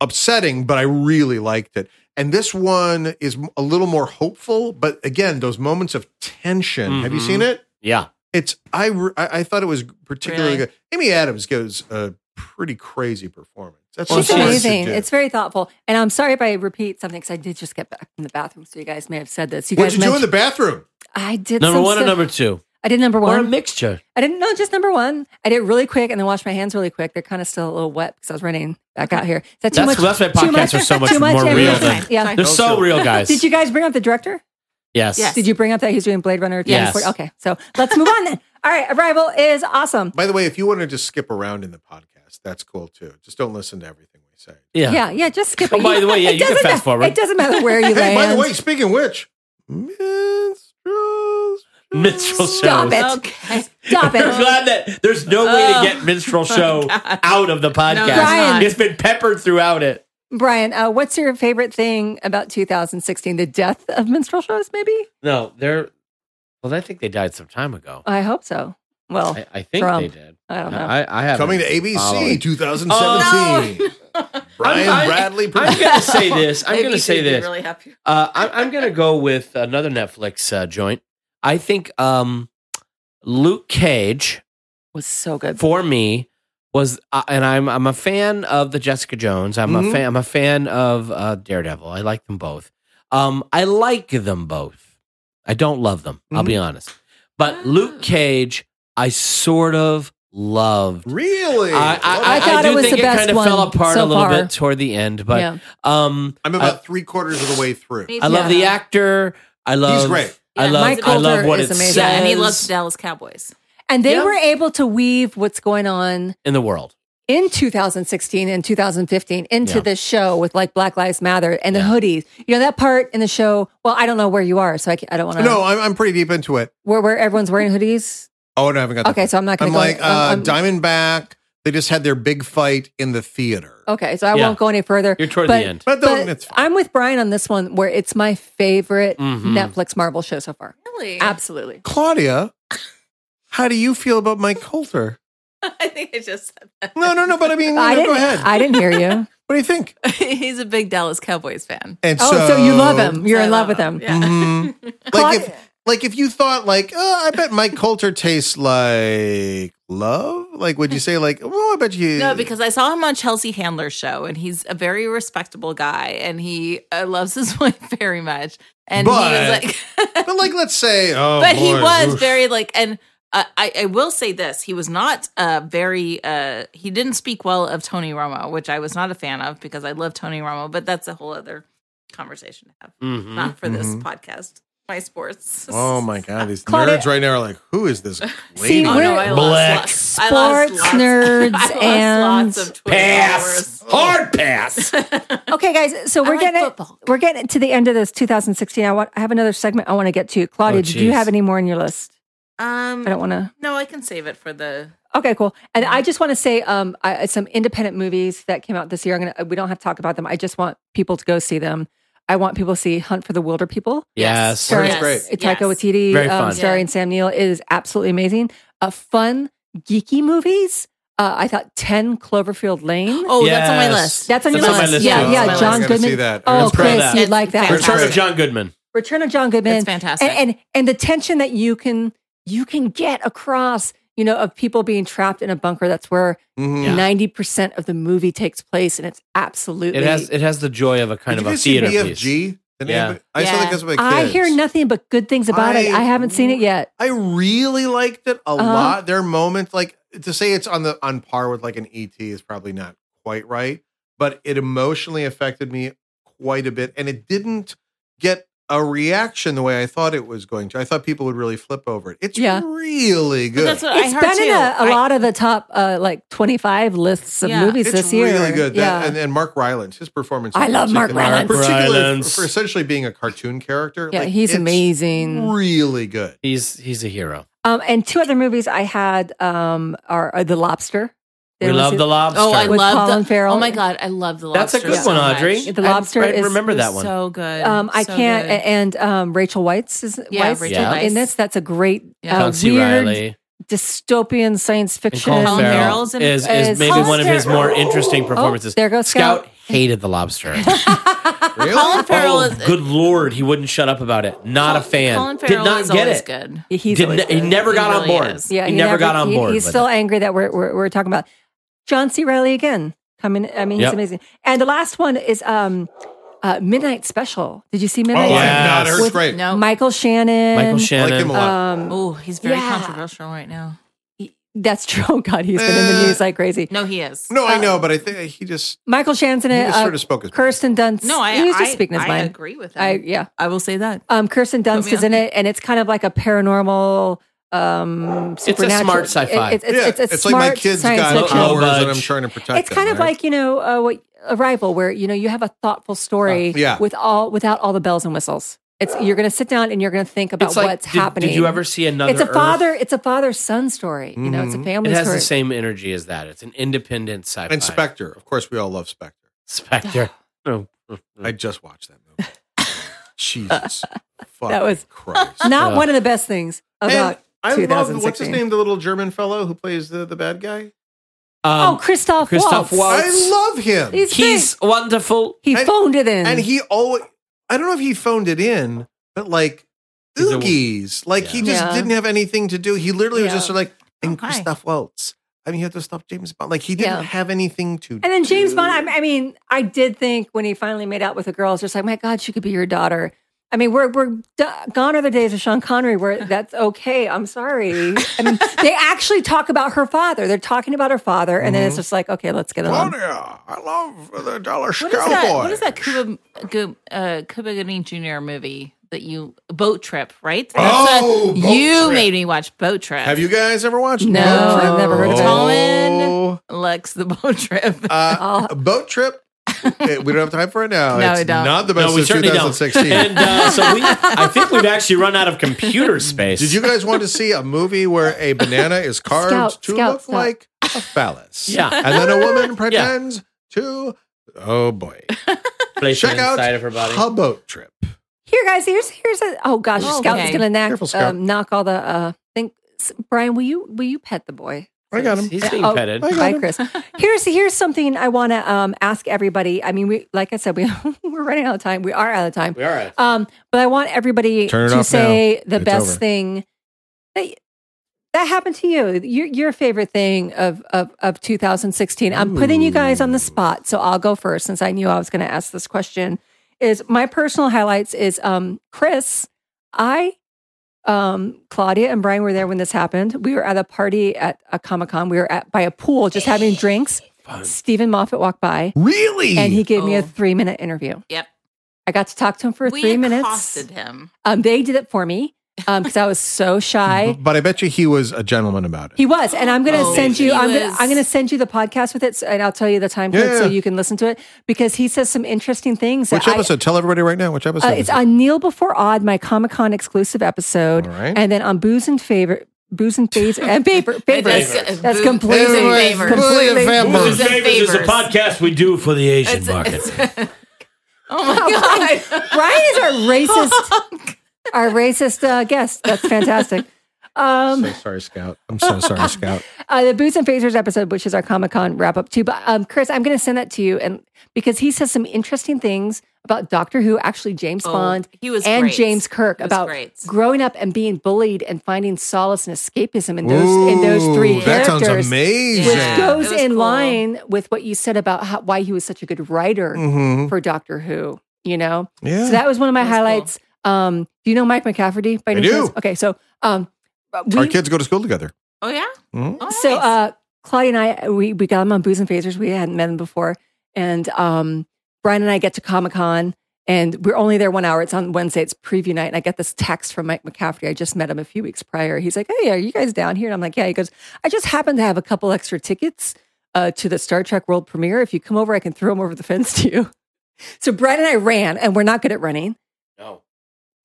Speaker 3: upsetting, but I really liked it. And this one is m- a little more hopeful, but again, those moments of tension. Have you
Speaker 4: Mhm.
Speaker 3: seen it?
Speaker 4: Yeah.
Speaker 3: It's I re- I I thought it was particularly
Speaker 2: Really?
Speaker 3: good. Amy Adams gives a pretty crazy performance. That's
Speaker 4: Well,
Speaker 3: what
Speaker 1: She's
Speaker 3: Oh, she has to
Speaker 1: amazing.
Speaker 3: do.
Speaker 1: It's very thoughtful. And I'm sorry if I repeat something because I did just get back from the bathroom, so you guys may have said this. You
Speaker 3: What'd
Speaker 1: guys
Speaker 3: you do in the
Speaker 1: mentioned-
Speaker 3: bathroom?
Speaker 1: I did
Speaker 4: Number
Speaker 1: some
Speaker 4: one or
Speaker 1: stuff-
Speaker 4: number two?
Speaker 1: I did number
Speaker 4: Or a
Speaker 1: one.
Speaker 4: mixture.
Speaker 1: I didn't know just number one. I did it really quick and then washed my hands really quick. They're kind of still a little wet because I was running back out here. Is that too
Speaker 4: That's,
Speaker 1: much?
Speaker 4: that's why
Speaker 1: too much-
Speaker 4: podcasts are so much
Speaker 1: too much
Speaker 4: more real
Speaker 1: ammunition.
Speaker 4: than.
Speaker 1: Yeah.
Speaker 4: They're so real, guys.
Speaker 1: Did you guys bring up the director?
Speaker 4: Yes.
Speaker 2: Yes.
Speaker 1: Did you bring up that he's doing Blade Runner?
Speaker 4: Yes.
Speaker 1: 2040? Okay, so let's move on then. All right, Arrival is awesome.
Speaker 3: By the way, if you want to just skip around in the podcast, that's cool too. Just don't listen to everything we say.
Speaker 4: Yeah.
Speaker 1: Yeah, yeah, just skip
Speaker 4: Oh,
Speaker 1: it.
Speaker 4: by the way, yeah,
Speaker 1: it
Speaker 4: you can
Speaker 1: doesn't
Speaker 4: fast
Speaker 1: ma-
Speaker 4: forward.
Speaker 1: It doesn't matter where you land.
Speaker 3: Hey, by the way, speaking of which, minstrels.
Speaker 4: Minstrel
Speaker 1: Stop
Speaker 4: shows.
Speaker 1: it.
Speaker 2: Okay.
Speaker 1: Stop
Speaker 4: We're
Speaker 1: it.
Speaker 4: glad that there's no way to
Speaker 2: Oh.
Speaker 4: get minstrel show
Speaker 2: God.
Speaker 4: out of the podcast.
Speaker 2: it's
Speaker 1: Brian.
Speaker 2: not.
Speaker 4: it's been peppered throughout it.
Speaker 1: Brian, uh, what's your favorite thing about 2016? The death of minstrel shows, maybe?
Speaker 4: No, they're. Well, I think they died some time ago.
Speaker 1: I hope so. Well,
Speaker 4: I, I think
Speaker 1: Trump.
Speaker 4: they did.
Speaker 1: I don't know.
Speaker 4: I, I haven't
Speaker 3: Coming to ABC
Speaker 4: followed. Oh.
Speaker 3: 2017. Brian
Speaker 4: I'm- I-
Speaker 3: Bradley.
Speaker 4: I'm
Speaker 3: produced.
Speaker 4: gonna say this. I'm gonna
Speaker 2: ABC
Speaker 4: say
Speaker 2: would be
Speaker 4: this.
Speaker 2: Really happy.
Speaker 4: Uh, I'm, I'm gonna go with another Netflix uh, joint. I think um, Luke Cage
Speaker 1: was so good.
Speaker 4: for me was, uh, and I'm I'm a fan of the Jessica Jones. I'm a
Speaker 1: Mm-hmm.
Speaker 3: Mhm.
Speaker 4: fan. I'm a fan of uh, Daredevil. I like them both. Um, I like them both. I don't love them. I'll
Speaker 1: Mm-hmm.
Speaker 4: be honest. But Luke Cage, I sort of loved.
Speaker 3: really?
Speaker 4: I, I,
Speaker 1: I thought
Speaker 4: do
Speaker 1: it was
Speaker 4: think
Speaker 1: the best
Speaker 4: kind of
Speaker 1: one
Speaker 4: fell apart
Speaker 1: so
Speaker 4: a little
Speaker 1: far.
Speaker 4: bit toward the end, but
Speaker 1: yeah.
Speaker 4: um,
Speaker 3: am about three quarters of the way through.
Speaker 2: Me
Speaker 4: I love
Speaker 2: too.
Speaker 4: the actor. I love.
Speaker 3: great.
Speaker 4: I
Speaker 2: Yeah,
Speaker 4: love.
Speaker 2: Mike
Speaker 4: I love
Speaker 1: Coulter
Speaker 4: what
Speaker 1: is
Speaker 4: it
Speaker 1: amazing.
Speaker 4: says
Speaker 2: Yeah, and he loves the Dallas Cowboys.
Speaker 1: And they
Speaker 4: Yeah.
Speaker 1: were able to weave what's going on
Speaker 4: in the world.
Speaker 1: in 2016 and 2015 into
Speaker 4: Yeah.
Speaker 1: this show with like Black Lives Matter and the
Speaker 4: Yeah.
Speaker 1: hoodies. You know, that part in the show, well, I don't know where you are, so I, ca- I don't want to
Speaker 3: No, I'm, I'm pretty deep into it.
Speaker 1: where, where everyone's wearing hoodies.
Speaker 3: Oh, and I haven't got. that
Speaker 1: Okay,
Speaker 3: far.
Speaker 1: so I'm not going
Speaker 3: I'm
Speaker 1: to go. Um,
Speaker 3: like uh,
Speaker 1: I'm- I'm-
Speaker 3: Diamondback. They just had their big fight in the theater.
Speaker 1: okay, so I
Speaker 4: Yeah.
Speaker 1: won't go any further.
Speaker 4: You're toward
Speaker 1: But-
Speaker 4: the end.
Speaker 3: But, don't,
Speaker 1: Oh, But
Speaker 3: it's
Speaker 1: I'm with Brian on this one, where it's my favorite
Speaker 4: Mhm.
Speaker 3: Mm-hmm.
Speaker 1: Netflix Marvel show so far.
Speaker 2: Really?
Speaker 1: Absolutely.
Speaker 3: Claudia. How do you feel about Mike Coulter?
Speaker 2: I think I just said that.
Speaker 3: No, Oh, no, no. But I mean, you
Speaker 1: I
Speaker 3: know,
Speaker 1: didn't.
Speaker 3: go ahead.
Speaker 1: I didn't hear you.
Speaker 3: what do you think?
Speaker 2: He's a big Dallas Cowboys fan.
Speaker 3: And
Speaker 1: Oh, so, you love him. You're
Speaker 2: I
Speaker 1: in love with him.
Speaker 2: Yeah.
Speaker 3: Mhm. like if like if you thought like oh, I bet Mike Coulter tastes like love. Like would you say like oh I bet you
Speaker 2: No, because I saw him on Chelsea Handler's show, and he's a very respectable guy, and he uh, loves his wife very much. And
Speaker 3: But-
Speaker 2: he was like,
Speaker 3: but like let's say oh
Speaker 2: but he
Speaker 3: boy,
Speaker 2: was
Speaker 3: oof.
Speaker 2: very like, and uh, I, I will say this: he was not uh, very. Uh, he didn't speak well of Tony Romo, which I was not a fan of because I love Tony Romo, but that's a whole other conversation to have,
Speaker 4: Mhm.
Speaker 2: not for this
Speaker 3: Mhm.
Speaker 2: podcast. My sports.
Speaker 3: Oh my god, these
Speaker 1: Claudia-
Speaker 3: nerds right now are like, who is this
Speaker 1: See,
Speaker 3: lady?
Speaker 2: Oh, no, I
Speaker 4: Black
Speaker 2: lost lots. I lost
Speaker 1: sports
Speaker 2: lots.
Speaker 1: nerds
Speaker 2: I lost
Speaker 1: and-
Speaker 2: lots of Twitter
Speaker 3: Oh.
Speaker 4: Pass. Hard pass.
Speaker 2: followers.
Speaker 1: Okay, guys. So
Speaker 2: I
Speaker 1: we're
Speaker 2: like
Speaker 1: getting
Speaker 2: football.
Speaker 1: we're getting to the end of this 2016. I want I have another segment I want to get to. Claudia,
Speaker 4: Oh,
Speaker 1: do you
Speaker 4: jeez.
Speaker 1: have any more on your list?
Speaker 2: Um,
Speaker 1: I don't want to.
Speaker 2: No, I can save it for the.
Speaker 1: Okay, cool. And I just want to say um, I, some independent movies that came out this year. I'm gonna, we don't have to talk about them. I just want people to go see them. I want people to see Hunt for the Wilder People.
Speaker 4: Yes.
Speaker 1: Sorry.
Speaker 3: Sounds great.
Speaker 1: Taika Waititi,
Speaker 4: Very
Speaker 1: um,
Speaker 4: fun.
Speaker 1: starring Sam Neill, It is absolutely amazing. Uh, fun, geeky movies. Uh, I thought 10 Cloverfield Lane.
Speaker 2: Oh, that's on my
Speaker 4: Yes.
Speaker 2: list.
Speaker 1: That's on your
Speaker 4: That's
Speaker 1: list.
Speaker 4: on my list,
Speaker 1: Yeah,
Speaker 4: too.
Speaker 1: yeah.
Speaker 2: That's on my
Speaker 1: John
Speaker 3: list. Oh, I gotta
Speaker 1: Goodman.
Speaker 3: see that. I
Speaker 1: Oh,
Speaker 4: gotta try
Speaker 1: Chris,
Speaker 4: that.
Speaker 1: you'd like that.
Speaker 2: It's
Speaker 4: Return of
Speaker 2: fantastic.
Speaker 4: John Goodman.
Speaker 1: Return of John Goodman.
Speaker 2: It's fantastic.
Speaker 1: And, and and the tension that you can you can get across, you know, of people being trapped in a bunker. That's where
Speaker 3: Mhm.
Speaker 4: Yeah.
Speaker 1: ninety percent of the movie takes place, and it's absolutely.
Speaker 4: It has it has the joy of a kind of
Speaker 3: Did you
Speaker 4: a
Speaker 3: guys see
Speaker 4: theater
Speaker 3: BFG?
Speaker 4: piece.
Speaker 3: The name
Speaker 4: Yeah.
Speaker 3: of it? I still
Speaker 2: Yeah.
Speaker 3: think that's my kids.
Speaker 1: I hear nothing but good things about it.
Speaker 3: I-
Speaker 1: I haven't seen it yet.
Speaker 3: I really liked it
Speaker 1: Uh-huh.
Speaker 3: a lot. There are moments like to say it's on the on par with like an ET is probably not quite right, but it emotionally affected me quite a bit, and it didn't get a reaction the way I thought it was going to. I thought people would really flip over it. It's
Speaker 1: Yeah.
Speaker 3: really
Speaker 2: But
Speaker 3: good.
Speaker 2: that's what
Speaker 1: It's
Speaker 2: I heard
Speaker 1: been
Speaker 2: too.
Speaker 1: in a, a
Speaker 2: I-
Speaker 1: lot of the top uh, like twenty five lists of
Speaker 2: Yeah.
Speaker 1: movies
Speaker 3: it's
Speaker 1: this year.
Speaker 3: really good. That,
Speaker 1: yeah.
Speaker 3: and, and Mark Rylance, his performance.
Speaker 1: I
Speaker 3: in
Speaker 1: love Mark
Speaker 3: particular-
Speaker 1: Rylance.
Speaker 4: Mark
Speaker 3: particularly
Speaker 4: Rylance.
Speaker 3: For, for essentially being a cartoon character.
Speaker 1: yeah,
Speaker 3: Like,
Speaker 1: he's
Speaker 3: it's
Speaker 1: amazing.
Speaker 3: Really good.
Speaker 4: He's he's a hero.
Speaker 1: Um, and two other movies I had um, are, are The Lobster. Did
Speaker 4: we
Speaker 1: anyone
Speaker 4: love
Speaker 1: see
Speaker 4: the lobster.
Speaker 2: Oh, I
Speaker 1: With
Speaker 2: love
Speaker 1: Colin
Speaker 2: the,
Speaker 1: Farrell.
Speaker 2: Oh my god, I love the
Speaker 4: That's
Speaker 2: lobster.
Speaker 4: a good
Speaker 2: so
Speaker 4: one,
Speaker 2: much.
Speaker 4: Audrey.
Speaker 1: The lobster
Speaker 4: I, I
Speaker 1: is-
Speaker 4: remember
Speaker 2: It's
Speaker 4: that one.
Speaker 2: So good.
Speaker 1: Um, I
Speaker 2: So
Speaker 1: can't.
Speaker 2: good.
Speaker 1: a- And um, Rachel White's is
Speaker 2: Yeah,
Speaker 1: Weisz
Speaker 2: Rachel
Speaker 1: in-
Speaker 2: Weisz.
Speaker 1: in this. That's a great
Speaker 2: Yeah.
Speaker 1: uh,
Speaker 4: John C.
Speaker 1: weird
Speaker 4: Riley
Speaker 1: dystopian science
Speaker 4: and
Speaker 1: fiction.
Speaker 4: Colin
Speaker 2: Colin
Speaker 4: Farrell
Speaker 2: Farrell's
Speaker 4: is,
Speaker 2: in-
Speaker 4: is,
Speaker 1: is-
Speaker 4: maybe
Speaker 1: Colin
Speaker 4: one of his more interesting performances.
Speaker 1: there goes Scout.
Speaker 4: hated the lobster.
Speaker 3: Really?
Speaker 2: uh, Colin Farrell
Speaker 4: Oh,
Speaker 2: is
Speaker 4: good lord, he wouldn't shut up about it. Not a fan.
Speaker 2: Colin
Speaker 4: Did
Speaker 2: Farrell
Speaker 4: not
Speaker 2: is
Speaker 4: get
Speaker 2: always
Speaker 4: it.
Speaker 2: good.
Speaker 1: Yeah, He's
Speaker 4: Did
Speaker 1: always
Speaker 4: ne- he
Speaker 1: good.
Speaker 4: never
Speaker 2: He
Speaker 4: got on
Speaker 2: really
Speaker 4: board.
Speaker 2: is.
Speaker 1: Yeah,
Speaker 4: he, never, got on
Speaker 1: he-
Speaker 4: board.
Speaker 1: He's
Speaker 4: with
Speaker 1: still
Speaker 4: it.
Speaker 1: angry that we're, we're we're talking about John C. Riley again coming. I mean, he's
Speaker 4: Yep.
Speaker 1: amazing. And the last one is um, uh, Midnight Special. Did you see
Speaker 3: Oh,
Speaker 1: Midnight?
Speaker 3: I
Speaker 4: yeah.
Speaker 1: Special?
Speaker 3: have not
Speaker 4: Yes.
Speaker 3: heard.
Speaker 1: With-
Speaker 3: great.
Speaker 2: No.
Speaker 1: Michael Shannon.
Speaker 4: Michael
Speaker 3: I like him
Speaker 4: Shannon.
Speaker 3: a lot.
Speaker 1: Um,
Speaker 2: Oh, he's very
Speaker 1: Yeah.
Speaker 2: controversial right now.
Speaker 1: that's true. Oh, God, he's been in the
Speaker 3: Eh.
Speaker 1: news like crazy.
Speaker 2: No, he is.
Speaker 3: no, I know, but I think he just
Speaker 1: Michael Shannon's in
Speaker 3: he
Speaker 1: it.
Speaker 3: just
Speaker 1: uh,
Speaker 3: sort of spoke his
Speaker 1: Kirsten Dunst.
Speaker 2: No, I.
Speaker 1: he was just
Speaker 2: I-
Speaker 1: speaking his
Speaker 2: I
Speaker 1: mind.
Speaker 2: agree with him.
Speaker 1: I yeah.
Speaker 2: I will say that.
Speaker 1: Um, Kirsten Dunst
Speaker 2: me
Speaker 1: is in it, and it's kind of like a paranormal. Um,
Speaker 4: a
Speaker 1: supernatural-
Speaker 4: smart sci-fi.
Speaker 1: it- It's, it's,
Speaker 3: yeah,
Speaker 1: it's a
Speaker 3: it's like
Speaker 1: smart
Speaker 3: my kids
Speaker 1: science
Speaker 3: got
Speaker 1: fiction.
Speaker 4: Low
Speaker 3: powers and
Speaker 4: budge.
Speaker 3: I'm trying to protect
Speaker 1: it's kind
Speaker 3: them,
Speaker 1: of
Speaker 3: right?
Speaker 1: like you know uh, what Arrival, where you know you have a thoughtful story
Speaker 3: Uh, yeah.
Speaker 1: with all without all the bells and whistles. It's you're going to sit down and you're going to think about
Speaker 4: It's like,
Speaker 1: what's
Speaker 4: did,
Speaker 1: happening.
Speaker 4: Did you ever see another?
Speaker 1: It's a
Speaker 4: Earth?
Speaker 1: father. It's a father son story. You know, it's a
Speaker 3: Mhm.
Speaker 1: family
Speaker 4: It has
Speaker 1: story.
Speaker 4: the same energy as that. It's an independent sci-fi.
Speaker 3: and Spectre. Of course, we all love Spectre.
Speaker 4: Spectre. No.
Speaker 3: I just watched that movie. Jesus, fucking
Speaker 1: was-
Speaker 3: Christ.
Speaker 1: Not
Speaker 4: Uh,
Speaker 1: one of the best things about.
Speaker 3: And I love what's his
Speaker 1: 2016.
Speaker 3: name, the little German fellow who plays the, the bad guy.
Speaker 1: oh,
Speaker 4: Um,
Speaker 1: Christoph,
Speaker 4: Christoph
Speaker 1: Waltz.
Speaker 4: Waltz.
Speaker 3: I love him,
Speaker 1: Oh, He's,
Speaker 4: he's
Speaker 1: great.
Speaker 4: wonderful.
Speaker 1: he
Speaker 3: and-
Speaker 1: phoned it in,
Speaker 3: and he always. I don't know if he phoned it in, but like
Speaker 4: He's a-
Speaker 3: oogies, like he
Speaker 4: Yeah.
Speaker 3: just
Speaker 1: Yeah.
Speaker 3: didn't have anything to do. He literally was
Speaker 1: Yeah.
Speaker 3: just sort of like, I'm
Speaker 2: Okay.
Speaker 3: Christoph Waltz. I'm here to stop James Bond. Like he didn't
Speaker 1: Yeah.
Speaker 3: have anything to.
Speaker 1: And then James
Speaker 3: do.
Speaker 1: Bond, I, I mean, I did think when he finally made out with the girls, just like, my God, she could be your daughter. I mean, we're, we're d- gone are the days of Sean Connery where that's okay. I'm sorry. I mean, they actually talk about her father. They're talking about her father, and then it's
Speaker 3: Mm-hmm.
Speaker 1: just like, okay, let's get it on.
Speaker 3: Claudia, I love the Dollar
Speaker 2: What is that?
Speaker 3: Cowboy.
Speaker 2: What is that Cuba Gu- uh, Cuba Gooding Jr. movie that you boat trip? Right?
Speaker 3: Oh,
Speaker 2: a-
Speaker 3: Boat
Speaker 2: you
Speaker 3: Trip.
Speaker 2: made me watch boat trip. Oh.
Speaker 3: Have you Oh. guys ever watched?
Speaker 1: No,
Speaker 3: Boat Trip?
Speaker 1: I've never heard of it.
Speaker 2: Colin. Lex the boat trip.
Speaker 3: Uh, Boat Trip Eh, we don't have time for it now.
Speaker 5: No,
Speaker 3: it's
Speaker 5: we don't.
Speaker 3: not the best
Speaker 4: No, we
Speaker 3: of
Speaker 4: certainly don't.
Speaker 3: 2016.
Speaker 4: And uh, so we, I think we've actually run out of computer space.
Speaker 3: Did you guys want to see a movie where a banana is carved
Speaker 1: Scout,
Speaker 3: to
Speaker 1: scout,
Speaker 3: look
Speaker 1: scout.
Speaker 3: like a phallus?
Speaker 4: Yeah.
Speaker 3: And then a woman pretends to, oh boy.
Speaker 4: place
Speaker 3: Check
Speaker 4: the
Speaker 3: out
Speaker 4: inside of her body?
Speaker 3: Hub Boat Trip.
Speaker 1: Here, guys. Here's here's a. Oh gosh,
Speaker 2: Oh,
Speaker 1: Scout's
Speaker 2: okay.
Speaker 1: gonna knock
Speaker 3: Careful, Scout.
Speaker 1: um, knock all the. uh Think, S- Brian, will you will you pet the boy?
Speaker 3: I got him.
Speaker 4: He's being
Speaker 1: Oh.
Speaker 4: petted.
Speaker 3: I got
Speaker 1: Bye,
Speaker 3: him.
Speaker 1: Chris. Here's here's something I want to um, ask everybody. I mean, we like I said, we we're running out of time. We are out of time.
Speaker 4: We are. at-
Speaker 1: Um, but I want everybody
Speaker 3: Turn it
Speaker 1: to
Speaker 3: off
Speaker 1: say the
Speaker 3: It's
Speaker 1: best
Speaker 3: over.
Speaker 1: thing that that happened to you. Your your favorite thing of of of 2016. I'm putting you guys on the spot, so I'll go first since I knew I was going to ask this question. Is my personal highlights is um Chris, I um Claudia and Brian were there when this happened. We were at a party at a Comic Con. We were at by a pool just having drinks. Stephen Moffat walked by
Speaker 3: Really?
Speaker 1: and he gave me a
Speaker 2: Oh.
Speaker 1: three minute interview.
Speaker 2: Yep.
Speaker 1: I got to talk to him for
Speaker 2: we
Speaker 1: three minutes.
Speaker 2: accosted him.
Speaker 1: Um, they did it for me because I was so shy.
Speaker 3: but I bet you he was a gentleman about it.
Speaker 1: He was, and I'm gonna
Speaker 2: Oh,
Speaker 1: send you.
Speaker 2: he
Speaker 1: I'm gonna,
Speaker 2: was-
Speaker 1: I'm gonna send you the podcast with it, so, and I'll tell you the time
Speaker 3: Yeah,
Speaker 1: code so
Speaker 3: yeah.
Speaker 1: you can listen to it because he says some interesting things.
Speaker 3: Which
Speaker 1: that I-
Speaker 3: episode? Tell everybody right now. Which episode?
Speaker 1: uh,
Speaker 3: is
Speaker 1: it's
Speaker 3: it?
Speaker 1: on Neil Before Odd, my Comic Con exclusive episode,
Speaker 3: All right.
Speaker 1: and then on Booze and Favor, Booze and Favors, and Favor, Favors.
Speaker 2: That's-
Speaker 1: That's
Speaker 2: boo-
Speaker 1: completely-
Speaker 2: booze and
Speaker 3: Everybody's
Speaker 2: favors.
Speaker 1: completely-
Speaker 3: completely
Speaker 2: Who's
Speaker 4: Who's
Speaker 2: Who's
Speaker 3: famous.
Speaker 2: in in favors?
Speaker 4: is a
Speaker 2: favors?
Speaker 4: podcast we do for the Asian
Speaker 2: It's-
Speaker 4: market.
Speaker 2: it's- oh my god!
Speaker 1: Brian is our
Speaker 2: Oh
Speaker 1: racist, our racist uh, guest. That's fantastic. Um,
Speaker 3: So sorry, Scout. I'm so sorry, Scout.
Speaker 1: uh, the Boots and Phasers episode, which is our Comic Con wrap up too. But um, Chris, I'm going to send that to you, and because he says some interesting things about Doctor Who, actually James
Speaker 2: Oh,
Speaker 1: Bond,
Speaker 2: he was
Speaker 1: and
Speaker 2: great.
Speaker 1: James Kirk
Speaker 2: He was
Speaker 1: about
Speaker 2: great.
Speaker 1: growing up and being bullied and finding solace and escapism in those in those three
Speaker 3: Ooh, that
Speaker 1: characters.
Speaker 3: sounds amazing.
Speaker 1: Which
Speaker 2: Yeah,
Speaker 1: goes
Speaker 2: it was
Speaker 1: in
Speaker 2: cool.
Speaker 1: line with what you said about how, why he was such a good writer
Speaker 3: Mhm.
Speaker 1: for Doctor Who. You know,
Speaker 3: Yeah.
Speaker 1: so that was one of my
Speaker 2: That's cool.
Speaker 1: highlights. Um, do you know Mike McCafferty? By
Speaker 3: I
Speaker 1: any
Speaker 3: do.
Speaker 1: chance? Okay, so um,
Speaker 3: Our
Speaker 1: we,
Speaker 3: kids go to school together.
Speaker 2: Oh yeah.
Speaker 3: Mhm.
Speaker 2: Oh,
Speaker 1: so
Speaker 2: nice.
Speaker 1: uh, Claudia and I, we, we got them on Booze and Phasers. We hadn't met them before. And um, Brian and I get to Comic Con and we're only there one hour. It's on Wednesday. It's preview night. And I get this text from Mike McCafferty. I just met him a few weeks prior. He's like, hey, are you guys down here? And I'm like, yeah. He goes, I just happen to have a couple extra tickets uh, to the Star Trek World Premiere. If you come over, I can throw them over the fence to you. So Brian and I ran and we're not good at running
Speaker 4: No.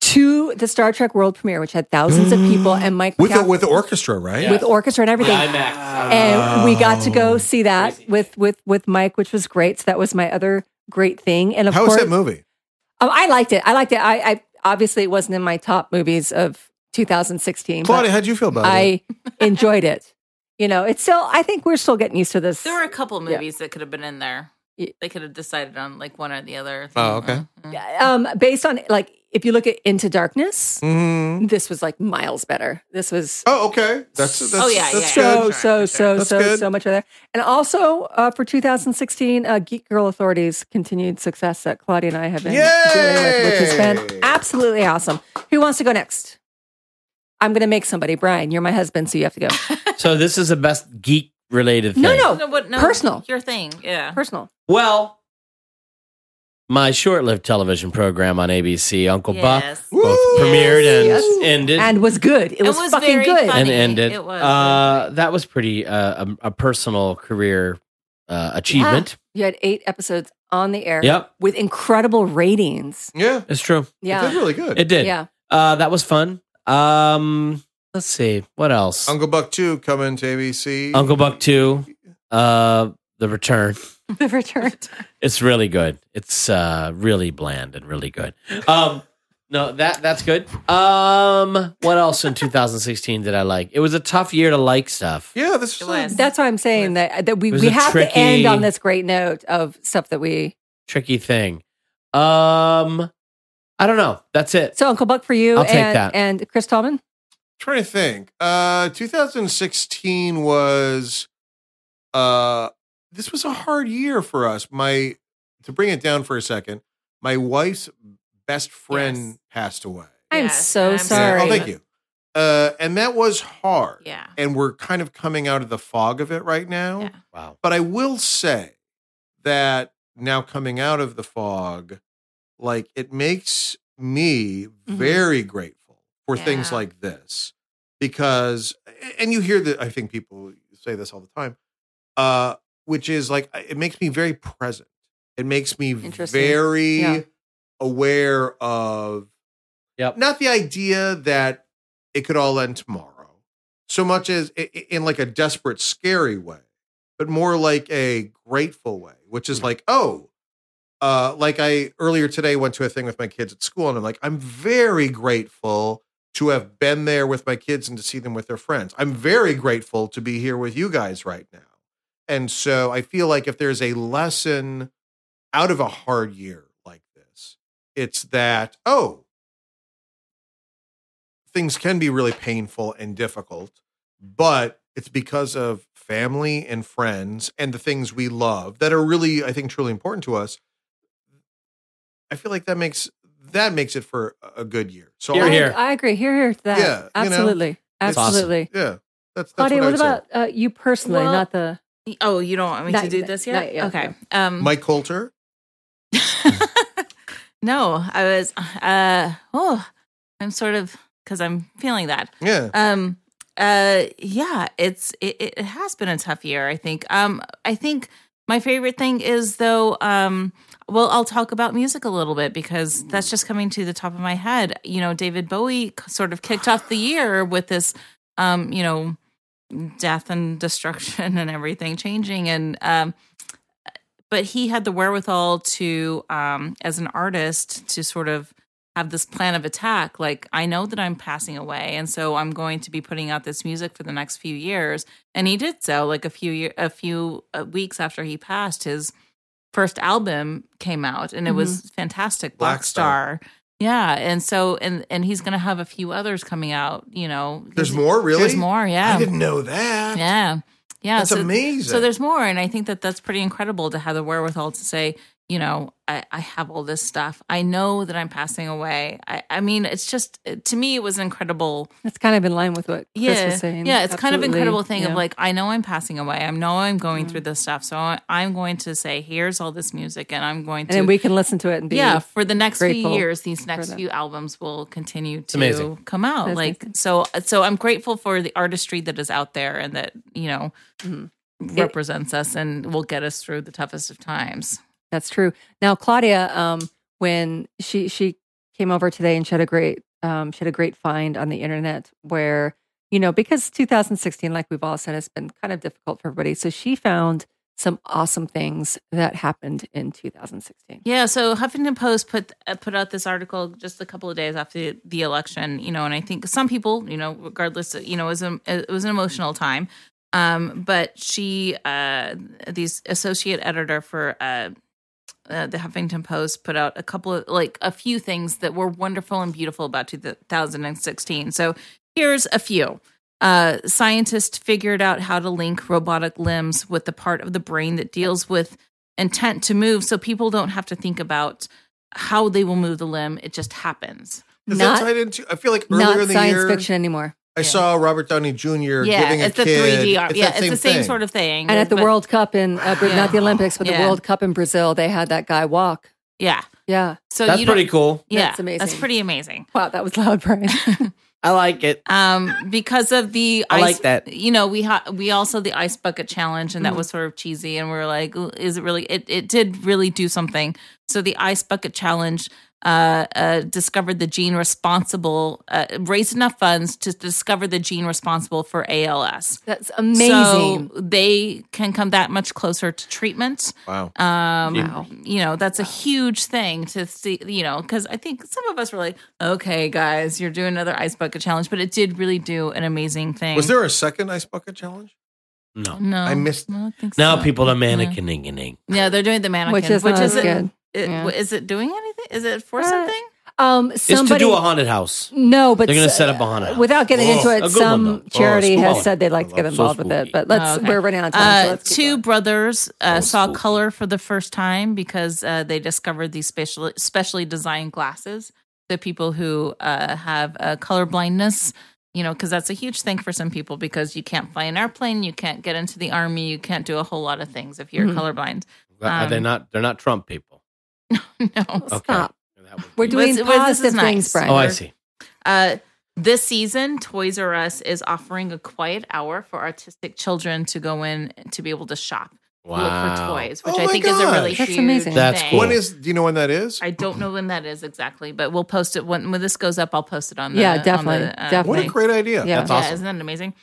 Speaker 1: to the Star Trek World Premiere, which had thousands of people. And Mike
Speaker 3: With the,
Speaker 1: McCaff-
Speaker 3: with the orchestra, right?
Speaker 4: Yeah.
Speaker 1: with orchestra and everything and we got to
Speaker 2: Oh.
Speaker 1: go see that
Speaker 4: Crazy.
Speaker 1: with with with Mike, which was great. So that was my other great thing. And of
Speaker 3: How was
Speaker 1: course,
Speaker 3: that movie?
Speaker 1: um, I liked it. I liked it. I, I obviously it wasn't in my top movies of 2016.
Speaker 3: Claudia,
Speaker 1: But
Speaker 3: how'd you feel about it?
Speaker 1: I enjoyed it. You know, it's still. I think we're still getting used to this.
Speaker 2: there were a couple
Speaker 1: yeah.
Speaker 2: movies that could have been in there.
Speaker 1: Ye-
Speaker 2: They could have decided on like one or the other.
Speaker 3: Oh, okay.
Speaker 2: Yeah.
Speaker 1: um, based on like if you look at Into Darkness,
Speaker 3: Mhm.
Speaker 1: this was like miles better. This was
Speaker 3: Oh, okay. That's that's
Speaker 2: Oh, yeah,
Speaker 3: that's
Speaker 2: yeah, yeah.
Speaker 1: so
Speaker 3: good.
Speaker 2: for
Speaker 1: so so
Speaker 2: sure, for sure.
Speaker 3: That's
Speaker 1: so
Speaker 3: good.
Speaker 1: so much of that. And also uh, for 2016, uh, Geek Girl Authorities continued success that Claudia and I have been dealing with, which has
Speaker 3: Yay!
Speaker 1: been absolutely awesome. Who wants to go next? I'm going to make somebody. Brian, you're my husband, so you have to go.
Speaker 4: Uh, So this is the best geek related thing.
Speaker 1: No, no,
Speaker 2: Uh, No, but no,
Speaker 1: Personal.
Speaker 2: Your thing. Yeah.
Speaker 1: personal.
Speaker 4: Well, my short-lived television program on ABC, Uncle Buck,
Speaker 2: Yes.
Speaker 3: Woo!
Speaker 4: both premiered and
Speaker 1: Yes.
Speaker 4: ended.
Speaker 1: And was good. It,
Speaker 2: It
Speaker 1: was,
Speaker 2: was
Speaker 1: fucking
Speaker 2: very
Speaker 1: good.
Speaker 2: fun.
Speaker 4: and
Speaker 2: Funny.
Speaker 4: ended.
Speaker 2: It was.
Speaker 4: Uh, that was pretty uh, a, a personal career uh, achievement.
Speaker 1: You had eight episodes on the air
Speaker 4: Yep,
Speaker 1: with incredible ratings.
Speaker 3: Yeah,
Speaker 4: it's true.
Speaker 3: it did
Speaker 1: Yeah.
Speaker 3: really good.
Speaker 4: It did.
Speaker 1: Yeah.
Speaker 4: Uh, that was fun. Um, let's see what else. Uncle,
Speaker 3: Uncle Buck Two coming to ABC.
Speaker 4: Buck Two, uh, The Return.
Speaker 1: The return.
Speaker 4: It's really good. It's uh, really bland and really good. Um, no, that that's good. Um, what else in 2016 did I like? It was a tough year to like stuff.
Speaker 3: Yeah, this
Speaker 2: It
Speaker 3: was.
Speaker 2: was.
Speaker 1: That's why I'm saying that that we,
Speaker 4: It was
Speaker 1: we
Speaker 4: a
Speaker 1: have to
Speaker 4: tricky-
Speaker 1: end on this great note of stuff that we
Speaker 4: Tricky thing. Um, I don't know. That's it.
Speaker 1: So Uncle Buck for you
Speaker 4: I'll take
Speaker 1: and,
Speaker 4: that.
Speaker 1: and Chris Tallman.
Speaker 3: trying to think. Uh, 2016 was. Uh, this was a hard year for us. My to bring it down for a second. My wife's best friend
Speaker 2: Yes.
Speaker 3: passed away.
Speaker 1: I'm
Speaker 2: Yes,
Speaker 1: so
Speaker 2: I'm
Speaker 1: sorry.
Speaker 3: Oh, thank you. Uh, and that was hard.
Speaker 2: Yeah.
Speaker 3: And we're kind of coming out of the fog of it right now.
Speaker 2: Yeah.
Speaker 4: Wow.
Speaker 3: But I will say that now coming out of the fog, like it makes me very grateful for things
Speaker 2: Yeah.
Speaker 3: like this because, and you hear that, I think people say this all the time, uh, which is like it makes me very present. it makes me
Speaker 1: Interesting.
Speaker 3: very
Speaker 1: Yeah.
Speaker 3: aware of
Speaker 4: Yep.
Speaker 3: not the idea that it could all end tomorrow so much as i- i- in like a desperate scary way but more like a grateful way which is like oh uh, like I earlier today went to a thing with my kids at school, and I'm like, I'm very grateful to have been there with my kids and to see them with their friends. I'm very grateful to be here with you guys right now. And so I feel like if there's a lesson out of a hard year like this, it's that, oh, things can be really painful and difficult, but it's because of family and friends and the things we love that are really, I think, truly important to us. I feel like that makes that makes it for a a good year. So
Speaker 4: Here,
Speaker 3: I-
Speaker 1: I,
Speaker 4: here.
Speaker 1: I agree. Here, here. to That.
Speaker 3: Yeah, you know,
Speaker 1: absolutely.
Speaker 3: it's
Speaker 4: awesome.
Speaker 1: absolutely.
Speaker 3: Yeah, that's, that's
Speaker 1: Claudia,
Speaker 3: what, I
Speaker 1: what,
Speaker 3: would say.
Speaker 1: about uh, you personally,
Speaker 2: Well,
Speaker 1: not the
Speaker 2: Oh, you don't want me
Speaker 1: Not
Speaker 2: to do
Speaker 1: yet.
Speaker 2: this
Speaker 1: Not
Speaker 2: yet?
Speaker 1: yet,
Speaker 2: okay.
Speaker 1: mm.
Speaker 2: Um,
Speaker 3: Mike Coulter?
Speaker 2: no, I was. Uh, oh, I'm sort of because I'm feeling that.
Speaker 3: Yeah,
Speaker 2: um uh yeah it's it, it it has been a tough year i think um i think my favorite thing is though um well i'll talk about music a little bit because that's just coming to the top of my head you know david bowie c- sort of kicked off the year with this um you know death and destruction and everything changing and um but he had the wherewithal to um as an artist to sort of have this plan of attack like i know that i'm passing away and so i'm going to be putting out this music for the next few years and he did so like a few year a few uh, weeks after he passed his first album came out and it was fantastic black,
Speaker 3: Mm-hmm. Black
Speaker 2: star.
Speaker 3: Star.
Speaker 2: yeah and so and and he's going to have a few others coming out you know
Speaker 3: there's
Speaker 2: He's-
Speaker 3: more. Really,
Speaker 2: there's more yeah
Speaker 3: I didn't know that.
Speaker 2: yeah yeah
Speaker 3: that's
Speaker 2: so,
Speaker 3: amazing.
Speaker 2: so there's more, and I think that that's pretty incredible to have the wherewithal to say, you know, I, I have all this stuff. I know that I'm passing away. I, I mean, it's just to me, it was an incredible.
Speaker 1: That's kind of in line with what Chris
Speaker 2: Yeah,
Speaker 1: was saying.
Speaker 2: yeah, it's kind of
Speaker 1: Absolutely.
Speaker 2: incredible thing
Speaker 1: Yeah. Mm-hmm.
Speaker 2: of like I know I'm passing away. I know I'm going through this stuff. So I, I'm going to say, here's all this music, and I'm going
Speaker 1: and
Speaker 2: to
Speaker 1: then we can listen to it and be
Speaker 2: yeah for the next few
Speaker 1: grateful
Speaker 2: years these next
Speaker 1: that.
Speaker 2: few albums will continue to
Speaker 4: amazing.
Speaker 2: come out
Speaker 1: That's
Speaker 2: like
Speaker 1: amazing.
Speaker 2: so so i'm grateful for the artistry that is out there and that you know
Speaker 1: Mhm.
Speaker 2: represents us and will get us through the toughest of times
Speaker 1: That's true. Now, Claudia, um, when she she came over today and she had a great um, she had a great find on the internet where you know because 2016, like we've all said, has been kind of difficult for everybody. So she found some awesome things that happened in 2016.
Speaker 2: yeah so huffington post put uh, put out this article just a couple of days after the, the election you know and i think some people you know regardless you know it was, a, it was an emotional time um but she uh these associate editor for uh uh, the Huffington Post put out a couple of like a few things that were wonderful and beautiful about 2016. So here's a few. Uh, scientists figured out how to link robotic limbs with the part of the brain that deals with intent to move, so people don't have to think about how they will move the limb. It just happens.
Speaker 3: Is that
Speaker 1: Not-
Speaker 3: tied into- I feel like earlier
Speaker 1: Not
Speaker 3: in the
Speaker 1: science
Speaker 3: year,
Speaker 1: fiction anymore.
Speaker 3: I saw Robert Downey Jr.
Speaker 2: yeah,
Speaker 3: giving a
Speaker 2: it's the
Speaker 3: kid.
Speaker 2: 3D. art. yeah,
Speaker 3: that
Speaker 2: it's the same
Speaker 3: thing.
Speaker 2: sort of thing.
Speaker 1: And at the
Speaker 2: but-
Speaker 1: World Cup in uh, Bra- not the Olympics, but the
Speaker 2: Yeah.
Speaker 1: World Cup in Brazil, they had that guy walk.
Speaker 2: yeah.
Speaker 1: Yeah.
Speaker 2: So
Speaker 4: That's
Speaker 2: you don't-
Speaker 4: pretty cool.
Speaker 2: Yeah,
Speaker 1: That's amazing.
Speaker 2: That's pretty amazing.
Speaker 1: Wow, that was loud, Brian.
Speaker 4: I like it.
Speaker 2: um, because of the
Speaker 4: I
Speaker 2: ice,
Speaker 4: like that.
Speaker 2: You know, we ha- we also the ice bucket challenge, and that
Speaker 1: Mhm.
Speaker 2: was sort of cheesy, and we were like, "Ooh, is it really? It it did really do something. So the ice bucket challenge uh, uh, discovered the gene responsible, uh, raised enough funds to discover the gene responsible for ALS.
Speaker 1: That's amazing.
Speaker 2: So they can come that much closer to treatment.
Speaker 3: wow.
Speaker 2: Um,
Speaker 1: Wow.
Speaker 2: you know, that's a huge thing to see, you know, because I think some of us were like, okay, guys, you're doing another ice bucket challenge, but it did really do an amazing thing.
Speaker 3: Was there a second ice bucket challenge?
Speaker 4: No.
Speaker 2: No,
Speaker 3: I missed-
Speaker 2: I don't think
Speaker 4: Now
Speaker 2: so.
Speaker 4: people are
Speaker 2: Yeah.
Speaker 4: mannequining.
Speaker 2: Yeah, they're doing the mannequin,
Speaker 1: Which is not as good.
Speaker 2: It,
Speaker 1: Yeah.
Speaker 2: Is it doing anything? Is it for
Speaker 1: Uh,
Speaker 2: something?
Speaker 1: um,
Speaker 4: It's to
Speaker 1: somebody
Speaker 4: do a haunted house.
Speaker 1: No, but
Speaker 4: They're going
Speaker 1: s- uh,
Speaker 4: to set up a haunted house.
Speaker 1: Without getting
Speaker 3: Whoa.
Speaker 1: into
Speaker 4: A
Speaker 1: it,
Speaker 4: good one,
Speaker 1: some
Speaker 4: though.
Speaker 1: charity
Speaker 3: Oh,
Speaker 1: has
Speaker 3: spooky.
Speaker 1: said they'd like to get
Speaker 3: So
Speaker 1: involved with it,
Speaker 4: spooky.
Speaker 1: but let's
Speaker 2: Oh, okay.
Speaker 1: we're running out of time. so
Speaker 2: Uh,
Speaker 1: let's keep
Speaker 2: two
Speaker 1: going.
Speaker 2: brothers uh,
Speaker 4: Oh,
Speaker 2: saw
Speaker 4: spooky.
Speaker 2: color for the first time because uh, they discovered these special, specially designed glasses that people who uh, have uh, color blindness, you know, because that's a huge thing for some people because you can't fly an airplane, you can't get into the army, you can't do a whole lot of things if you're
Speaker 1: Mhm.
Speaker 2: colorblind.
Speaker 4: are they
Speaker 2: um,
Speaker 4: not? They're not Trump people.
Speaker 2: no.
Speaker 4: Okay.
Speaker 1: Stop.
Speaker 4: That would
Speaker 1: We're
Speaker 4: be-
Speaker 1: doing
Speaker 2: Was- was- this
Speaker 1: positive
Speaker 2: is
Speaker 1: things,
Speaker 2: nice.
Speaker 1: Brian.
Speaker 4: Oh, I see.
Speaker 2: Uh, this season, Toys R Us is offering a quiet hour for artistic children to go in to be able to shop. look for toys, which
Speaker 3: Oh
Speaker 2: I
Speaker 3: my
Speaker 2: think is a really
Speaker 3: gosh.
Speaker 1: That's
Speaker 2: huge
Speaker 1: amazing.
Speaker 4: That's
Speaker 2: thing.
Speaker 4: cool.
Speaker 3: When is? Do you know when that is?
Speaker 2: I don't know when that is exactly, but we'll post it when when this goes up. I'll post it on the
Speaker 1: Yeah,
Speaker 2: on the,
Speaker 1: definitely,
Speaker 2: uh,
Speaker 3: what a
Speaker 1: definitely.
Speaker 3: great idea!
Speaker 1: Yeah.
Speaker 4: That's awesome.
Speaker 2: Yeah, isn't that amazing?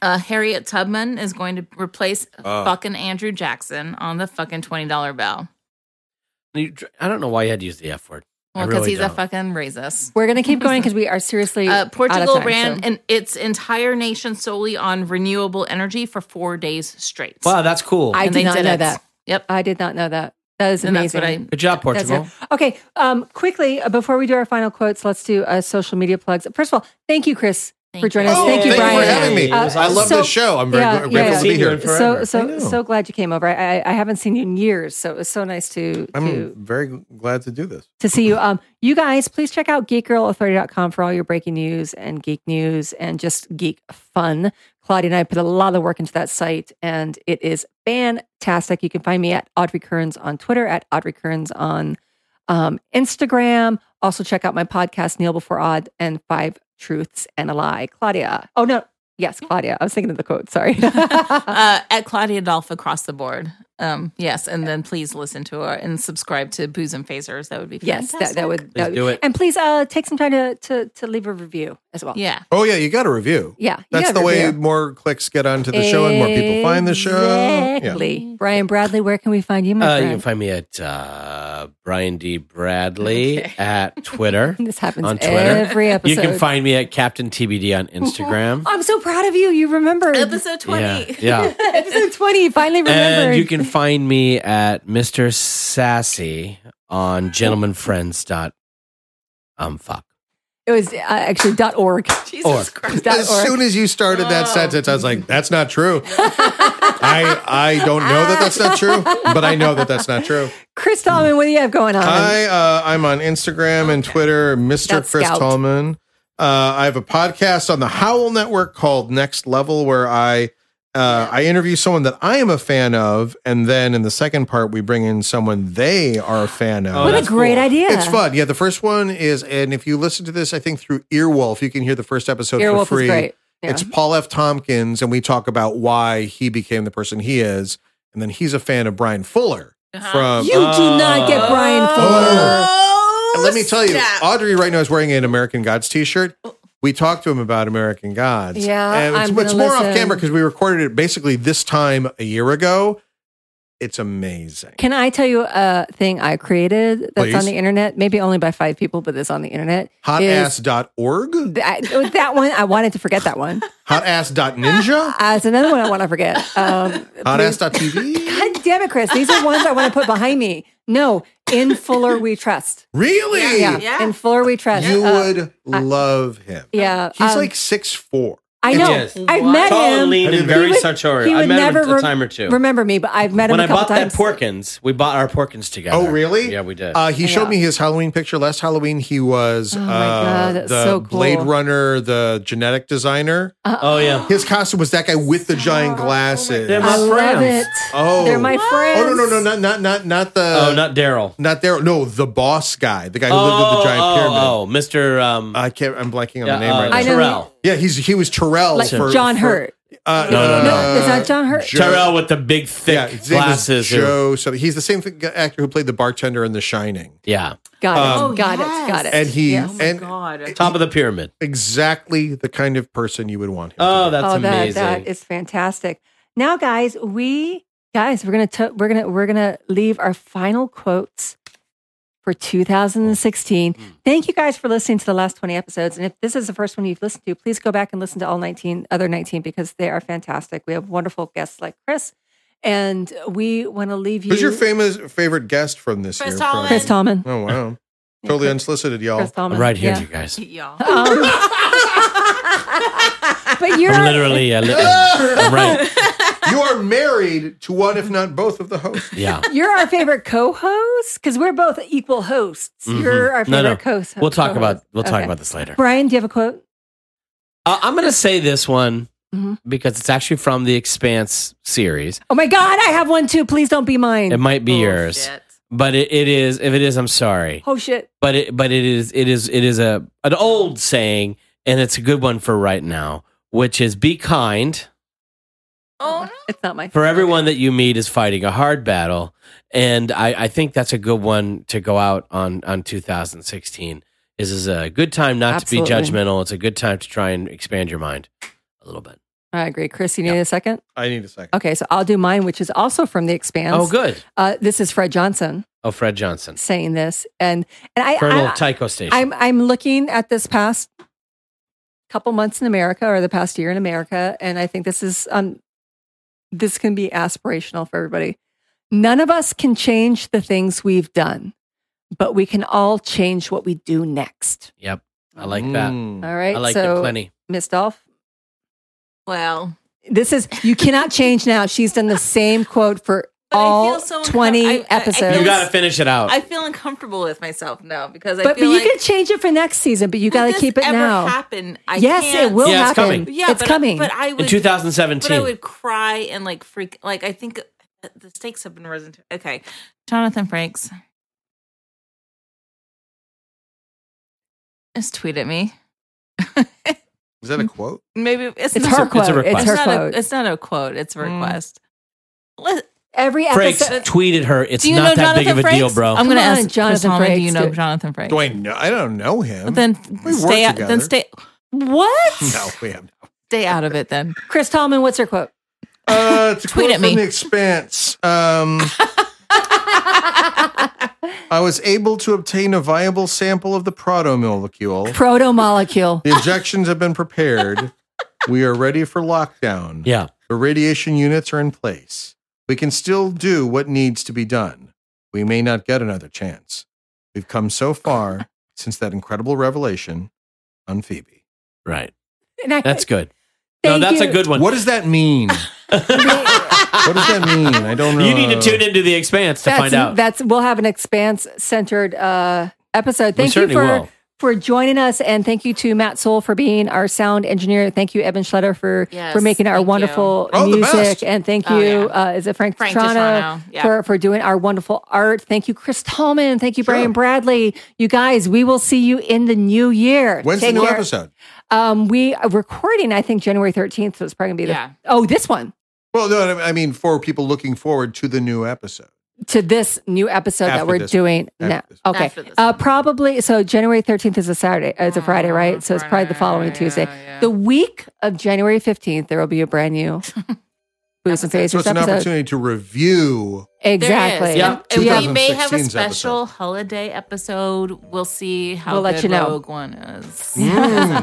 Speaker 2: Uh, Harriet Tubman is going to replace
Speaker 3: Oh.
Speaker 2: fucking Andrew Jackson on the fucking twenty dollar bill.
Speaker 4: You dr- I don't know why you had to use the F word. I
Speaker 2: Well, because
Speaker 4: really
Speaker 2: he's a
Speaker 4: don't.
Speaker 2: fucking racist.
Speaker 1: We're going to keep going because we are seriously. out
Speaker 2: Uh,
Speaker 1: of
Speaker 2: Portugal
Speaker 1: time,
Speaker 2: ran
Speaker 1: so-
Speaker 2: an, its entire nation solely on renewable energy for four days straight.
Speaker 4: Wow, that's cool.
Speaker 1: I
Speaker 2: And
Speaker 1: did
Speaker 2: they
Speaker 1: not
Speaker 2: did
Speaker 1: know
Speaker 2: it.
Speaker 1: that.
Speaker 2: Yep.
Speaker 1: I did not know that. That is
Speaker 2: And that's
Speaker 1: amazing.
Speaker 2: what I
Speaker 4: Good job,
Speaker 1: That's
Speaker 4: Portugal.
Speaker 1: good. Okay. Um, quickly, uh, before we do our final quotes, let's do uh, social media plugs. First of all, thank you, Chris,
Speaker 2: Thank
Speaker 1: for joining
Speaker 2: you.
Speaker 1: us. Thank you,
Speaker 4: Yay.
Speaker 1: Brian.
Speaker 3: Oh, for having me.
Speaker 1: Uh,
Speaker 3: I love
Speaker 1: so-
Speaker 3: this show. I'm very
Speaker 1: yeah,
Speaker 3: gr-
Speaker 1: yeah,
Speaker 3: grateful to be
Speaker 4: yeah.
Speaker 3: here.
Speaker 4: Seen you forever.
Speaker 1: So
Speaker 3: I know.
Speaker 1: so so glad you came over. I, I I haven't seen you in years, so it was so nice to
Speaker 3: I'm
Speaker 1: to,
Speaker 3: very glad to do this.
Speaker 1: to see you. Um, you guys, please check out geekgirlauthority.com for all your breaking news and geek news and just geek fun. Claudia and I put a lot of work into that site, and it is fantastic. You can find me at Audrey Kearns on Twitter, at Audrey Kearns on um, Instagram. Also, check out my podcast, Neil Before Odd and Five Truths and a Lie. Claudia. Oh, no. Yes, Claudia. I was thinking of the quote. Sorry.
Speaker 2: uh, at Claudia Adolph across the board. Um, yes, and then please listen to our, and subscribe to Booze and Phasers. That would be
Speaker 1: Yes,
Speaker 2: fantastic.
Speaker 1: that, that would.
Speaker 4: Please
Speaker 1: That would
Speaker 4: do it.
Speaker 1: And please uh, take some time to, to to leave a review as well.
Speaker 2: yeah.
Speaker 3: Oh yeah, you got a review.
Speaker 1: yeah you
Speaker 3: That's
Speaker 1: gotta
Speaker 3: the way
Speaker 1: review.
Speaker 3: more clicks get onto the show and more people find the show. Yeah.
Speaker 1: Exactly. Brian Bradley, where can we find you, my
Speaker 4: Uh, you
Speaker 1: friend?
Speaker 4: can find me at uh, Brian D. Bradley at Twitter.
Speaker 1: this happens
Speaker 4: on Twitter.
Speaker 1: every episode.
Speaker 4: You can find me at Captain TBD on Instagram.
Speaker 1: I'm so proud of you. You remembered
Speaker 2: Episode
Speaker 4: yeah,
Speaker 2: Oh, twenty.
Speaker 4: yeah.
Speaker 1: episode 20. You finally remembered.
Speaker 4: And you can find me at Mr. Sassy on gentlemanfriends dot um fuck.
Speaker 1: it was uh, actually dot .org.
Speaker 2: Jesus
Speaker 4: Or-
Speaker 2: Christ.
Speaker 1: Dot
Speaker 3: As
Speaker 1: org.
Speaker 3: soon as you started that
Speaker 2: Oh.
Speaker 3: sentence, I was like, "That's not true." I I don't know that that's not true, but I know that that's not true.
Speaker 1: Chris Tallman, what do you have going on?
Speaker 3: I uh, I'm on Instagram and Twitter, Mr.
Speaker 1: That's
Speaker 3: Chris
Speaker 1: Scout.
Speaker 3: Tallman. Uh, I have a podcast on the Howl Network called Next Level, where I uh, I interview someone that I am a fan of, and then in the second part we bring in someone they are a fan of.
Speaker 4: Oh,
Speaker 1: what a
Speaker 4: that's
Speaker 1: great
Speaker 4: cool.
Speaker 1: idea.
Speaker 3: It's fun. Yeah, the first one is, and if you listen to this, I think through Earwolf, you can hear the first episode
Speaker 1: Earwolf
Speaker 3: for free.
Speaker 1: is great. Yeah.
Speaker 3: It's Paul F. Tompkins, and we talk about why he became the person he is, and then he's a fan of Brian Fuller
Speaker 2: Uh-huh.
Speaker 3: from. uh,
Speaker 1: you do not get Brian Fuller.
Speaker 2: Oh,
Speaker 3: And let me tell you,
Speaker 2: snap.
Speaker 3: Audrey right now is wearing an American Gods T-shirt. We talked to him about American Gods.
Speaker 1: Oh. Yeah,
Speaker 3: and it's,
Speaker 1: I'm
Speaker 3: it's
Speaker 1: gonna
Speaker 3: more off
Speaker 1: listen.
Speaker 3: camera because we recorded it basically this time a year ago. It's amazing.
Speaker 1: Can I tell you a thing I created that's on
Speaker 3: Please.
Speaker 1: the internet? Maybe only by five people, but it's on the internet. Is-
Speaker 3: Hotass.org,
Speaker 1: That, that one, I wanted to forget that one.
Speaker 3: hotass.ninja,
Speaker 1: That's Uh, another one I want to forget. Um, please-
Speaker 3: hotass.tv.
Speaker 1: God damn it, Chris. These are ones I want to put behind me. No, in Fuller we trust.
Speaker 3: Really?
Speaker 1: Yeah,
Speaker 2: Yeah.
Speaker 1: in Fuller we trust.
Speaker 3: You
Speaker 1: Uh,
Speaker 3: would love him.
Speaker 1: yeah,
Speaker 3: He's
Speaker 1: um,
Speaker 3: like six four.
Speaker 1: I know.
Speaker 4: Yes.
Speaker 1: I've met
Speaker 4: Tall
Speaker 1: him.
Speaker 4: and lean
Speaker 3: He
Speaker 4: and very
Speaker 1: would- he
Speaker 4: sartorial. I
Speaker 1: would
Speaker 4: met him
Speaker 1: never
Speaker 4: a
Speaker 1: rem-
Speaker 4: time or two.
Speaker 1: Remember me, but I've met him
Speaker 4: when
Speaker 1: a
Speaker 4: I
Speaker 1: couple
Speaker 4: bought
Speaker 1: times.
Speaker 4: that Porkins, we bought our Porkins together.
Speaker 3: Oh, really?
Speaker 4: Uh-huh. Yeah, we did.
Speaker 3: Uh, he showed
Speaker 1: Yeah.
Speaker 3: me his Halloween picture last Halloween. He was
Speaker 1: Oh my
Speaker 3: uh,
Speaker 1: God, that's
Speaker 3: the
Speaker 1: so cool. Uh-huh.
Speaker 3: Blade Runner, the genetic designer.
Speaker 4: oh, yeah.
Speaker 3: His costume was that guy with the giant
Speaker 1: Oh,
Speaker 3: glasses.
Speaker 4: They're
Speaker 1: I
Speaker 4: my
Speaker 1: love
Speaker 4: friends.
Speaker 1: it.
Speaker 3: Oh.
Speaker 1: They're my friends.
Speaker 3: oh no no no not not not not the
Speaker 4: oh, not Daryl.
Speaker 3: not there no the boss guy the guy who lived with
Speaker 4: Oh,
Speaker 3: the giant
Speaker 4: oh,
Speaker 3: pyramid.
Speaker 4: oh, Mr. Um,
Speaker 3: I can't I'm blanking on
Speaker 4: yeah,
Speaker 3: the name
Speaker 4: uh,
Speaker 3: right now.
Speaker 1: I know.
Speaker 4: Terrell.
Speaker 3: yeah, he's he was Terrell
Speaker 1: Like
Speaker 3: for
Speaker 1: John
Speaker 3: for-
Speaker 1: Hurt.
Speaker 3: Uh,
Speaker 4: No, no, no.
Speaker 1: no, it's not John Hurt.
Speaker 3: Joe-
Speaker 4: Terrell with the big thick
Speaker 3: yeah, his name is
Speaker 4: glasses. who-
Speaker 3: Joe. So he's the same thing, actor who played the bartender in The Shining.
Speaker 4: yeah.
Speaker 1: Got it.
Speaker 2: Um,
Speaker 1: got
Speaker 2: Oh,
Speaker 1: it. Got it.
Speaker 3: And he
Speaker 1: Yes.
Speaker 3: and
Speaker 2: God.
Speaker 4: Top of the pyramid.
Speaker 3: exactly the kind of person you would want him.
Speaker 4: Oh,
Speaker 3: to be.
Speaker 4: that's
Speaker 1: oh,
Speaker 4: amazing.
Speaker 1: that that is fantastic. Now, guys, we guys, we're gonna to, we're gonna we're gonna leave our final quotes for 2016.
Speaker 4: Hmm.
Speaker 1: Thank you guys for listening to the last 20 episodes. And if this is the first one you've listened to, please go back and listen to all 19 other 19 because they are fantastic. We have wonderful guests like Chris, and we want to leave you.
Speaker 3: Who's your famous favorite guest from this
Speaker 2: Chris
Speaker 3: year?
Speaker 2: Tomlin.
Speaker 1: Chris Tallman?
Speaker 3: Oh wow, totally unsolicited, y'all.
Speaker 1: Chris Tallman.
Speaker 4: I'm right here,
Speaker 1: yeah.
Speaker 4: you guys.
Speaker 2: Y'all.
Speaker 1: But you're
Speaker 4: I'm literally, uh, li- I'm right.
Speaker 3: you are married to one, if not both, of the hosts.
Speaker 4: Yeah.
Speaker 1: You're our favorite co-host because we're both equal hosts. You're our
Speaker 4: Mm-hmm. No,
Speaker 1: favorite
Speaker 4: no.
Speaker 1: co-host.
Speaker 4: We'll talk about
Speaker 1: co-host.
Speaker 4: we'll talk
Speaker 1: Okay.
Speaker 4: about this later.
Speaker 1: Brian. Do you have a quote?
Speaker 4: Uh, I'm going to say this one
Speaker 1: Mhm.
Speaker 4: because it's actually from the Expanse series.
Speaker 1: Oh my God, I have one too. Please don't be mine.
Speaker 4: It might be yours, but it, it is. If it is, I'm sorry.
Speaker 1: oh shit.
Speaker 4: But it but it is it is it is a an old saying, and it's a good one for right now, which is be kind
Speaker 2: Oh, no.
Speaker 1: It's not my
Speaker 4: For
Speaker 1: favorite.
Speaker 4: everyone that you meet is fighting a hard battle, and I, I think that's a good one to go out on on 2016. Is is a good time not to be
Speaker 1: Absolutely.
Speaker 4: judgmental. It's a good time to try and expand your mind a little bit.
Speaker 1: I agree. Chris, you need a second?
Speaker 3: I need a second.
Speaker 1: Okay, so I'll do mine, which is also from The Expanse.
Speaker 4: Oh, good.
Speaker 1: Uh, this is Fred Johnson
Speaker 4: Oh, Fred Johnson
Speaker 1: saying this, and and I,
Speaker 4: for a little
Speaker 1: I
Speaker 4: Tycho station.
Speaker 1: I'm I'm looking at this past couple months in America or the past year in America, and I think this is um this can be aspirational for everybody. None of us can change the things we've done, but we can all change what we do next.
Speaker 4: yep, I like that.
Speaker 3: Mm.
Speaker 1: All right.
Speaker 4: I like that
Speaker 1: so
Speaker 4: plenty.
Speaker 1: Miss Dolph,
Speaker 2: well.
Speaker 1: this is you cannot change now. She's done the same quote for
Speaker 2: But I feel
Speaker 1: all
Speaker 2: so uncom-
Speaker 1: twenty
Speaker 2: I- I- I feel
Speaker 1: episodes.
Speaker 2: Yes.
Speaker 4: You got to finish it out.
Speaker 2: I feel uncomfortable with myself now because I
Speaker 1: but, but
Speaker 2: feel
Speaker 1: you
Speaker 2: like
Speaker 1: can change it for next season, but you
Speaker 2: will
Speaker 1: got to
Speaker 2: this
Speaker 1: keep it
Speaker 2: ever
Speaker 1: now.
Speaker 2: Happen? I
Speaker 1: yes,
Speaker 2: can't.
Speaker 1: it will
Speaker 4: Yeah, it's
Speaker 1: happen.
Speaker 4: coming.
Speaker 2: Yeah,
Speaker 1: it's
Speaker 2: but,
Speaker 1: coming.
Speaker 2: But I
Speaker 4: in
Speaker 2: would. But
Speaker 4: 2017.
Speaker 2: I would cry and like freak. Like I think the stakes have been risen. To, okay, Jonathan Franks. Just tweet at me.
Speaker 3: Is
Speaker 2: Mm.
Speaker 3: that a quote?
Speaker 2: Maybe it's,
Speaker 1: it's
Speaker 2: not,
Speaker 1: her
Speaker 4: a- it's a
Speaker 1: quote. It's,
Speaker 4: request.
Speaker 1: her
Speaker 2: it's not
Speaker 1: quote.
Speaker 2: A, it's not a quote. It's a
Speaker 3: Mm.
Speaker 2: request. Let-
Speaker 1: Every
Speaker 4: Frakes
Speaker 1: episode.
Speaker 4: tweeted her. It's
Speaker 2: do you
Speaker 4: not
Speaker 2: know
Speaker 4: that
Speaker 2: Jonathan
Speaker 4: big of a
Speaker 2: Frakes?
Speaker 4: deal, bro.
Speaker 2: I'm going to
Speaker 1: Come on,
Speaker 2: ask Chris
Speaker 1: Jonathan
Speaker 2: Holman. Do
Speaker 1: Frakes,
Speaker 2: you know
Speaker 1: dude.
Speaker 2: Jonathan Franks?
Speaker 3: Do I know? I don't know him.
Speaker 2: But then
Speaker 3: We work
Speaker 2: stay out.
Speaker 3: together.
Speaker 2: Then stay. What?
Speaker 3: no, we haven't.
Speaker 2: Stay out of it then.
Speaker 1: Chris Tallman, what's her quote?
Speaker 3: Uh, to
Speaker 2: Tweet
Speaker 3: quote
Speaker 2: at me.
Speaker 3: from the expanse. Um, I was able to obtain a viable sample of the proto molecule.
Speaker 1: Proto molecule.
Speaker 3: The injections have been prepared. We are ready for lockdown.
Speaker 4: Yeah,
Speaker 3: The radiation units are in place. We can still do what needs to be done. We may not get another chance. We've come so far since that incredible revelation on Phoebe.
Speaker 4: right.
Speaker 1: And I-
Speaker 4: That's good. no,
Speaker 1: Thank
Speaker 4: that's a
Speaker 1: you.
Speaker 4: good one.
Speaker 3: What does that mean? what does that mean? I don't know.
Speaker 4: You need to tune into the Expanse to
Speaker 1: that's,
Speaker 4: find out.
Speaker 1: That's we'll have an expanse centered uh, episode. Thank you
Speaker 4: certainly
Speaker 1: for
Speaker 4: will.
Speaker 1: for joining us, and thank you to Matt Soul for being our sound engineer. Thank you, Evan Schletter, for
Speaker 2: Yes,
Speaker 1: for making our
Speaker 2: thank
Speaker 1: wonderful
Speaker 3: you. Oh, the
Speaker 1: music,
Speaker 3: best.
Speaker 1: and thank you.
Speaker 2: Oh,
Speaker 1: uh, is it Frank,
Speaker 2: Frank
Speaker 1: Petrano
Speaker 2: Petrano, yeah.
Speaker 1: for for doing our wonderful art? Thank you, Chris Tallman. Thank you, Brian Bradley. You guys, we will see you in the new year.
Speaker 3: When's
Speaker 1: Take
Speaker 3: the new
Speaker 1: care.
Speaker 3: episode?
Speaker 1: Um, we are recording, I think, January 13th. So it's probably going to be the.
Speaker 2: Yeah.
Speaker 1: Oh, this one
Speaker 3: Well, no, I mean for people looking forward to the new episode.
Speaker 1: to this new episode
Speaker 3: After
Speaker 1: that we're
Speaker 3: this
Speaker 1: doing
Speaker 3: After
Speaker 1: now.
Speaker 3: this
Speaker 1: Okay.
Speaker 2: After this
Speaker 1: Uh,
Speaker 2: one. Oh,
Speaker 1: probably. So January 13th is a Saturday. Uh, it's a Friday, right? So it's probably the following
Speaker 2: Friday,
Speaker 1: Tuesday.
Speaker 2: yeah, yeah.
Speaker 1: The week of January 15th, there will be a brand new Booze and
Speaker 3: So
Speaker 1: Phasers
Speaker 3: it's an
Speaker 1: episode.
Speaker 3: opportunity to review.
Speaker 1: Exactly.
Speaker 2: There is.
Speaker 4: Yeah.
Speaker 2: And
Speaker 1: Yeah.
Speaker 2: we may have a
Speaker 3: 2016's
Speaker 2: special holiday episode. We'll see how
Speaker 1: We'll let
Speaker 2: good
Speaker 1: you know.
Speaker 2: Rogue One is.
Speaker 3: Mm.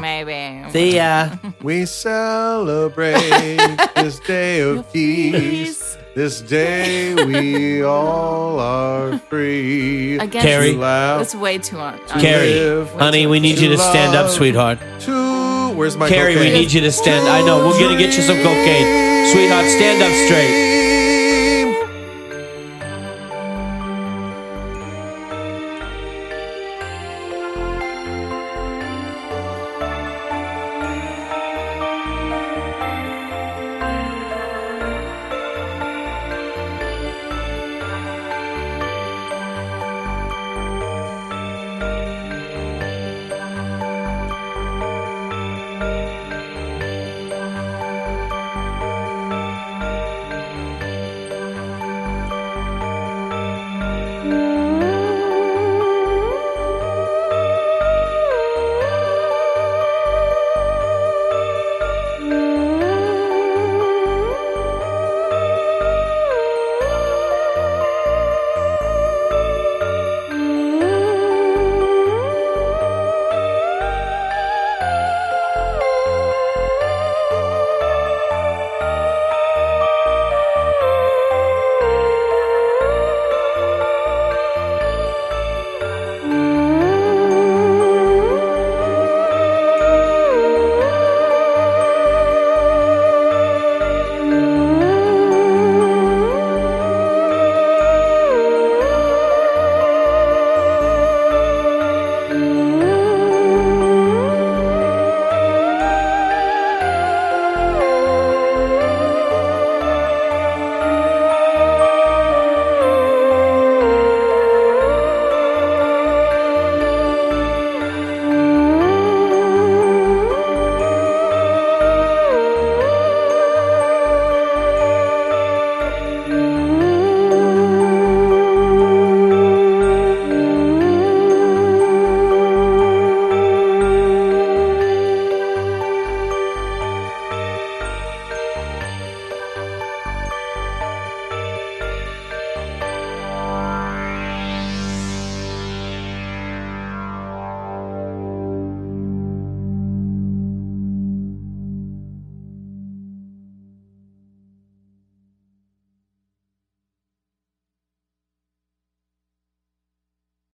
Speaker 2: Maybe.
Speaker 4: See ya.
Speaker 3: We celebrate this day of peace. This day we all are free.
Speaker 2: Again,
Speaker 4: Carrie.
Speaker 3: To laugh,
Speaker 2: It's way too much.
Speaker 4: Carrie,
Speaker 3: live,
Speaker 4: honey, we need you to stand up,
Speaker 3: love.
Speaker 4: sweetheart.
Speaker 3: to where's my
Speaker 4: Carrie, we
Speaker 3: cocaine?
Speaker 4: need you to stand. I know we're gonna get you some cocaine, sweetheart. Stand up straight.